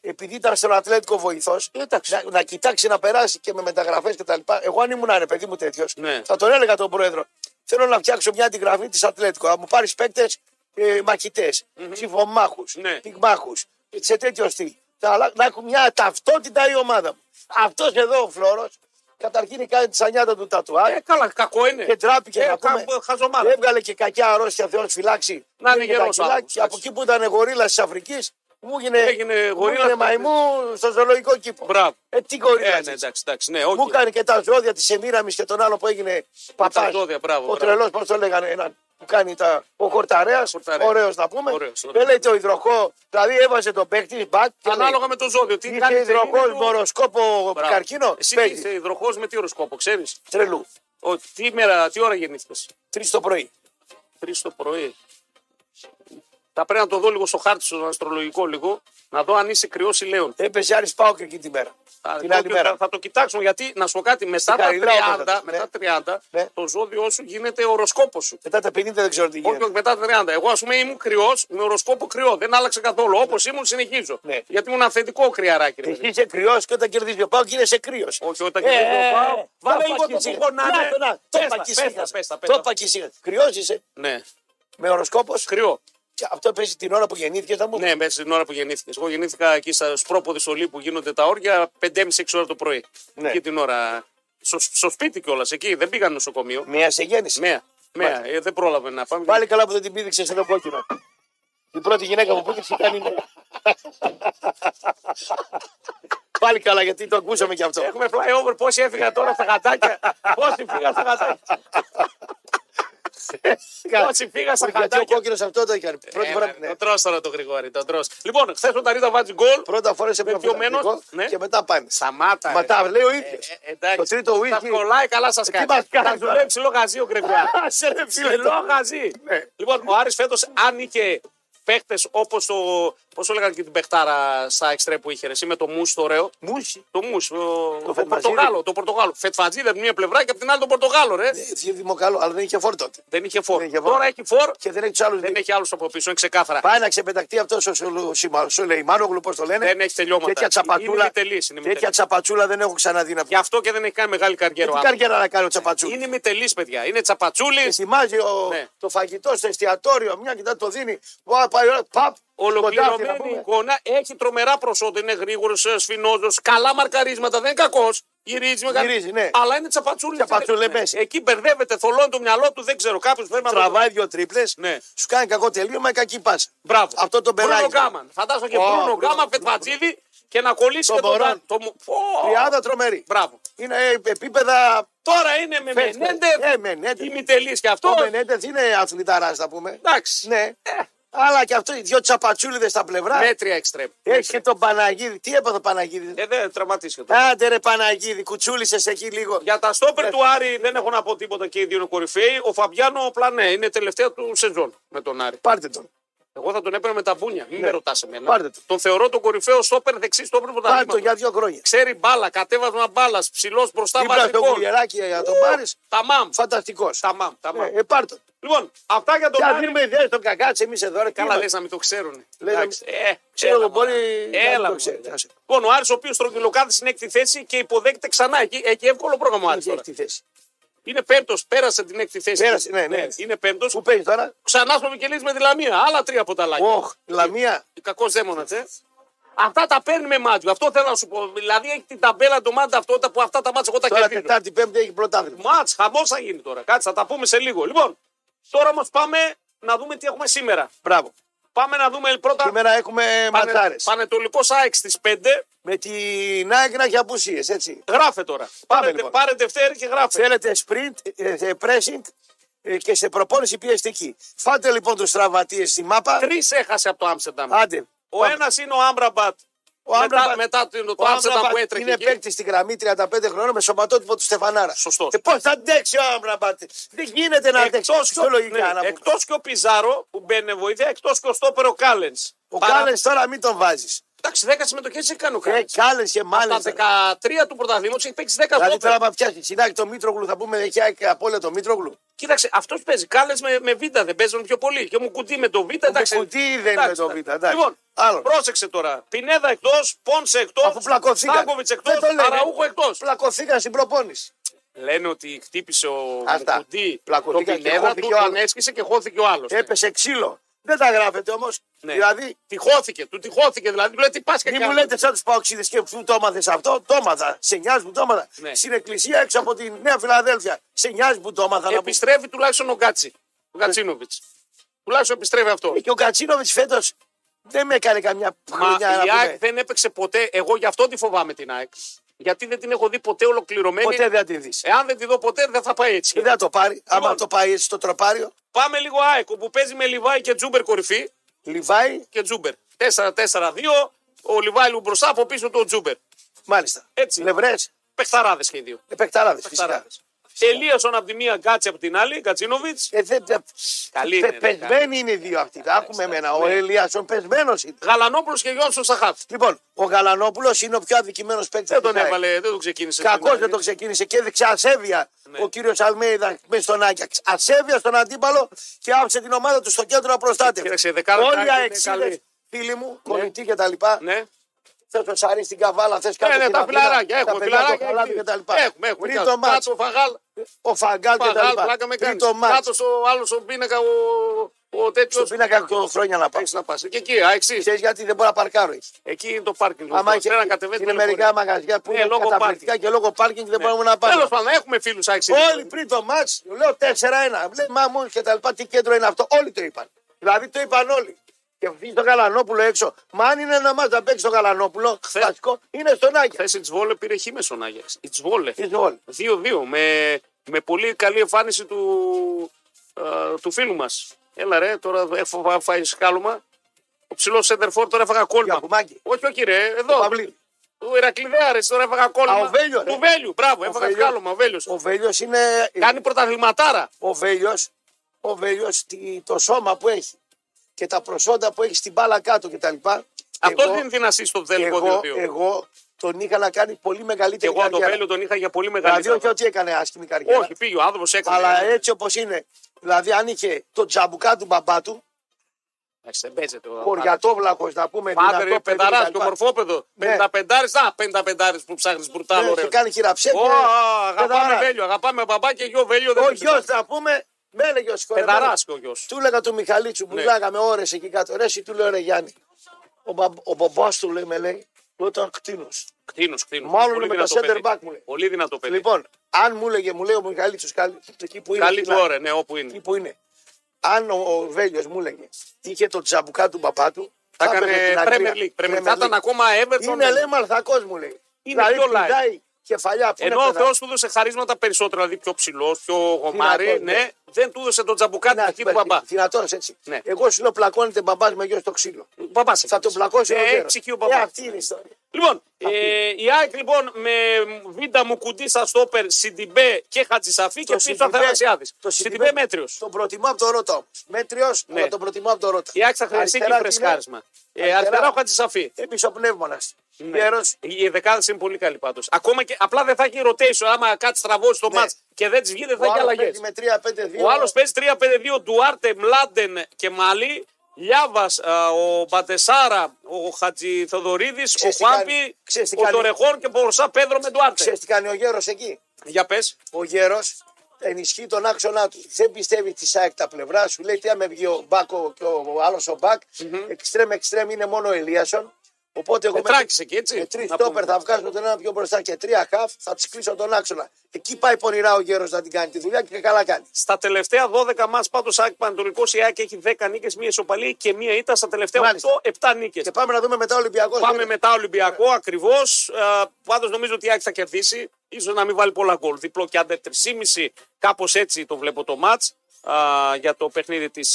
επειδή ήταν στον Ατλέτικο βοηθός, να, να κοιτάξει να περάσει και με μεταγραφές κτλ. Εγώ, αν ήμουν ένα παιδί μου τέτοιος, Ναι. θα τον έλεγα τον πρόεδρο. Θέλω να φτιάξω μια αντιγραφή της Ατλέτικο. Να μου πάρεις παίκτες ε, μαχητές, ψηφομάχους, Ναι. πυγμάχους, σε τέτοιο στυλ. Να, αλλα- να έχουν μια ταυτότητα η ομάδα μου. Αυτός εδώ ο Φλόρος, καταρχήν κάνει τη σανιάτα του τατουάζ. Ε, καλά, κακό είναι. Και τράπηκε Ε, να πούμε. κα- χαζομάρα. Έβγαλε και κακιά αρρώστια, Θεός φυλάξει. Να είναι Πήγε τα γερός κιλά άνθρωπος, Και από εντάξει. εκεί που ήταν γορίλα της Αφρικής, μου έγινε, Έγινε μου γορίλας έγινε πάντες. μαϊμού στο ζωολογικό κήπο. Μπράβο. Ε, τι γορίλα. Ε, ναι, εντάξει, εντάξει, ναι, Μου όχι. έκανε και τα ζώδια της Εμίραμι και τον άλλο που έγινε παπάς. ζώδια, μπράβο, Ο μπράβο. τρελός, πώς το λέγανε, έναν που κάνει τα. Ο Χορταρέας, Χορταρέας. ωραίος να πούμε. Ωραίος, ωραίος. Δεν λέει το υδροχό, δηλαδή έβαζε τον παίκτη μπακ. και Ανάλογα λέει, με το ζώδιο. Τι Είσαι κάνει υδροχός, μοροσκόπο, καρκίνο. Εσύ τι Παίκτη είσαι υδροχός με τι οροσκόπο, ξέρεις. τρελού. Τι, μέρα, τι ώρα γεννήθηκε. Τρεις το πρωί. Τρεις το πρωί. Θα πρέπει να το δω λίγο στο χάρτη, στο αστρολογικό λίγο, να δω αν είσαι κρυός ή λέων. Έπεσε Άρης Πάοκ εκεί τη μέρα. Α, την το άλλη οποίο μέρα. Θα, θα το κοιτάξουμε γιατί να σου πω κάτι. Μετά τα Καριλά, 30, όπως θα- μετά ναι. 30 Ναι. το ζώδιό σου γίνεται οροσκόπος σου. Μετά τα 50 δεν ξέρω τι γίνεται. Όχι, όχι, μετά τα 30. Εγώ, ας πούμε, ήμουν κρυός, με οροσκόπο κρυό. Δεν άλλαξε καθόλου. Όπως ήμουν, συνεχίζω. Ναι. Γιατί ήμουν αυθεντικό κρυαράκι. ρε παιδί. Εσύ είσαι κρυός και όταν κερδίζεις ο Πάοκ γίνεσαι κρύο. Όχι, όταν κερδίζεις Ε, ο Πάοκ, βάλε λίγο το κουμπό να είναι. Το Πες τα, πακί πες τα, πες τα, πες Το τα. πακί σίγα. Κρυός είσαι Ναι, με οροσκόπος. κρυό. Αυτό παίζει την ώρα που γεννήθηκες. Θα μου Ναι, μέσα στην ώρα που γεννήθηκες. Εγώ γεννήθηκα εκεί στα Σπρόποδης Σολή που γίνονται τα όρια 5.30-6 ώρα το πρωί. Ναι. Εκεί την ώρα. Στο, στο σπίτι κιόλας εκεί, δεν πήγαν νοσοκομείο. Μια σε γέννηση. Μέα. Μέα. Ε, δεν πρόλαβε να πάμε. Πάλι καλά που δεν την πήδηξε εδώ κόκκινο. Η πρώτη γυναίκα που πήδηξε ήταν η μέρα. Πάλι καλά γιατί το ακούσαμε κι αυτό. Έχουμε flyover. Πόσοι έφυγαν τώρα στα γατάκια. Πόσοι φύγαν στα γατάκια. Πόσοι φύγαν στα Γιατί ο γατάκια. κόκκινος αυτό το έκανε. Πρώτη Ε, φορά. ναι, ναι. Τον τρως τώρα τον Γρηγόρη. Τον τρως. Λοιπόν, χθες όταν είδα βάζει γκολ. Πρώτα φορά σε Βελτιωμένος, ναι. και μετά πάνε. Σταμάτα. Μα ρε. τα λέει ο Ε, ίδιος. ε, εντάξει. Το τρίτο Τα whisky. κολλάει καλά σας κάνει. μας κάνει Θα τώρα. δουλέψει λογαζί ο Γκρεγκουάρ. σε ρε φίλε, Ψηλό τώρα. γαζί. Ναι. Λοιπόν, ο Άρης φέτος, αν είχε παίχτες όπως το. Πώς το λέγανε και την παιχτάρα στα εξτρέ που είχε, ρε, εσύ με το Μουσ το ωραίο. Μουσι. Το Μουσ, ο, το Φετφατζίδη. Πορτογάλο. Το Πορτογάλο. Φετφατζίδη από την μία πλευρά και από την άλλη τον Πορτογάλο, ρε. Έτσι δημοκάλο, Ε, αλλά δεν είχε φόρ τότε. Δεν είχε φόρ. Ναι. Δεν είχε φόρ. Τώρα έχει φόρ, Και δεν έχει τους άλλους. δεν έχει άλλους από πίσω, είναι ξεκάθαρα. Πάει να ξεπεταχτεί αυτός ο Σουλου- Σιμα- Σουλεϊμάνογλου, πώς το λένε. Δεν έχει τελειώματα. Τέτοια τσαπατσούλα, Είναι μητελής, είναι τέτοια μητελής. τσαπατσούλα δεν έχω ξαναδεί να Γι' πει. αυτό και δεν έχει κάνει μεγάλη καριέρα. ο Τι άνθρωπος. καριέρα να κάνει ο τσαπατσούλα. Είναι μητελή, παιδιά. Είναι τσαπατσούλης. Θυμάζει ο- Ναι. το φαγητό στο εστιατόριο, μια κοιτά το δίνει. Ω, πάει, ω, παπ, κοντάφι, να Ολοκληρωμένη πούμε. εικόνα. Έχει τρομερά προσόντα. Είναι γρήγορος, σφινόζος. Καλά μαρκαρίσματα. Δεν είναι κακός. Γυρίζει μεγάλο. Γυρίζει, ναι. Αλλά είναι τσαπατσούλης. Τσαπατσούλη, Ναι. μέση. Εκεί μπερδεύεται, θολώνει το μυαλό του. Δεν ξέρω. Κάποιος πρέπει να το- Τραβάει δύο τρίπλες, Ναι. σου κάνει κακό τελείωμα και κακή πάσα. Μπράβο. Αυτό το περάει. Μπρούνο Γκάμαν. Φαντάζομαι και Ω, Μπρούνο Μπρούνο. Γκάμαν, Φετβατζίδη και να κολλήσει Το και τον Μωρόν. Γκάμαν. Το... μου- Πω. 30 τρομερή. Μπράβο. Είναι ε, επίπεδα. Τώρα είναι με Φεύγει. Ε, Μενέντε. Μενέντε. Ημιτελής και αυτός. Το Μενέντεθ είναι αθληταράς, να πούμε. Εντάξει. Ε. Ναι. Αλλά και αυτό, οι δυο τσαπατσούλιδες στα πλευρά. Μέτρια εξτρέμ. Ναι. Έχει και τον Παναγίδη. Τι έπαθε ο Παναγίδη. Ε, δεν τραυματίστηκε. τώρα. Άντε ρε Παναγίδη, κουτσούλησες εκεί λίγο. Για τα στόπερ Ε. του Άρη δεν έχω να πω τίποτα και οι δύο είναι κορυφαίοι. Ο Φαβιάνο Πλανέ είναι τελευταία του σεζόν με τον Άρη. Πάρτε τον. Εγώ θα τον έπαιρνα με τα μπούνια. Μην με ρωτάς εμένα. Ναι. Πάρτε το. Τον θεωρώ τον κορυφαίο στόπερ δεξί στόπερ του Πάρτε τον πρωταθλήματος. για δύο χρόνια. Ξέρει μπάλα, κατέβασμα μπάλας, ψηλός μπροστά Δίπλα στο μαζικό. κουλιεράκι για να τον πάρεις. Ταμάμ. Φανταστικός. Ταμάμ. ταμάμ. Ε, πάρτε τον. Λοιπόν, αυτά για τον Και αν Άρη. δίνουμε ιδέε στον κακάτσε εμείς εδώ. Ρε, Καλά τι λες να μην το ξέρουν. Λέει να Εντάξει. μην- Ε, Ξέρω έλα, εγώ, μπορεί μωρέ. να μην Έλα, το μωρέ. ξέρει. Άσε. Λοιπόν, ο Άρης ο οποίος τρογγυλοκάθεται στην έκτη θέση και υποδέχεται ξανά. Εκεί, εκεί εύκολο πρόγραμμα ο μα Άρης τώρα. έχει τη θέση. Είναι πέμπτος, πέρασε την έκτη θέση. Πέρασε, ναι, ναι. Είναι πέμπτος. Που παίζει τώρα. Ξανά στο Μικελής με τη Λαμία. Άλλα τρία ποταλάκια. Οχ, Λαμία. Κακός δαίμονας, ε. Αυτά τα παίρνει με μάτια. Αυτό θέλω να σου πω. Δηλαδή έχει την ταμπέλα του μάτια αυτό τα- που αυτά τα μάτια εγώ τα Τώρα κερδίζω. Τετάρτη, Πέμπτη έχει πρωτάθλημα. Μάτς, χαμός θα γίνει τώρα. Κάτσε, θα τα πούμε σε λίγο. Λοιπόν, τώρα όμως πάμε να δούμε τι έχουμε σήμερα. Μπράβο. Πάμε να δούμε πρώτα. Σήμερα έχουμε ματσάρε. Πανετολικό ΑΕΚ στι 5. Με την ΑΕΚ να έχει απουσίες, έτσι. Γράφε τώρα. Πάρε, λοιπόν. πάρε Δευτέρη και γράφε. Θέλετε sprint, ε, ε, pressing ε, και σε προπόνηση πιεστική. Φάτε λοιπόν τους τραυματίες στη μάπα. Τρεις έχασε από το Άμστερνταμ. Άντε. Ο ένας είναι ο Άμπραμπατ. Μετά, Άμπραμπατ- μετά το, το Ο Άμστερνταμ που Άμπραμπατ έτρεχε. Είναι εκεί. παίκτης στη γραμμή 35 χρόνων με σωματότυπο του Στεφανάρα. Σωστός. Και πώς θα αντέξει ο Άμπραμπατ. Δεν γίνεται να αντέξει. Εκτός και, ο- Φυσιολογικά ναι, να πούμε. εκτός και ο Πιζάρο που μπαίνει βοήθεια, εκτός και ο Στόπερο Κάλεν. Ο Κάλεν τώρα μην τον βάζεις. Εντάξει, 10 συμμετοχέ έχει κάνει ο Ε, Κάλεν. Κάλεν και Τα μάλλον. 13 του πρωταθλήματος έχει παίξει 10 Δηλαδή στόπερ. τώρα μα πιάσει. Συνάκι το Μήτρογλου θα πούμε έχει απόλυτο το Μήτρογλου. Κοίταξε, αυτός παίζει. Κάλες με, με Β δεν παίζουν πιο πολύ. Και μου κουτί με το Β. Εντάξει. Μουκουτί δεν Εντάξει, είναι το Β, εντάξει. εντάξει. Λοιπόν, Άλλο. πρόσεξε τώρα. Πινέδα εκτός, Πόνσε εκτός, Αφού πλακωθήκαν. Τάγκοβιτ εκτό, Δεν το λένε. Αραούχο εκτός. Πλακωθήκαν στην προπόνηση. Λένε ότι χτύπησε ο Αυτά. Κουντή τον Πλακωθήκαν και Πινέδα, του χώθηκε ο τον άλλος. έσκησε και χώθηκε ο άλλος. Έπεσε ξύλο. Δεν τα γράφετε όμως. Ναι. Δηλαδή Τυχώθηκε, του τυχώθηκε. Δηλαδή του λέει τι πας και Μη κάνεις. μου λέτε σαν τους παοξίδες και που το έμαθες αυτό, το έμαθα. Σε νοιάζει που το έμαθα. Ναι. Στην εκκλησία έξω από τη Νέα Φιλαδέλφια. Σε νοιάζει που το έμαθα. να πούμε. Επιστρέφει τουλάχιστον ο Γκάτσι. Ο Γκατσίνοβιτ. Τουλάχιστον επιστρέφει αυτό. Και ο Κατσίνοβιτ φέτος δεν με έκανε καμιά Μα χρονιά η να ΑΕΚ πούμε. δεν έπαιξε ποτέ. Εγώ γι' αυτό τη φοβάμαι την ΑΕΚ. Γιατί δεν την έχω δει ποτέ ολοκληρωμένη. Ποτέ δεν θα τη δεις. Εάν δεν τη δω ποτέ, δεν θα πάει έτσι. Και δεν θα το πάρει. Άμα Λοιπόν. το πάει έτσι το τροπάριο, Πάμε λίγο ΑΕΚ που παίζει με Λιβάη και Τζούμπερ κορυφή. λιβάει. Και Τζούμπερ. 4-4-2. Ο Λιβάη λίγο μπροστά από πίσω του ο Τζούμπερ. Μάλιστα. Έτσι. Λευρές, Πεχταράδε και οι δύο. επεκταράδε φυσικά. Πεχταράδες. Ελίασον από τη μία, Γκάτσι από την άλλη, Γκατσίνοβιτ. Ε, δεν- δεν- Καλή πε- είναι, ρε, Πεσμένοι είναι οι δύο αυτοί. Άκουμε εμένα. Ο ναι. Ελιάσον πεσμένος είναι. Γαλανόπουλος και Γιόνσον Σαχάφ. Λοιπόν, ο Γαλανόπουλος είναι ο πιο αδικημένος παίκτης. Δεν τον έβαλε, δεν τον Ναι. ξεκίνησε. Κακό στην δεν το ξεκίνησε και έδειξε ασέβεια ο κύριος Αλμέιδα με στον Άγιαξ. Ασέβεια στον αντίπαλο και άφησε την ομάδα του στο κέντρο απροστάτευτη. Κοίταξε, δεκάδα Όλοι οι είναι αεξίδες, καλή. φίλοι μου, κολλητοί κτλ. Ναι. Ναι. Θες το σαρί στην καβάλα, θες κάτι. Ναι, ναι, στην τα Αθήνα, φιλαράκια. τα Έχουμε παιδιά, το φιλαράκια. χαλάδι εκεί. κτλ. Έχουμε, έχουμε. Πριν Κάτω, το μάτς, Κάτω, φαγάλ. ο Φαγκάλ Φαγάλ, πλάκα κτλ. με Πριν κάνεις. το μάτς, Κάτω στο άλλος στον πίνακα ο, ο τέτοιος. στον πίνακα έχω χρόνια να πάω. Έχεις να πας. Και εκεί, α, εξής. Ξέρεις γιατί δεν μπορώ να παρκάρω. εκεί. Εκεί είναι το πάρκινγκ. Άμα Άμα έχει- και να κατεβαίνει. είναι μερικά μαγαζιά που Ναι, είναι λόγω Ναι. καταπληκτικά και λόγω πάρκινγκ δεν μπορούμε να πάμε. Τέλος πάντων, έχουμε φίλους άξιοι. Όλοι πριν το μάτς, λέω 4-1. Λέει μάμον και τα λοιπά, τι κέντρο είναι αυτό. Όλοι το είπαν. Δηλαδή το είπαν όλοι. Και βγει το Γαλανόπουλο έξω. Μα αν είναι ένα μάτς να παίξει το Γαλανόπουλο, βασικό, είναι στον Άγια. Χθες η Τσβόλε πήρε χ με στον Άγιαξ. Η Τσβόλε. Είναι όλοι. 2-2. Με, με πολύ καλή εμφάνιση του, α, του φίλου μας. Έλα ρε, τώρα έχω φάει σκάλωμα. Ο ψηλός Σέντερφορ τώρα έφαγα κόλμα. Γιακουμάκη. Όχι, όχι, ρε, Ο εδώ. Παυλίδη. Του Ηρακλειδέα, ρε, τώρα έφαγα κόλμα. Α, ο Βέλιος, ρε. Του Βέλιου, μπράβο, έφαγα Βέλιος. σκάλωμα. Ο Βέλιος. Ο Βέλιος είναι. Κάνει πρωταθληματάρα. Ο Βέλιος. Ο Βέλιος, τι- το σώμα που έχει και τα προσόντα που έχεις στην μπάλα κάτω κτλ. Αυτός Εγώ- δεν την ασύ στο τελικό εγώ, 2-2. εγώ τον είχα να κάνει πολύ μεγαλύτερη Εγώ τον καριέρα. Βέλιο τον είχα για πολύ μεγάλη. Δηλαδή, όχι ότι έκανε άσχημη καριέρα. Όχι, πήγε ο Ε, άνθρωπος, έκανε. Αλλά έτσι όπως είναι. Δηλαδή, αν είχε το τζαμπουκά του μπαμπά του, Εντάξει, δεν ε, παίζεται ο χωριατόβλαχος να πούμε. Πάτερ, ο παιδί δηλαδή, πενταρά κτλ. και ο μορφόπεδο. Ναι. 55 να 55 που ψάχνεις Ναι, μπουρτάλο. Είχε ωραίο. κάνει χειραψέ. Ω, αγαπάμε Πενταράς. Βέλιο, αγαπάμε μπαμπά και γιο Βέλιο. Ο δεν γιος να πούμε, με έλεγε ο Σκορδό. Πενταρά και ο γιο. Του έλεγα του Μιχαλίτσου, που Ναι. λέγαμε ώρες εκεί κάτω. Ρε, εσύ του λέω ρε Γιάννη. Ο, μπαμ- ο μπαμπάς του λέει, με λέει, του ήταν κτίνος. Κτίνος, κτίνος. Μάλλον με το center back μου λέει. Πολύ δυνατό παιδί. Λοιπόν, αν μου έλεγε, μου λέει ο Μιχαλίτσου, εκεί που είναι. Καλή στην του ώρα, ναι, όπου εκεί είναι. που είναι. Αν ο, ο Βέλιος μου έλεγε είχε τον τζαμπουκά του μπαπά του. Θα έκανε έπαιρνε την ακραία. Premier League. Premier League. Premier Θα ήταν League. ακόμα Everton. Είναι λέει μαλθακός μου λέει. Δηλαδή, Είναι πιο light. πηδάει κεφαλιά που Ενώ είναι ο παιδά- Θεός του έδωσε χαρίσματα περισσότερα, δηλαδή πιο ψηλός, πιο γομάρι, Δυνατός, ναι. ναι, δεν του έδωσε τον τζαμπουκάτι Να, του χείλου μπαμπά. δυνατός, έτσι. Ναι. Εγώ σου λέω πλακώνεται μπαμπάς με γιο στο ξύλο. Μπαμπάς σε Θα τον πλακώσει Ε, ολόκληρο. έχει ψυχή ο Ε, μπαμπάς. αυτή είναι η ιστορία. Λοιπόν, ε, η ΑΕΚ λοιπόν με Βίντα Μουκουντή στα στόπερ, Σιντιμπέ και Χατζησαφή και Το πίσω Σιντιμπέ- Αθανασιάδη. το Σιντιμπέ μέτριος. Τον προτιμώ από τον Ρότα. Μέτριος, Ναι. αλλά τον προτιμώ από τον Ρότα. Η ΑΕΚ θα χρειαστεί και Αριστερά τι φρεσκάρισμα. είναι? Ε, αριστερά ο Χατζησαφή. Επίσης ο πνεύμονας. Ναι. Οι δεκάδες είναι πολύ καλοί πάντως. Ακόμα και απλά δεν θα έχει rotation. Άμα κάτι στραβώσει το Ναι. μάτς και δεν της βγει, δεν θα έχει αλλαγέ. με 3-5-2. Ο άλλος παίζει 3-5-2. Ντουάρτε, Μλάντεν και Μάλι. Λιάβας, ο Μπατεσάρα, ο Χατζηθοδωρίδης, ο Ξέρεις τι Χουάμπη, κάνει- ξέρεις τι ο κάνει- Τορεχόν και Μπορσά Πέδρο με Ντουάρτε. Ξέρεις τι κάνει ο γέρος εκεί. Για πες. ο γέρος ενισχύει τον άξονα του. Δεν πιστεύει τη ΣΑΕΚ τα πλευρά σου. Λέει τι άμα βγει ο Μπακ ο- και ο, άλλος ο Μπακ. Εξτρέμ, εξτρέμ είναι μόνο ο Ελίασον. Οπότε εγώ Πετράκης εκεί, έτσι, Με τρεις να στόπερ πούμε. θα βγάζω τον ένα πιο μπροστά και τρία χαφ, θα του κλείσω τον άξονα. Εκεί πάει πονηρά ο γέρος να την κάνει τη δουλειά και καλά κάνει. Στα τελευταία 12 μάτς πάντως ΑΕΚ Πανατολικός η ΑΕΚ έχει 10 νίκες, μία ισοπαλία και μία ήττα στα τελευταία Μάλιστα. 8-7 νίκες. Και πάμε να δούμε μετά Ολυμπιακό. Πάμε μετά Ολυμπιακό ακριβώ. Πάντως νομίζω ότι η ΑΕΚ θα κερδίσει. σω να μην βάλει πολλά γκολ. Διπλό και άντε 3,5. Κάπως έτσι το βλέπω το ματ για το παιχνίδι της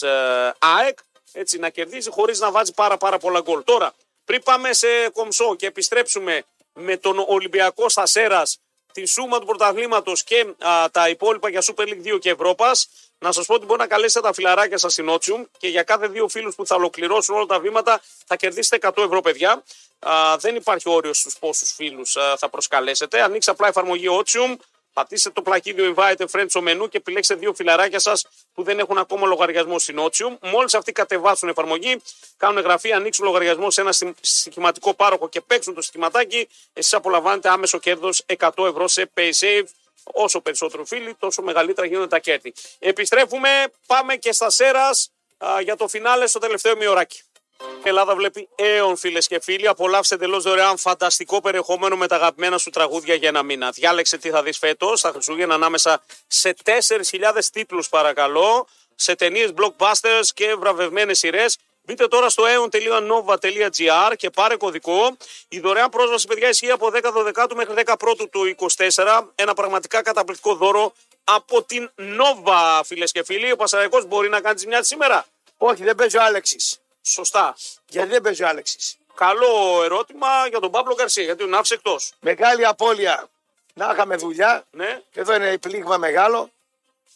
ΑΕΚ. Έτσι να κερδίσει χωρίς να βάζει πάρα, πάρα πολλά γκολ. Τώρα, πριν πάμε σε κομψό και επιστρέψουμε με τον Ολυμπιακό στα Σέρας την σούμα του πρωταθλήματος και α, τα υπόλοιπα για Super League 2 και Ευρώπας. Να σας πω ότι μπορεί να καλέσετε τα φιλαράκια σας στην Ότσιουμ και για κάθε δύο φίλους που θα ολοκληρώσουν όλα τα βήματα θα κερδίσετε 100 ευρώ, παιδιά. Α, δεν υπάρχει όριο στους πόσους φίλους θα προσκαλέσετε. Ανοίξτε απλά εφαρμογή Ότσιουμ, πατήστε το πλακίδιο Invite a Friend στο μενού και επιλέξτε δύο φιλαράκια σας που δεν έχουν ακόμα λογαριασμό στην Ότσιουμ. Μόλις αυτοί κατεβάσουν εφαρμογή, κάνουν εγγραφή, ανοίξουν λογαριασμό σε ένα στοιχ- στοιχηματικό πάροχο και παίξουν το στοιχηματάκι, εσείς απολαμβάνετε άμεσο κέρδος 100 ευρώ σε PaySafe. Όσο περισσότερο φίλοι, τόσο μεγαλύτερα γίνονται τα κέρδη. Επιστρέφουμε, πάμε και στα σέρας για το φινάλε στο τελευταίο μειωράκι. Η Ελλάδα βλέπει έων φίλες και φίλοι. Απολαύστε εντελώς δωρεάν φανταστικό περιεχόμενο με τα αγαπημένα σου τραγούδια για ένα μήνα. Διάλεξε τι θα δεις φέτος, τα Χριστούγεννα ανάμεσα σε 4.000 τίτλους, παρακαλώ, σε ταινίες blockbusters και βραβευμένες σειρές. Μπείτε τώρα στο aeon.nova.gr και πάρε κωδικό. Η δωρεάν πρόσβαση, παιδιά, ισχύει από 10 Δεκάτου μέχρι 10 Πρώτου του 24. Ένα πραγματικά καταπληκτικό δώρο από την Nova, φίλες και φίλοι. Ο Πασαραϊκός μπορεί να κάνει τη ζημιά της σήμερα. Όχι, δεν παίζει ο Άλεξης. Σωστά. Γιατί δεν παίζει ο Άλεξης. Καλό ερώτημα για τον Παύλο Γκαρσία, γιατί τον άφησε εκτό. Μεγάλη απώλεια. Να είχαμε δουλειά. Ναι. Εδώ είναι πλήγμα μεγάλο.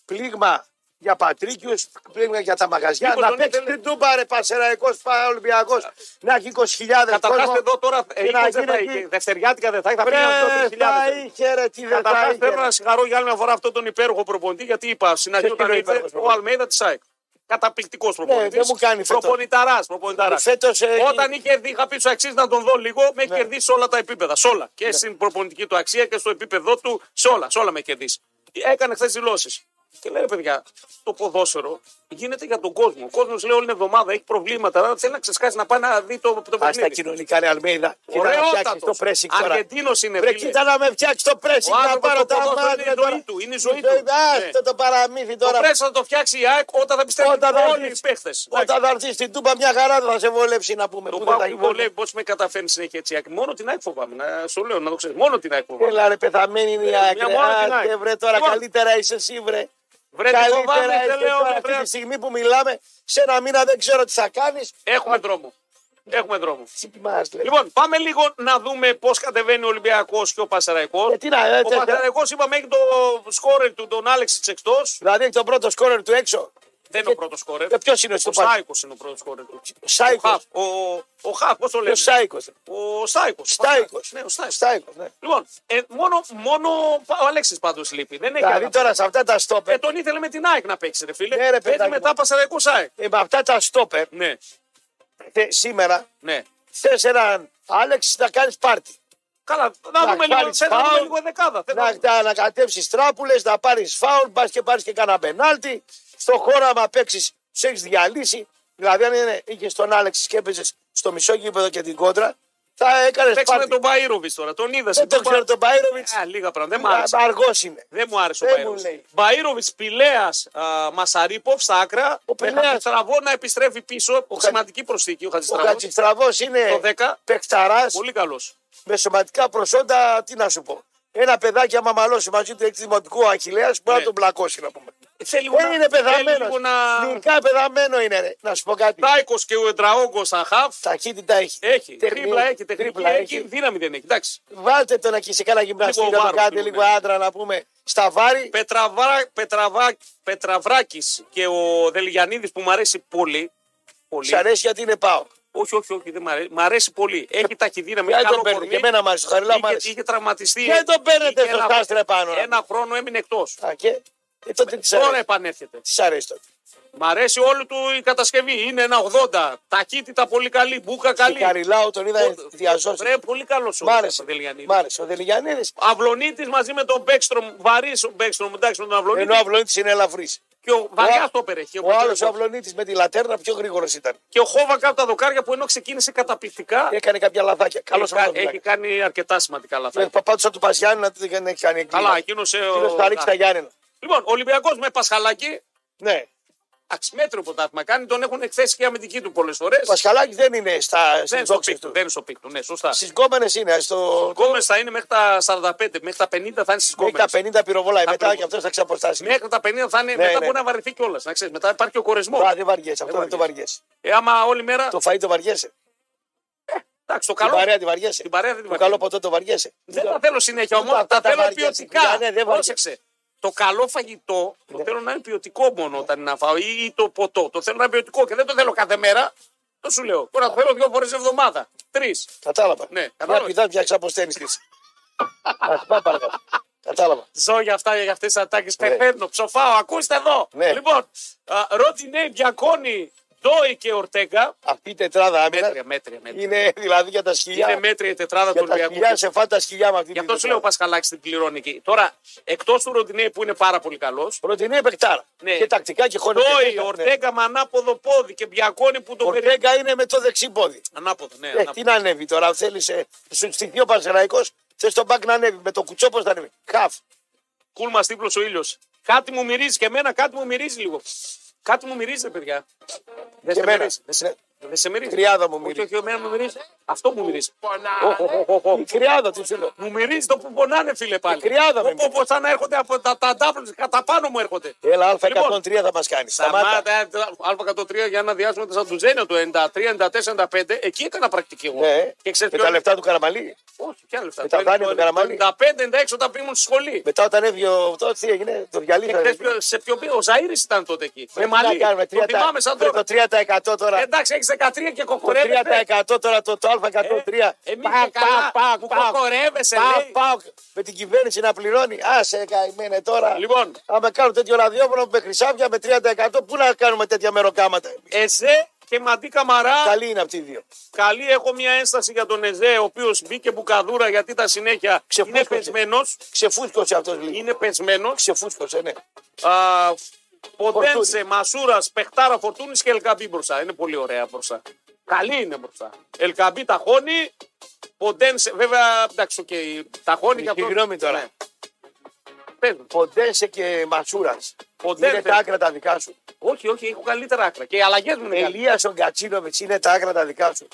Πλήγμα για Πατρίκιους, πλήγμα για τα μαγαζιά. Μήπως να τον παίξει ήθελε- την τούμπα ρε Πασεραϊκό, Ολυμπιακός. Να έχει 20.000 Καταρχά Ε, κόσμο. εδώ τώρα ε, Και να είκοσι δεν θα γίνει είχε. εκεί. Δευτεριάτικα δεν θα είχε. Θα πήγαινε αυτό Ρε, 3.000. τα είχε ρε, τι δεν τα Καταρχά είχε. θέλω ρε. να συγχαρώ για άλλη μια φορά αυτόν τον υπέροχο προπονητή, γιατί είπα στην αρχή Ποιος όταν είναι ο ήρθε, υπέροχος ο προπονητής? Αλμέιδα της ΑΕΚ. Καταπληκτικός προπονητή. Ναι, δεν μου κάνει φέτος. Προπονηταράς, προπονηταράς. Φέτος, ε, Ναι. Όταν είχε δει, είχα πει στους αξίε να τον δω λίγο, με έχει κερδίσει σε όλα τα επίπεδα. Σε όλα. Και στην προπονητική του αξία και στο επίπεδό του, σε όλα. Σε όλα με έχει κερδίσει. Έκανε χθες δηλώσεις. Και λέει, «Ρε παιδιά, το ποδόσφαιρο γίνεται για τον κόσμο. Ο κόσμος λέει όλη την εβδομάδα έχει προβλήματα. άρα Θέλει να ξεσκάσει να πάει να δει το, το Ας τα παιχνίδι. κοινωνικά ρε Αλμέιδα. Κοίτα να φτιάξεις το Ωραιότατο. πρέσικ τώρα. Αργεντίνος είναι. Ρε φίλε. κοίτα να με φτιάξεις το πρέσικ. Ο Να άνθρωπος πάρω το τα ποδόσφαιρο μάτια είναι η ζωή τώρα. του, είναι η ζωή του. Ας Ναι. το το παραμύθι Το τώρα. πρέσ θα το φτιάξει η ΑΕΚ όταν θα πιστεύει Όταν θα όλοι οι έρθεις- παίχτες. Όταν θα έρθεις στην Τούμπα μια χαρά δεν θα σε βολέψει να πούμε. Το Πού δεν θα πάω που γίνει. λέει πώς με καταφέρνει συνέχεια έτσι. η ΑΕΚ. Μόνο την ΑΕΚ φοβάμαι. Να σου λέω να το ξέρεις. Μόνο την ΑΕΚ φοβάμαι. Έλα ρε πεθαμένη είναι η άκρη. Ε, μια μόνη την άκρη. Άντε βρε τώρα Λοιπόν. καλύτερα είσαι εσύ βρε. Βρε τι φοβάμαι, Καλύτερα δεν είσαι λέω. τώρα ρε, αυτή βρε. τη στιγμή που μιλάμε. Σε ένα μήνα δεν ξέρω τι θα κάνεις. Ε, Έχουμε δρόμο. Έχουμε δρόμο. Τι μας λέει. Λοιπόν, πάμε λίγο να δούμε πώς κατεβαίνει ο Ολυμπιακός και ο Πασαραϊκός. Ε, τι να, ε, Ο τε- Πασαραϊκός είπαμε έχει το σκόρερ του, τον Άλεξη εκτό. Δηλαδή έχει τον πρώτο σκόρερ του έξω. Δεν είναι ο πρώτος σκόρερ. Ε, Ποιος είναι Ο στο παρ- Σάικος είναι ο πρώτος σκόρερ του. Ο Σάικος. Χαφ. Ο- Ο Χαφ, πώς το Ποιος λένε. Σάικος. Ο Στάικο. Στάικος. Ναι, ο Στάικος. Στάικος, ναι. Λοιπόν, ε, μόνο, μόνο ο Αλέξης πάντως λείπει. Δεν έχει Δηλαδή άλλα. τώρα σε αυτά τα στόπερ. Ε, τον ήθελε με την ΑΕΚ να παίξει, ρε φίλε. Ναι, ρε, παιδάκι Έτσι μου. μετά πασαραϊκό ΑΕΚ. ε, με αυτά τα στόπερ Ναι, θε- σήμερα ναι. θες έναν Άλεξ να κάνεις πάρτι. Καλά, να δούμε λίγο, βάλεις θα να δούμε φάουλ, λίγο δεκάδα. θέλω Να, να- να, να κατέψει τράπουλες, να πάρεις φάουλ, πας και πάρεις και κανένα πενάλτι. Στο χώρο, άμα παίξεις, σε έχεις διαλύσει. Δηλαδή, αν είναι- είχες τον Άλεξ και έπαιζες στο μισό γήπεδο και την κόντρα, θα έκανες Παίξαμε πάρτι. τον Μπαΐροβιτς τώρα, τον είδα. Δεν τον ξέρω τον Μπαϊροβιτ. Α, λίγα πράγματα, δεν μου άρεσε. Αργός είναι. Ε, Δεν μου άρεσε ο Δεν μου Μπαϊρόβιτ. λέει. Μπαϊρόβιτ Πιλέα Μασαρίποφ στα άκρα. Ο Πηλέας. Χατζηστραβό να επιστρέφει πίσω. Χατζη- σημαντική προσθήκη ο Ο Χατζηστραβός. Κατσιστραβό Το είναι 10. παιχταράς Πολύ καλός. με σωματικά προσόντα. Τι να σου πω. Ένα παιδάκι, άμα μαλώσει μαζί του έξι δημοτικού Αχηλέα, μπορεί Ναι. να τον πλακώσει Ε, να πούμε. Θέλει λίγο Δεν να- είναι θέλει πεθαμένο. λίγο να- Νικά πεθαμένο είναι, ρε. Να σου πω κάτι. Τάικος και ο Εντραόγκος σαν χαφ. Ταχύτητα έχει. Έχει. Τεχνική- Τρίπλα έχει, τεχνική τρίπλα έχει, δύναμη δεν έχει. Εντάξει. Βάλτε τον εκεί σε κάνα γυμναστήριο Λίγο να βάρος, κάνετε λίγο, λίγο ναι. άντρα να πούμε στα βάρη. Πετραβά, Πετραβά, Πετραβράκης και ο Δελιανίδης που μου αρέσει πολύ. πολύ. Σ' αρέσει γιατί είναι πάω. Όχι, όχι, όχι, δεν μ' αρέσει. Μ' αρέσει πολύ. Έχει ταχυδύναμη, έχει Δεν καλό τον παίρνει. κορμί. Και εμένα μ' αρέσει. το Χαριλάου μ' Είχε, αρέσει. είχε τραυματιστεί. Δεν τον παίρνετε Είχε στο ένα- χάστρε πάνω. ρε. Ένα χρόνο έμεινε εκτός. Α, και. Ε, τότε τις σ' Τώρα αρέσει. επανέρχεται. Τις σ' αρέσει τότε. Μ' αρέσει όλη του η κατασκευή. Είναι ένα 80. Ταχύτητα πολύ καλή. Μπούκα καλή. Καριλάου τον είδα Ο- διαζώσει. Ρε, πολύ καλός Μ' άρεσε. ο Δελιανίδης. Μ' άρεσε. Ο Δελιανίδης. Αυλονίτης μαζί με τον Μπέκστρομ, βαρύς ο Μπέκστρομ, εντάξει με τον Αυλονίτη. Ενώ ο Αυλονίτης είναι ελαφρύς. Και ο βαριά το έπαιρε. Και ο, Ο άλλος ο Πατέρας- Αυλονίτης με τη λατέρνα πιο γρήγορος ήταν. και ο Χόβακα από τα δοκάρια που ενώ ξεκίνησε καταπληκτικά. Έκανε κάποια λαθάκια. Καλό έχει, κα- έχει κάνει αρκετά σημαντικά λάθη. Παπάτουσα Ε, του Πασιάννα δεν έχει κάνει εγκλήμα. Καλά, εκείνος. Ε, ο... Εκείνος θα ρίξει τα Γιάννενα. Λοιπόν, Ολυμπιακός με Πασχαλάκη. Ναι. Αξιμέτριο ποτάθμα κάνει, τον έχουν εκθέσει και αμυντική του πολλές φορές. Ο Πασχαλάκη δεν είναι στα Δεν είναι στην στο δόξη πικ του. του. Δεν είναι στο πικ του, ναι, σωστά. Στι κόμενε είναι. Στο... Γκόμε θα είναι μέχρι τα 45, μέχρι τα 50 θα είναι στι Έχει τα Γκόμε. 50 πυροβολάει. Μετά πυροβολάει. και αυτός θα ξαποστάσει. Μέχρι τα 50 θα είναι, Ναι, μετά ναι. μπορεί να βαρεθεί κιόλας. Να ξέρεις, μετά υπάρχει και ο κορεσμός. Βα, δεν βαριέσαι. Δεν Αυτό δεν το βαριέσαι. Ε, άμα όλη μέρα. Το φαΐ το βαριέσαι. Εντάξει, το Την καλό. παρέα τη βαριέσαι. Την παρέα δεν την Το βαριέσαι. καλό ποτό το βαριέσαι. Δεν τα θέλω συνέχεια όμω, Αυτά τα τα θέλω βαριά Ναι. ποιοτικά. τσιγάρα, ναι, δεν βαριέσαι. Πρόσεξε. Το καλό φαγητό το θέλω να είναι ποιοτικό μόνο όταν είναι να φάω ή, ή το ποτό. Το θέλω να είναι ποιοτικό και δεν το θέλω κάθε μέρα. Το σου λέω. Μπορεί να το θέλω δύο φορές εβδομάδα. Τρεις. Κατάλαβα. Ναι, Μια κατάλαβα. πηδά πια ξαποσταίνει της. Ας πάμε παρακάτω. Κατάλαβα. Ζω για αυτά, για αυτές τις ατάκες. Ναι. Πεθαίνω, ψοφάω. Ακούστε εδώ. Ναι. Λοιπόν, α, Ρότινε, Μπιακόνη, Ντόι και Ορτέγκα. Αυτή η τετράδα Μέτρια, άμυνα μέτρια, μέτρια. είναι δηλαδή για τα σκυλιά. Είναι μέτρια η τετράδα του Ναι. για τα Ολυμπιακού. σκυλιά σε φάτα σκυλιά με αυτή Γι' την αυτό σου λέω ο τετράδα. Πασχαλάκη την πληρώνει εκεί. Τώρα, εκτός του Ροντινέ που είναι πάρα πολύ καλός, Πρώτη είναι παικτάρα. Ναι. Και τακτικά και χώνεται. Ντόι, Ναι. Ορτέγκα με ανάποδο πόδι και Μπιακόνη που το περιμένει. Ορτέγκα είναι με το δεξί πόδι. Ανάποδο, ναι, Ε, ανάποδο. τι να ανέβει τώρα, αν θέλεις. Ε, σου στοιχείο ο Πανσεραϊκός, θες τον μπακ να ανέβει. Με το κουτσό πώς θα ανέβει. Χαφ. Κουλ μα τύπλο ο ήλιος. Κάτι μου μυρίζει και εμένα, κάτι μου μυρίζει λίγο. Κάτι μου μυρίζει, ρε παιδιά. Δεν Και σε εμένα. μυρίζει. Δεν σε, Ναι. δεν σε μυρίζει. Τριάδα μου Όχι, μυρίζει. Όχι, εμένα μου μυρίζει. Αυτό μου μυρίζει. Ω, ω, ω, ω, ω. Η τριάδα του φίλου. Μου μυρίζει το που πονάνε, φίλε πάλι. Ε, τριάδα με Όπω σαν να έρχονται από τα, τα ντάφλες, κατά πάνω μου έρχονται. Έλα, Λοιπόν, Α103 θα μας κάνεις. Ε, Σταμάτα. Σταμάτα, ε, Α103 για ένα διάστημα ήταν σαν του Ζένιο το 93, 94, 95. Εκεί έκανα πρακτική εγώ. Ναι. Και ξέρεις με ποιο. τα λεφτά του Καραμαλή. Όχι, ποια λεφτά. Με τα δάνεια του Καραμαλή. 95, 96 όταν ήμουν στη σχολή. Μετά όταν έβγαινε ο αυτό, τι έγινε, το Και Ε, ξέρεις διαλύσανε. ποιο- σε ποιο πει, ο Ζαήρη ήταν τότε εκεί. Με Πρέπει να μαλλί. κάνουμε Το 30 θυμάμαι σαν πρέπει τώρα. Ε, Το 3% τώρα. Εντάξει, έχεις 13 και Το κοκορεύεσαι. 3% τώρα το, το Α103. Εμεί Πακ, Ε, και καλά πακ, πακ, που πακ. κοκορεύεσαι, Πα- λέει. πάω με την κυβέρνηση να πληρώνει. Άσε καημένε τώρα. Λοιπόν. Άμα κάνουν τέτοιο ραδιόφωνο με χρυσάφια με 30% πού να κάνουμε τέτοια μεροκάματα. Εζέ και Μαντί Καμαρά. Καλή είναι αυτοί οι δύο. Καλή, έχω μια ένσταση για τον Εζέ, ο οποίος μπήκε μπουκαδούρα γιατί τα συνέχεια είναι Ξεφούσκωσε. πεσμένος. Ξεφούσκωσε αυτός λίγο. Είναι πεσμένος. Ξεφούσκωσε, ναι. Ποντένσε, Φορτούνη. Μασούρας, Πεχτάρα, Φορτούνης και Ελκαμπή μπροστά. Είναι πολύ ωραία μπροστά. Καλή είναι μπροστά. Ελκαμπή ταχώνει. Ποντένσε, βέβαια, εντάξει, οκ, ταχώνει και αυτό. Συγγνώμη τώρα. Ναι. Παίζουν. Ποντένσε και Μασούρας. Ποντένσε. Είναι τα άκρα τα δικά σου. Όχι, όχι, έχω καλύτερα άκρα. Και οι αλλαγές μου είναι καλές. Ελία ο Γκατσίνοβιτ είναι τα άκρα τα δικά σου.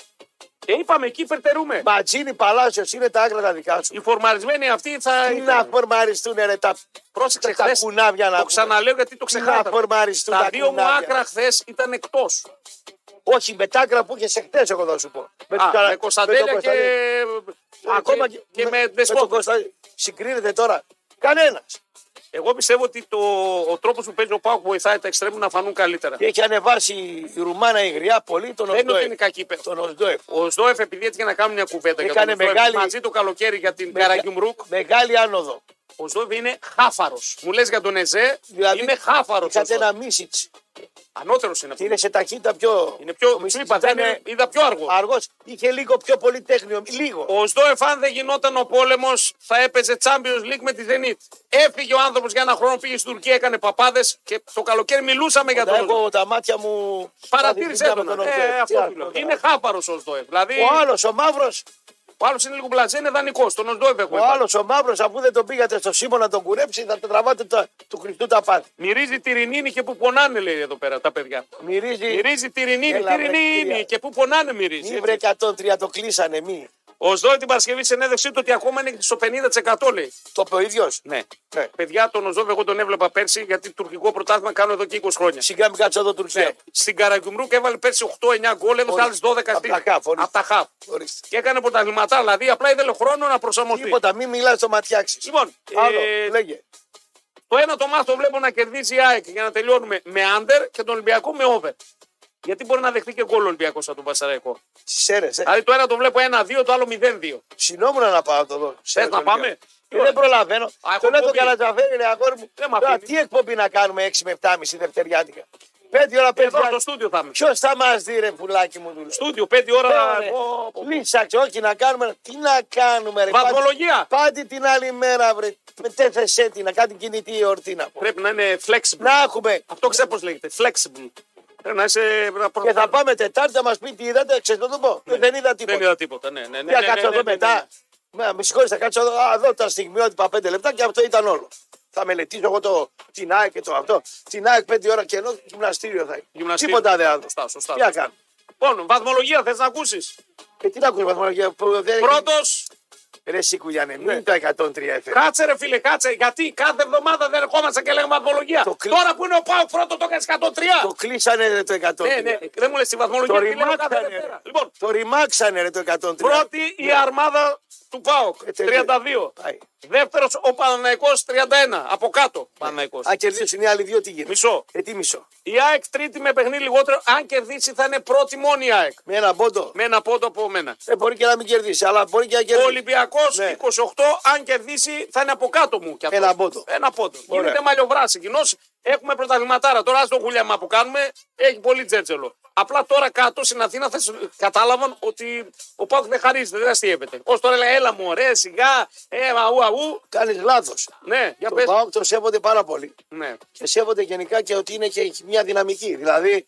Και είπαμε εκεί υπερτερούμε. Ματζίνη Παλάσιος είναι τα άκρα τα δικά σου. Οι φορμαρισμένοι αυτοί θα. Τι να φορμαριστούν ρε τα, Πρόσεξε τα χθες, κουνάβια να Το πούμε. ξαναλέω γιατί το Τι ξεχάσα. να φορμαριστούν Τα δύο μου κουνάβια. άκρα χθες ήταν εκτός. Όχι, με τα άκρα που είχες χτε, εγώ θα σου πω. Με, τους Με, καρα- με τον Κωνσταντέλια και. Κωνσταντέλια. Ακόμα και, Ε, και, και με, τον Δεσπότη. Κωνσταντέλια. Συγκρίνεται τώρα. Κανένας. Εγώ πιστεύω ότι το, ο τρόπος που παίζει ο Πάουκ βοηθάει τα εξτρέμου να φανούν καλύτερα. Και ε. έχει ανεβάσει η Ρουμάνα η Γριά πολύ τον Δεν είναι ότι Οσδόεφ. είναι κακή παί- Τον Οσδόεφ. Ο Σδόεφ επειδή έτυχε να κάνουμε μια κουβέντα για τον Έκανε Σδόεφ μεγάλη- μαζί το καλοκαίρι για την Μεγα- Καραγκιουμρούκ. Μεγάλη άνοδο. Ο Σδόεφ είναι χάφαρος. Μου λες για τον Εζέ, Δηλαδή, είναι χάφαρος. Είχατε ένα Μίσιτ. Ανώτερος είναι Τι αυτό. είναι σε ταχύτητα πιο. Είναι πιο ο Μίσιτς τσίπα, δεν ήταν είναι- είδα πιο αργό. αργός. Είχε λίγο πιο πολύ τέχνιο. Λίγο. Ο Σδόεφ, αν δεν γινόταν ο πόλεμος, θα έπαιζε Champions League με τη Zenit. Έφυγε ο άνθρωπος για ένα χρόνο, πήγε στην Τουρκία, έκανε παπάδες και το καλοκαίρι μιλούσαμε για Τα τον Οσδόεφ. έχω τα μάτια μου. Παρατήρησε με τον. τον Οσδόεφ. Ε, Τι αυτό άλλο, σου λέω. τώρα. Είναι χάφαρος ο Σδόεφ. Δηλαδή, Ο άλλος, ο μαύρος, Ο άλλος είναι λίγο μπλατζέ, είναι δανεικός. Τον Οσδόεφ ο έχουμε. πάρει. άλλος, ο μαύρος, αφού δεν τον πήγατε στο Σίμω να τον κουρέψει, θα τα τραβάτε τα, του Χριστού τα πάθη. Μυρίζει τυρινίνη και που πονάνε, λέει εδώ πέρα τα παιδιά. Μυρίζει. Μυρίζει τυρινίνη, Έλα, βρε, τυρινίνη κυρία. και που πονάνε μυρίζει. Μη βρε 103, το κλείσανε μη. Ο Σδόεφ την Παρασκευή συνέδεξή του ότι ακόμα είναι στο 50% λέει. Το είπε ο ίδιος. Ναι. Ναι. Παιδιά, τον Οσδόεφ εγώ τον έβλεπα πέρσι γιατί τουρκικό πρωτάθλημα κάνω εδώ και 20 χρόνια. Σιγά μην κάτσω εδώ Τουρκία. Ναι. Στην Καραγκιουμρούκ έβαλε πέρσι 8-9 γκολ, έδωσε Ορίστε. άλλε 12 Απ' στην- τα χαφ, ορίστε. Απ' τα χαφ. Ορίστε. Και έκανε πρωταθληματά, δηλαδή απλά ήθελε χρόνο να προσαρμοστεί. Τίποτα, μην μιλάς στο ματιάξι. Λοιπόν, Άλλο, ε, λέγε. το ένα το μάθο βλέπω να κερδίζει η ΑΕΚ για να τελειώνουμε με άντερ και τον Ολυμπιακό με over. Γιατί μπορεί να δεχτεί και γκολ ο Ολυμπιακός από τον Πασαραϊκό. Στι αίρε. Ε. Δηλαδή το ένα το βλέπω 1-2, το άλλο 0-2. Συνόμουν να πάω το δω. Θες να πάμε. Λοιπόν. Ε, δεν προλαβαίνω. έχω Τον λέω το εκπομπή. καλατζαφέρι, ρε αγόρι μου. Δεν μ' Τώρα αφήνει. τι εκπομπή να κάνουμε 6 με 7,5 δευτεριάτικα. Πέντε ώρα Εδώ παιδιά. στο στούντιο θα είμαι. Ποιος θα μας δει, ρε πουλάκι μου, δουλεύει. Στούντιο, πέντε ώρα. Ωραία. Ε, εγώ- Λύσαξε, όχι να κάνουμε. Τι να κάνουμε, ρε. Βαθμολογία. Πάτε, πάτε την άλλη μέρα, βρε. Με τέθεσέ την, να κάνει κινητή η ορτή να πω. Πρέπει να είναι flexible. Να έχουμε. Αυτό ξέρει πώς λέγεται. Flexible. Πρέπει να είσαι. να προ- Και θα πάμε Τετάρτη, θα μα πει τι είδατε, ξέρετε το πω. Δεν είδα Ναι. Δεν τίποτα. είδα τίποτα. Ναι, ναι, ναι. Για ναι, κάτσω ναι, ναι, ναι, εδώ ναι. μετά. Μα, με συγχωρείτε, θα κάτσω εδώ. Α, εδώ τα στιγμιότυπα πέντε λεπτά και αυτό ήταν όλο. Θα μελετήσω εγώ το, την ΑΕΚ και το αυτό. Την ΑΕΚ πέντε ώρα και ενώ γυμναστήριο θα είναι. Γυμναστήριο. Τίποτα δεν άλλο. Σωστά, σωστά. Τι να κάνω. Λοιπόν, βαθμολογία θες να ακούσεις. Ε, τι να ακούσει βαθμολογία. που δεν- Πρώτος, Ναι. Ρε Σικουλιανέ, μην το 103 έφερε. κάτσε ρε φίλε, κάτσε. Γιατί κάθε εβδομάδα δεν ερχόμαστε και λέγαμε βαθμολογία. Το κλει- Τώρα που είναι ο Πάοκ πρώτο το έκανες 103. Το κλείσανε ρε, το 103. Ναι, ναι, δεν μου λες τη βαθμολογία. Το τι λέω κάθε ρημάξανε. Δευτέρα. Λοιπόν, Το ρημάξανε ρε Ναι. το 103. πρώτη η αρμάδα του ΠΑΟΚ. Ε, τελείως. 32. Πάει. Δεύτερος ο Παναναϊκός 31. Από κάτω. Παναναϊκός. Αν κερδίσουν οι άλλοι δύο, τι γίνεται. Μισό. Ε, τι μισό. Η ΑΕΚ τρίτη με παιχνίδι λιγότερο. Αν κερδίσει θα είναι πρώτη μόνη η ΑΕΚ. Με ένα πόντο. Με ένα πόντο από μένα. Ε, μπορεί και να μην κερδίσει, αλλά μπορεί και να Ο κερδίσει. Ολυμπιακός Ναι. 28, αν κερδίσει, θα είναι από κάτω μου. Κι αυτός. Ένα πόντο. Ένα πόντο. Ωραία. Γίνεται μαλλιοβράση. Κοινώ έχουμε πρωταθληματάρα. Τώρα, άστο γουλιαμά που κάνουμε, έχει πολύ τζέτζελο. Απλά τώρα κάτω στην Αθήνα θα σου- κατάλαβαν ότι ο Πάουκ δεν χαρίζεται, δεν αστείευεται. Ω τώρα λέει, έλα μου, ωραία, σιγά, ε, αού, αού. Κάνεις λάθος. Ναι, για Το πες. ΠΑΟΚ το σέβονται πάρα πολύ. Ναι. Και σέβονται γενικά και ότι είναι και μια δυναμική. Δηλαδή,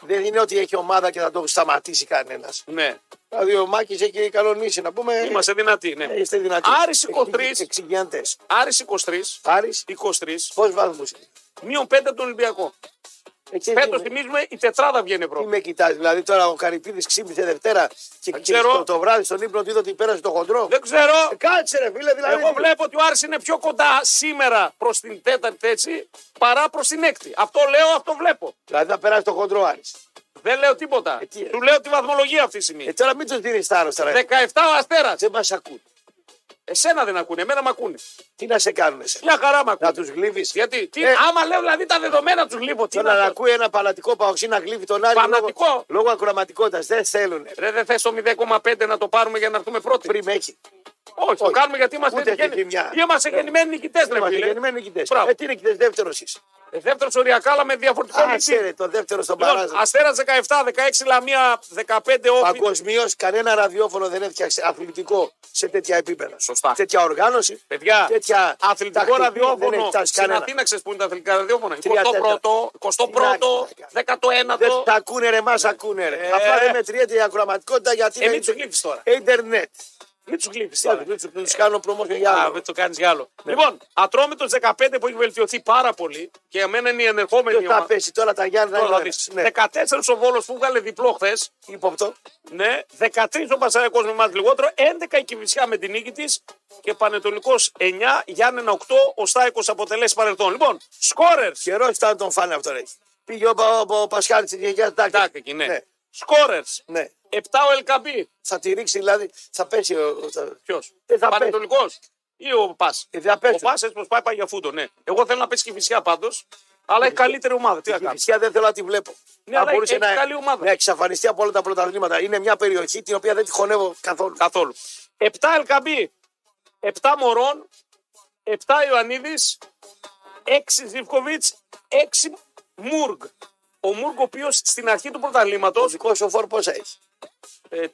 δεν είναι ότι έχει ομάδα και θα το σταματήσει κανένας. ναι. Δηλαδή, ο Μάκης έχει καλονίσει να πούμε. Είμαστε δυνατοί, ναι. ε, Είστε δυνατοί. Άρης 23. Εξηγιάντε. Άρης 23, Άρη, 23, πώς βάζουμε. μείον 5 από τον Ολυμπιακό. Ε, Φέτο θυμίζουμε η τετράδα βγαίνει Τι πρώτη. με κοιτάζει, δηλαδή τώρα ο Καρυπίδης ξύπνησε Δευτέρα και, και ξέρω. το, το βράδυ στον ύπνο του είδε ότι πέρασε το χοντρό. Δεν ξέρω. Ε, Κάτσε ρε φίλε, δηλαδή. Εγώ βλέπω ότι ο Άρης είναι πιο κοντά σήμερα προς την τέταρτη έτσι παρά προς την έκτη. Αυτό λέω, αυτό βλέπω. Δηλαδή θα περάσει το χοντρό Άρης. Δεν λέω τίποτα. Ε, τι, ε. Του λέω τη βαθμολογία αυτή τη Ε, στιγμή. τώρα μην τους δίνεις τα άρρωστα. ρε. 17 ο αστέρας. Δεν μας ακούν. Εσένα δεν ακούνε, εμένα μ' ακούνε. Τι να σε κάνουν εσένα. Μια χαρά μ' ακούνε. Να τους γλύβεις. Γιατί, τι, Ε. άμα λέω δηλαδή τα δεδομένα τους λείπω, τι Τώρα να να πω. ακούει ένα παλατικό παοξί να γλύβει τον άλλο. Πανατικό. Λόγω, λόγω ακροματικότητας. Δεν θέλουν. Ρε, δεν θες το 0,5 να το πάρουμε για να έρθουμε πρώτοι. Πριν έχει. Όχι, το όχι. κάνουμε γιατί είμαστε Ούτε γεννημένοι. γενιά. Είμαστε γεννημένοι νικητές, ρε Είμαστε φίλε. γεννημένοι νικητές. Μπράβο. Ε, τι είναι νικητές, δεύτερος είσαι. Δεύτερος οριακά, αλλά με διαφορετικό Α, νικητή. ξέρε, το δεύτερο στον Λοιπόν, παράζα. Αστέρα 17, 16 Λαμία, 15 Όφη. Παγκοσμίως κανένα ραδιόφωνο δεν έφτιαξε αθλητικό σε τέτοια επίπεδα. Σωστά. Τέτοια οργάνωση. Παιδιά, τέτοια αθλητικό τακτική δεν ραδιόφωνο έχει φτάσει στην κανένα. Αθήνα, ξέρεις που είναι τα αθλητικά ραδιόφωνα. Τρία, τέσσερα. 21ο, 21ο, Τι να 19ο. Δεν τα ακούνε ρε, μας ακούνε ρε. Απλά δεν μετριέται η ακροματικότητα γιατί Ναι. Ε, μην τους γλύψεις τώρα. Ιντερνετ. Μην τους γλύψεις τώρα. Δεν τους Ναι. κάνω promotion για Α, άλλο. δεν το κάνεις για άλλο. Λοιπόν, Ατρόμητος 15 που έχει βελτιωθεί πάρα πολύ και για μένα είναι η ενερχόμενη Ποιος θα ομάδα. πέσει τώρα τα Γιάννη Τώρα να θα δεις. Ναι, 14 ο Βόλος που βγάλε διπλό χθες. ύποπτο. Ναι, 13 ο Πασαριακός με μας λιγότερο, 11 η Κιβισιά με την νίκη της και Πανετολικός 9, Γιάννενα 8, ο Στάικος αποτελέσει παρελθόν. Λοιπόν, σκόρερς. Καιρός ήταν τον φάνε αυτό ρε. Πήγε ο, Πα- ο, ο Πασχάλης τη γενιά Τάκ εκεί, ναι. Σκόρερς. ναι. 7 ο Ελκαμπή. Θα τη ρίξει δηλαδή, θα πέσει. ο- ο- θα- Ποιος. Ε, θα Πανετολικός. Ή ο Πας. Ε, θα Ο πέσει. Πα έτσι πως πάει, πάει για φούντο, ναι. Εγώ θέλω να πέσει και φυσικά πάντως. Αλλά έχει καλύτερη ομάδα. Τι να Η κάνω. φυσικά δεν θέλω να τη βλέπω. Ναι, αλλά έχει καλή ομάδα. να εξαφανιστεί από όλα τα πρωταθλήματα. Είναι μια περιοχή την οποία δεν τη χωνεύω καθόλου. Καθόλου. 7 Ελκαμπή. 7 Μωρών. 7 Ιωαννίδη. 6 Ζιβκοβιτ. 6 Μούργ. Ο Μούργ, ο οποίος στην αρχή του πρωταθλήματος. Ο δικός σου φόρ πόσα έχει.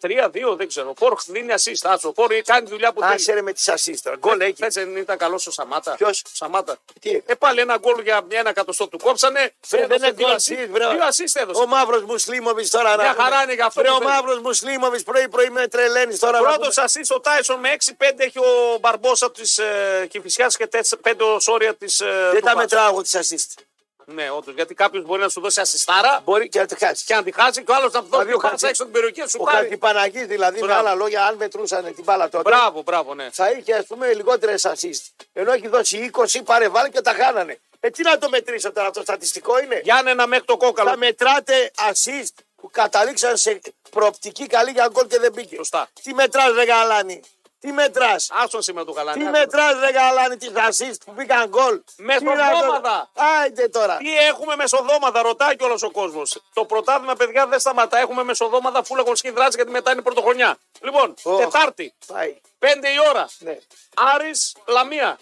3-2, δεν ξέρω. Ο Φόρχ δίνει assist. Άσο, ο Φόρχ κάνει τη δουλειά που θέλει. Άσε ρε με τις ασίστρα. Γκολ έχει. Χθες δεν ήταν καλός ο Σαμάτα. Ποιος? Σαμάτα. Τι έκανε? Ε, πάλι ένα γκολ για μια ένα εκατοστό του κόψανε. Βρε, Έδωσε δεν είναι δύο γκολ, assist. assist, βρε. Δύο assist έδωσε. Ο μαύρος Μουσλίμοβιτ τώρα Μια πούμε. χαρά είναι γι' αυτό Βρε, που ο θέλει. μαύρος Μουσλίμοβιτ πρωί-πρωί με τρελαίνεις τώρα. να Πρώτος Πρώτο assist ο Τάισον με 6-5 έχει ο Μπαρμπόσα της ε, Κηφισιά και 5 ο Σόρια της. Ε, πούμε. Δεν του τα Πας. μετράω εγώ τις ασίστρα. Ναι, όντως. Γιατί κάποιος μπορεί να σου δώσει ασιστάρα Μπορεί και να το χάσει. και αν τη χάσει και ο άλλος να του δώσει Δηλαδή, ο την πάσα Χατζη- έξω από την περιοχή σου Ο πάρει. Χατζηπαναγής δηλαδή, με Μπράβο. άλλα λόγια, αν μετρούσαν την μπάλα τότε, Μπράβο, μπράβο, ναι. θα είχε ας πούμε λιγότερες assist. Ενώ έχει δώσει 20, παρεβάλλει και τα χάνανε. Ε, τι να το μετρήσω τώρα, αυτό στατιστικό είναι. Γιάννε να μέχρι το κόκαλο. Θα μετράτε assist που καταλήξαν σε προοπτική καλή για γκολ και δεν μπήκε. Σωστά. Τι μετράς ρε Γαλάνη, τι μετράς. Άσον σήμερα το Τι γαλάνι. άσον. μετράς ρε Γαλάνη τις assist που μπήκαν γκολ. Μεσοβόμαδα. Μεσοβόμαδα. Άιντε τώρα. Τι έχουμε μεσοδόματα, ρωτάει κιόλας ο κόσμος. Το πρωτάθλημα, παιδιά, δεν σταματά. Έχουμε μεσοδόματα φούλα κολσκή δράση γιατί μετά είναι πρωτοχρονιά. Λοιπόν, Ω. Τετάρτη, Πάει. 5 η ώρα. Ναι. Άρης Λαμία.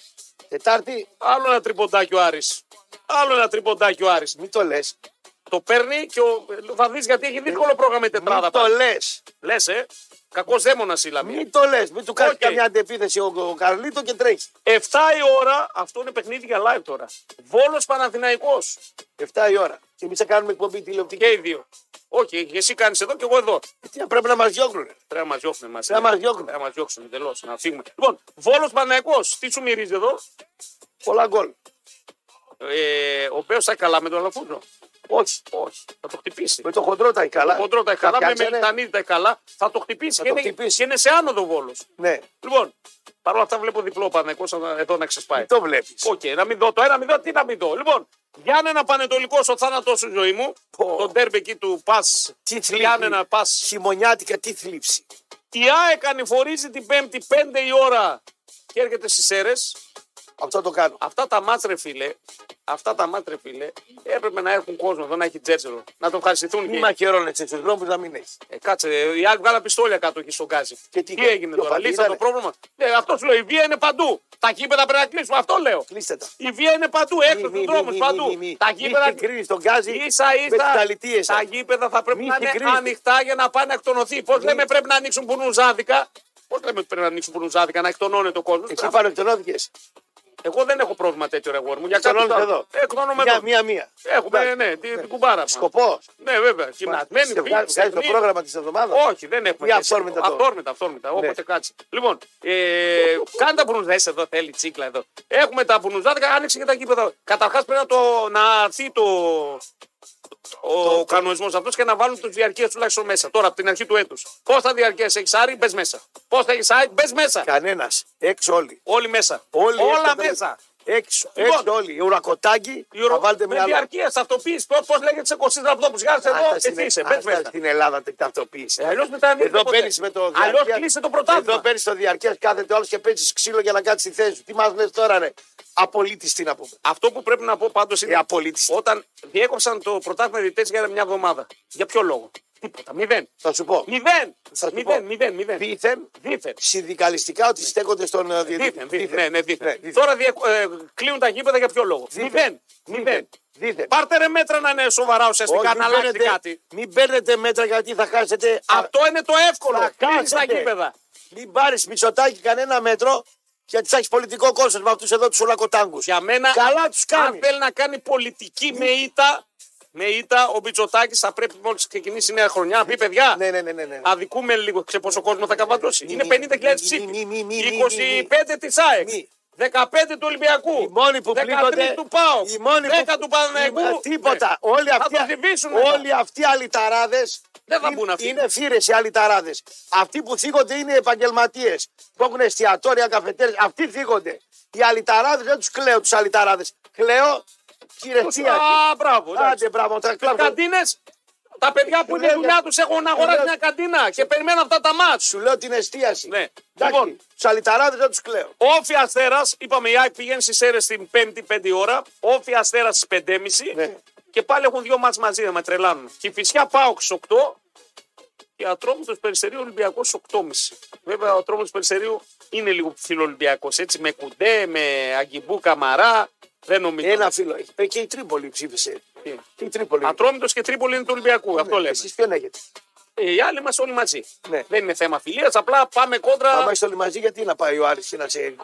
Τετάρτη, Άλλο ένα τριποντάκι ο Άρης. Άλλο ένα τριποντάκι ο Άρης. μην το λες. Το παίρνει και ο Βαδί γιατί έχει δύσκολο πρόγραμμα η τετράδα. Μην το λες. Λες, ε. Κακός δαίμονας η Λαμία. Μην το λες. Μην του κάνεις Οκ. καμιά αντεπίθεση ο, ο Καρλίτο και τρέχεις. 7 η ώρα, αυτό είναι παιχνίδι για live τώρα. Βόλος Παναθηναϊκός 7 η ώρα. Και εμείς θα κάνουμε εκπομπή τηλεοπτική. και οι δύο. Όχι, εσύ κάνεις εδώ και εγώ εδώ. Τι, πρέπει να μας διώκουνε. Πρέπει να μας διώξουν εμά. Πρέπει να μας διώχνουν. Πρέπει να μας διώξουν εντελώς. Να φύγουμε. Λοιπόν, Βόλος Παναθηναϊκός, τι σου μυρίζει εδώ. Πολλά γκολ. Ε, ο οποίος θα καλά με τον Αλαφούρνο. Όχι. Όχι, θα το χτυπήσει. Με το χοντρό τα έχει καλά. Κοντρό τα έχει καλά, με φτιάξανε. Μελιτανίδη τα έχει καλά. Θα το χτυπήσει. Θα και, το είναι, χτυπήσει. και είναι σε άνοδο βόλος. Ναι. Λοιπόν, παρόλα αυτά βλέπω διπλό Παναθηναϊκό εδώ να ξεσπάει. Μην το βλέπεις. Οκ, να μην δω το ένα, μην δω τι να μην δω. Λοιπόν, Γιάννενα Πανετολικό στο θάνατό σου ζωή μου. Πω. Το ντέρμπι εκεί του πας. Τι θλίψη. Γιάννενα πας. Χειμωνιάτικα τι θλίψη. Η ΑΕΚ ανηφορίζει την Πέμπτη 5 η ώρα και έρχεται στις αίρες. Αυτό το κάνω. Αυτά τα μάτρε, φίλε, αυτά τα μάτρε, φίλε, έπρεπε να έχουν κόσμο εδώ να έχει τζέτζερο. Να τον ευχαριστηθούν Μη και. μαχαιρώνε τι δρόμου να μην έχεις. Ε, κάτσε, ε, οι άλλοι βγάλαν πιστόλια κάτω εκεί στον Γκάζι. Και τι- έγινε και ο τώρα, Παπαδίδης λύσαν το ήτανε. πρόβλημα. Ναι, αυτό σου λέω, η βία είναι παντού. Τα γήπεδα πρέπει να κλείσουμε, αυτό λέω. Κλείστε τα. Η βία είναι παντού, έξω στου δρόμου, παντού. Τα γήπεδα κρίνει τον Γκάζι ίσα με τις ίσα. αλητίες σας. Τα γήπεδα θα πρέπει Μη να είναι συγκρίνεστε. ανοιχτά για να πάει να εκτονωθεί. Πώς λέμε πρέπει να ανοίξουν πουνουζάδικα. Πώς λέμε ότι πρέπει να ανοίξουν πουνουζάδικα, να εκτονώνεται ο κόσμος. Εσύ πάνω εκτονώθηκες. Εγώ δεν έχω πρόβλημα τέτοιο ρε γόρι μου. Για κάτι Εκτονώνεται άλλο. εδώ. Ε, Εκτονώνομαι Για εδώ. μία-μία. Έχουμε, ναι, τη- την κουμπάρα. μας. Σκοπός. Ναι, βέβαια. Γυμνασμένοι, Βγάζει το φίλοι, πρόγραμμα της εβδομάδας. όχι, δεν έχουμε. Ή τέτοιο. αυθόρμητα Ναι. τώρα. Αυθόρμητα, αυθόρμητα. Όποτε κάτσε. Λοιπόν, ε, κάνε τα μπουρνουζάκια εδώ, θέλει τσίκλα εδώ. Έχουμε τα μπουρνουζάκια, άνοιξε και τα γήπεδα. Καταρχάς πρέπει να το να αρθεί το, ο κανονισμός αυτός και να βάλουν τους διαρκέ τουλάχιστον μέσα. Τώρα από την αρχή του έτους. Πόσα διαρκέ έχει άρει, μπες μέσα. Πόσα έχει άρει, μπες μέσα. Κανένας. Έξω όλοι. Όλοι μέσα. Όλοι Όλα έξω, μέσα. Έξω, Λοιπόν. έξω όλοι. Ουρακοτάκι, θα Euro- βάλετε με μια άλλη. διαρκέ, ταυτοποίηση. Πώ λέγεται σε 20 ραπτόπου. Γεια εδώ, εσύ είσαι. Μπες μέσα. Στην Ελλάδα την ταυτοποίηση. Αλλιώ Ε, μετά δεν Εδώ γίνεται ποτέ. παίρνει με το Αλλιώς διαρκές. κλείσε το πρωτάθλημα. Εδώ παίρνει το διαρκέ, κάθεται άλλο και παίζεις ξύλο για να κάτσεις στη θέση σου. Τι μας λες τώρα, ρε. Απολύτη τι να πούμε. Αυτό που πρέπει να πω πάντως είναι Ε, απολύτιστη. όταν διέκοψαν το πρωτάθλημα διαιτητές για μια εβδομάδα. Για ποιο λόγο. Τίποτα. Μηδέν. Θα σου πω. Μηδέν. Θα σου Μηδέν, πω. μηδέν, μηδέν. Δήθεν Δίθεν. συνδικαλιστικά ότι στέκονται στον ε, διαιτητή. Δίθεν. δίθεν. Ναι, ναι, δίθεν. δίθεν. Τώρα διεκ- ε, κλείνουν τα γήπεδα για ποιο λόγο. Μηδέν. Μηδέν. Δίθεν. Πάρτε ρε μέτρα να είναι σοβαρά ουσιαστικά, Όχι, να μην αλλάξει παίρνετε- κάτι. Μην παίρνετε μέτρα γιατί θα χάσετε. Αυτό είναι το εύκολο. Θα Κλείνεις τα χάσετε. γήπεδα. Μην πάρεις μισοτάκι κανένα μέτρο γιατί θα έχεις πολιτικό κόστος με αυτούς εδώ τους ολακοτάγκου. Για μένα, Καλά τους αν κάνεις. θέλει να κάνει πολιτική με ήττα, με ήττα, ο Μπιτσοτάκης θα πρέπει μόλις ξεκινήσει η νέα χρονιά να πει παιδιά. Ναι, ναι, ναι, ναι, ναι. Αδικούμε λίγο. Ξέρετε πόσο κόσμο θα καβατρώσει. Μη, Είναι μη, 50.000 μη, ψήφοι. μη, μη, μη, μη, μη, 25 της ΑΕΚ. Μη. 15 του Ολυμπιακού. Οι μόνοι που 13 πλήττονται. του ΠΑΟ. οι μόνοι 10 του Ναι. Παναναϊκού. οι- Τίποτα. Όλοι Θα αυτοί, το χτυπήσουν όλοι αυτοί οι αλυταράδες. Δεν θα μπουν αυτοί. Είναι φύρες οι αλυταράδες. Αυτοί που θίγονται είναι επαγγελματίες. Που έχουν εστιατόρια, καφετέρε. Αυτοί θίγονται. Οι αλυταράδες δεν τους κλαίω τους αλυταράδες. Κλαίω κύριε Τσίακη. Α, μπράβο. εντάξει. Άντε, μπράβο, τα κλάψω. Καντίνες. Τα παιδιά που είναι Λέω, δουλειά τους έχουν αγοράσει λέω. μια καντίνα και περιμένουν αυτά τα μάτς. Σου λέω την εστίαση. Ναι. Εντάξει, Λοιπόν. λοιπόν. τους αλυταράδες δεν τους κλαίω. Όφη Αστέρας, είπαμε η ΑΕΚ πηγαίνει στις αίρες την 5η 5 ώρα. Όφη Αστέρας στις 5.30. Ναι. Και πάλι έχουν δύο μάτς μαζί, δεν με τρελάνουν. Και φυσικά πάω 8 και ατρόμητο Περιστερίου Ολυμπιακός 8.30. Βέβαια, ο ατρόμητος Περιστερίου είναι λίγο φιλοολυμπιακό. Έτσι, με κουντέ, με αγκιμπού, καμαρά. Δεν νομίζω. Ένα φίλο έχει. Ε, Και η Τρίπολη ψήφισε. Τι. Και η Τρίπολη. Ατρόμητος και Τρίπολη είναι του Ολυμπιακού. Ναι, αυτό λέμε. Εσείς ποιον έχετε. Ε, οι άλλοι είμαστε όλοι μαζί. Ναι. Δεν είναι θέμα φιλίας, απλά πάμε κόντρα. Άμα είστε όλοι μαζί, γιατί να πάει ο Άρης και να σε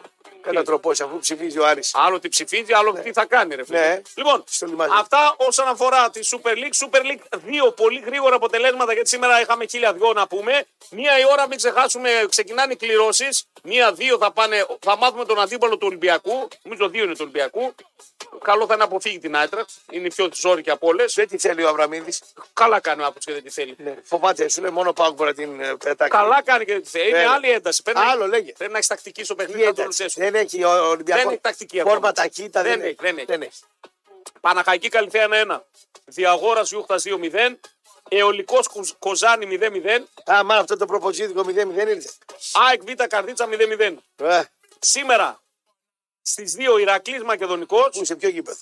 κατατροπώσει αφού ψηφίζει ο Άρης. Άλλο τι ψηφίζει, άλλο τι θα κάνει, ρε φίλε. Ναι. Λοιπόν, Στο λιμάνι. αυτά όσον αφορά τη Super League. Super League 2 πολύ γρήγορα αποτελέσματα γιατί σήμερα είχαμε χίλια δυο να πούμε. Μία η ώρα, μην ξεχάσουμε, ξεκινάνε οι κληρώσεις. Μία-δύο θα πάνε, θα μάθουμε τον αντίπαλο του Ολυμπιακού. Νομίζω δύο είναι του Ολυμπιακού. Καλό θα είναι να αποφύγει την Άιτραχτ. Είναι η πιο ζώρικη από όλες. Δεν τη θέλει ο Αβραμίδης. Καλά κάνει ο Άκος και δεν τη θέλει. Ναι. Φοβάται, σου λέει μόνο πάω μπορεί να την ε, πετάξει. Καλά κάνει και δεν τη θέλει. Είναι Βέβαια. άλλη ένταση. Πρέπει να- Άλλο λέγε. Πρέπει να έχει τακτική στο Τι παιχνίδι, να το ένταξη. λουσέσουν. Δεν έχει ο Ολυμπιακός. Δεν έχει τακτική ακόμα. Φόρμα ταχύτητα Δεν δεν, έχει, δεν έχει. δεν έχει. Παναχαϊκή Καλυθέα 1-1. Διαγόρα Γιούχτα 2-0. Εολικό Κοζάνη 0-0. Α, μάλλον αυτό το προποζήτικο 0-0 ήρθε. ΑΕΚ Β Καρδίτσα 0-0. Ε, Σήμερα στις 2 Ηρακλής Μακεδονικός. Πού σε ποιο γήπεδο.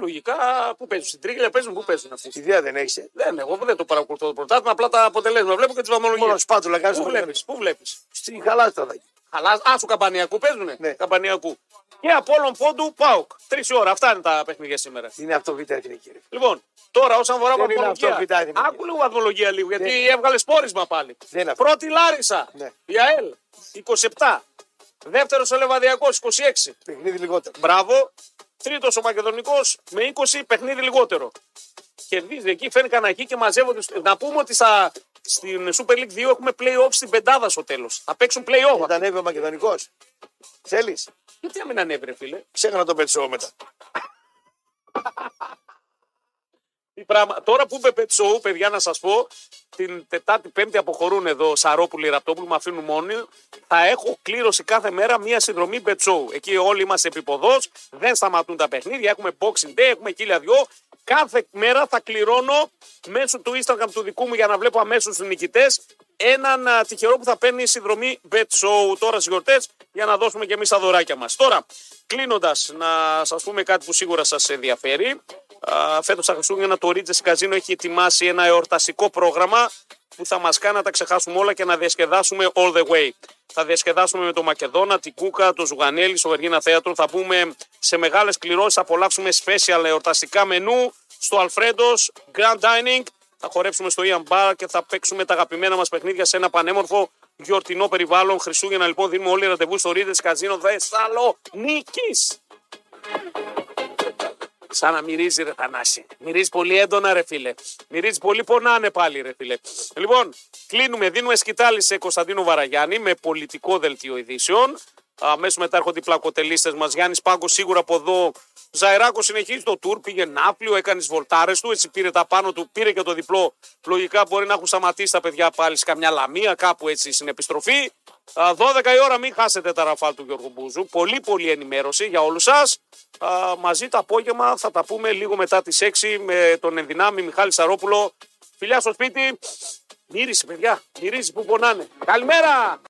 Λογικά που παίζουν. Στην τρίγλια παίζουν, πού παίζουν αυτοί. Ιδέα δεν ε. έχεις. Δεν, εγώ δεν το παρακολουθώ το πρωτάθλημα, απλά τα αποτελέσματα. Βλέπω και τις Μόνο βαθμολογίε. σπάτουλα κάνεις Πού βλέπει, πού βλέπεις. Στην χαλάστα θα γίνει. Αλλά α του καμπανιακού παίζουνε. Ναι. Καμπανιακού. Και από όλων φόντου Πάουκ. Τρει ώρα. Αυτά είναι τα παιχνίδια σήμερα. Είναι αυτό β' εθνική. ρε. Λοιπόν, τώρα όσον αφορά Δεν είναι βαθμολογία. αυτό, κοιτάξτε, μην Άκου λίγο βαθμολογία λίγο, γιατί έβγαλε σπόρισμα πάλι. Δεν είναι αυτό. Πρώτη Λάρισα. Ναι. Η ΑΕΛ. 27. Δεύτερο ο Λεβαδιακό. 26. Παιχνίδι λιγότερο. Μπράβο. Τρίτος ο Μακεδονικός με 20 παιχνίδι λιγότερο. Κερδίζει εκεί, φέρνει κανένα και μαζεύονται. στο- Να πούμε ότι στα, στην Super League 2 έχουμε play-off στην πεντάδα στο τέλος. Θα παίξουν play-off. Όταν ανέβει ο Μακεδονικός. Θέλεις. Γιατί να μην ανέβρε, φίλε. Ξέχανα τον πετσό μετά. Τι πράγμα. Τώρα που είπε Pet Show, παιδιά, να σας πω, την Τετάρτη Πέμπτη αποχωρούν εδώ Σαρόπουλοι Ραπτόπουλοι, με αφήνουν μόνοι. Θα έχω κλήρωση κάθε μέρα μία συνδρομή Pet Show. Εκεί όλοι είμαστε επιποδός, δεν σταματούν τα παιχνίδια. Έχουμε boxing day, έχουμε χίλια δυο. Κάθε μέρα θα κληρώνω μέσω του Instagram του δικού μου για να βλέπω αμέσως τους νικητές έναν α, τυχερό που θα παίρνει συνδρομή Bet Show τώρα στις γιορτές για να δώσουμε και εμείς τα δωράκια μας. Τώρα, κλείνοντας, να σας πούμε κάτι που σίγουρα σας ενδιαφέρει. Φέτο τα Χριστούγεννα το Ρίτζε Καζίνο έχει ετοιμάσει ένα εορταστικό πρόγραμμα που θα μας κάνει να τα ξεχάσουμε όλα και να διασκεδάσουμε all the way. Θα διασκεδάσουμε με τον Μακεδόνα, την Κούκα, τον Ζουγανέλη, στο Βεργίνα Θέατρο. Θα μπούμε σε μεγάλες κληρώσεις, θα απολαύσουμε special εορταστικά μενού στο Αλφρέντος Grand Dining. Θα χορέψουμε στο Ian Bar και θα παίξουμε τα αγαπημένα μας παιχνίδια σε ένα πανέμορφο γιορτινό περιβάλλον. Χριστούγεννα λοιπόν δίνουμε όλοι ραντεβού στο Ρίδε Καζίνο Θεσσαλονίκης. Σαν να μυρίζει ρε Θανάση. Μυρίζει πολύ έντονα ρε φίλε. Μυρίζει πολύ πονάνε πάλι ρε φίλε. Λοιπόν, κλείνουμε, δίνουμε σκητάλη σε Κωνσταντίνο Βαραγιάννη με πολιτικό δελτίο ειδήσεων. Αμέσως μετά έρχονται οι πλακοτελίστες μας. Γιάννης Πάγκος σίγουρα από εδώ. Ζαεράκο συνεχίζει το τουρ, πήγε Νάπλιο, έκανες τι βολτάρες του. Έτσι πήρε τα πάνω του, πήρε και το διπλό. Λογικά μπορεί να έχουν σταματήσει τα παιδιά πάλι σε καμιά λαμία, κάπου έτσι στην επιστροφή. Α, 12 η ώρα, μην χάσετε τα ραφάλ του Γιώργου Μπούζου. Πολύ, πολύ ενημέρωση για όλους σας. Μαζί το απόγευμα θα τα πούμε λίγο μετά τις 6 με τον ενδυνάμει Μιχάλη Σαρόπουλο. Φιλιά στο σπίτι. Μύρισε, παιδιά. Μυρίζει που πονάνε. Καλημέρα!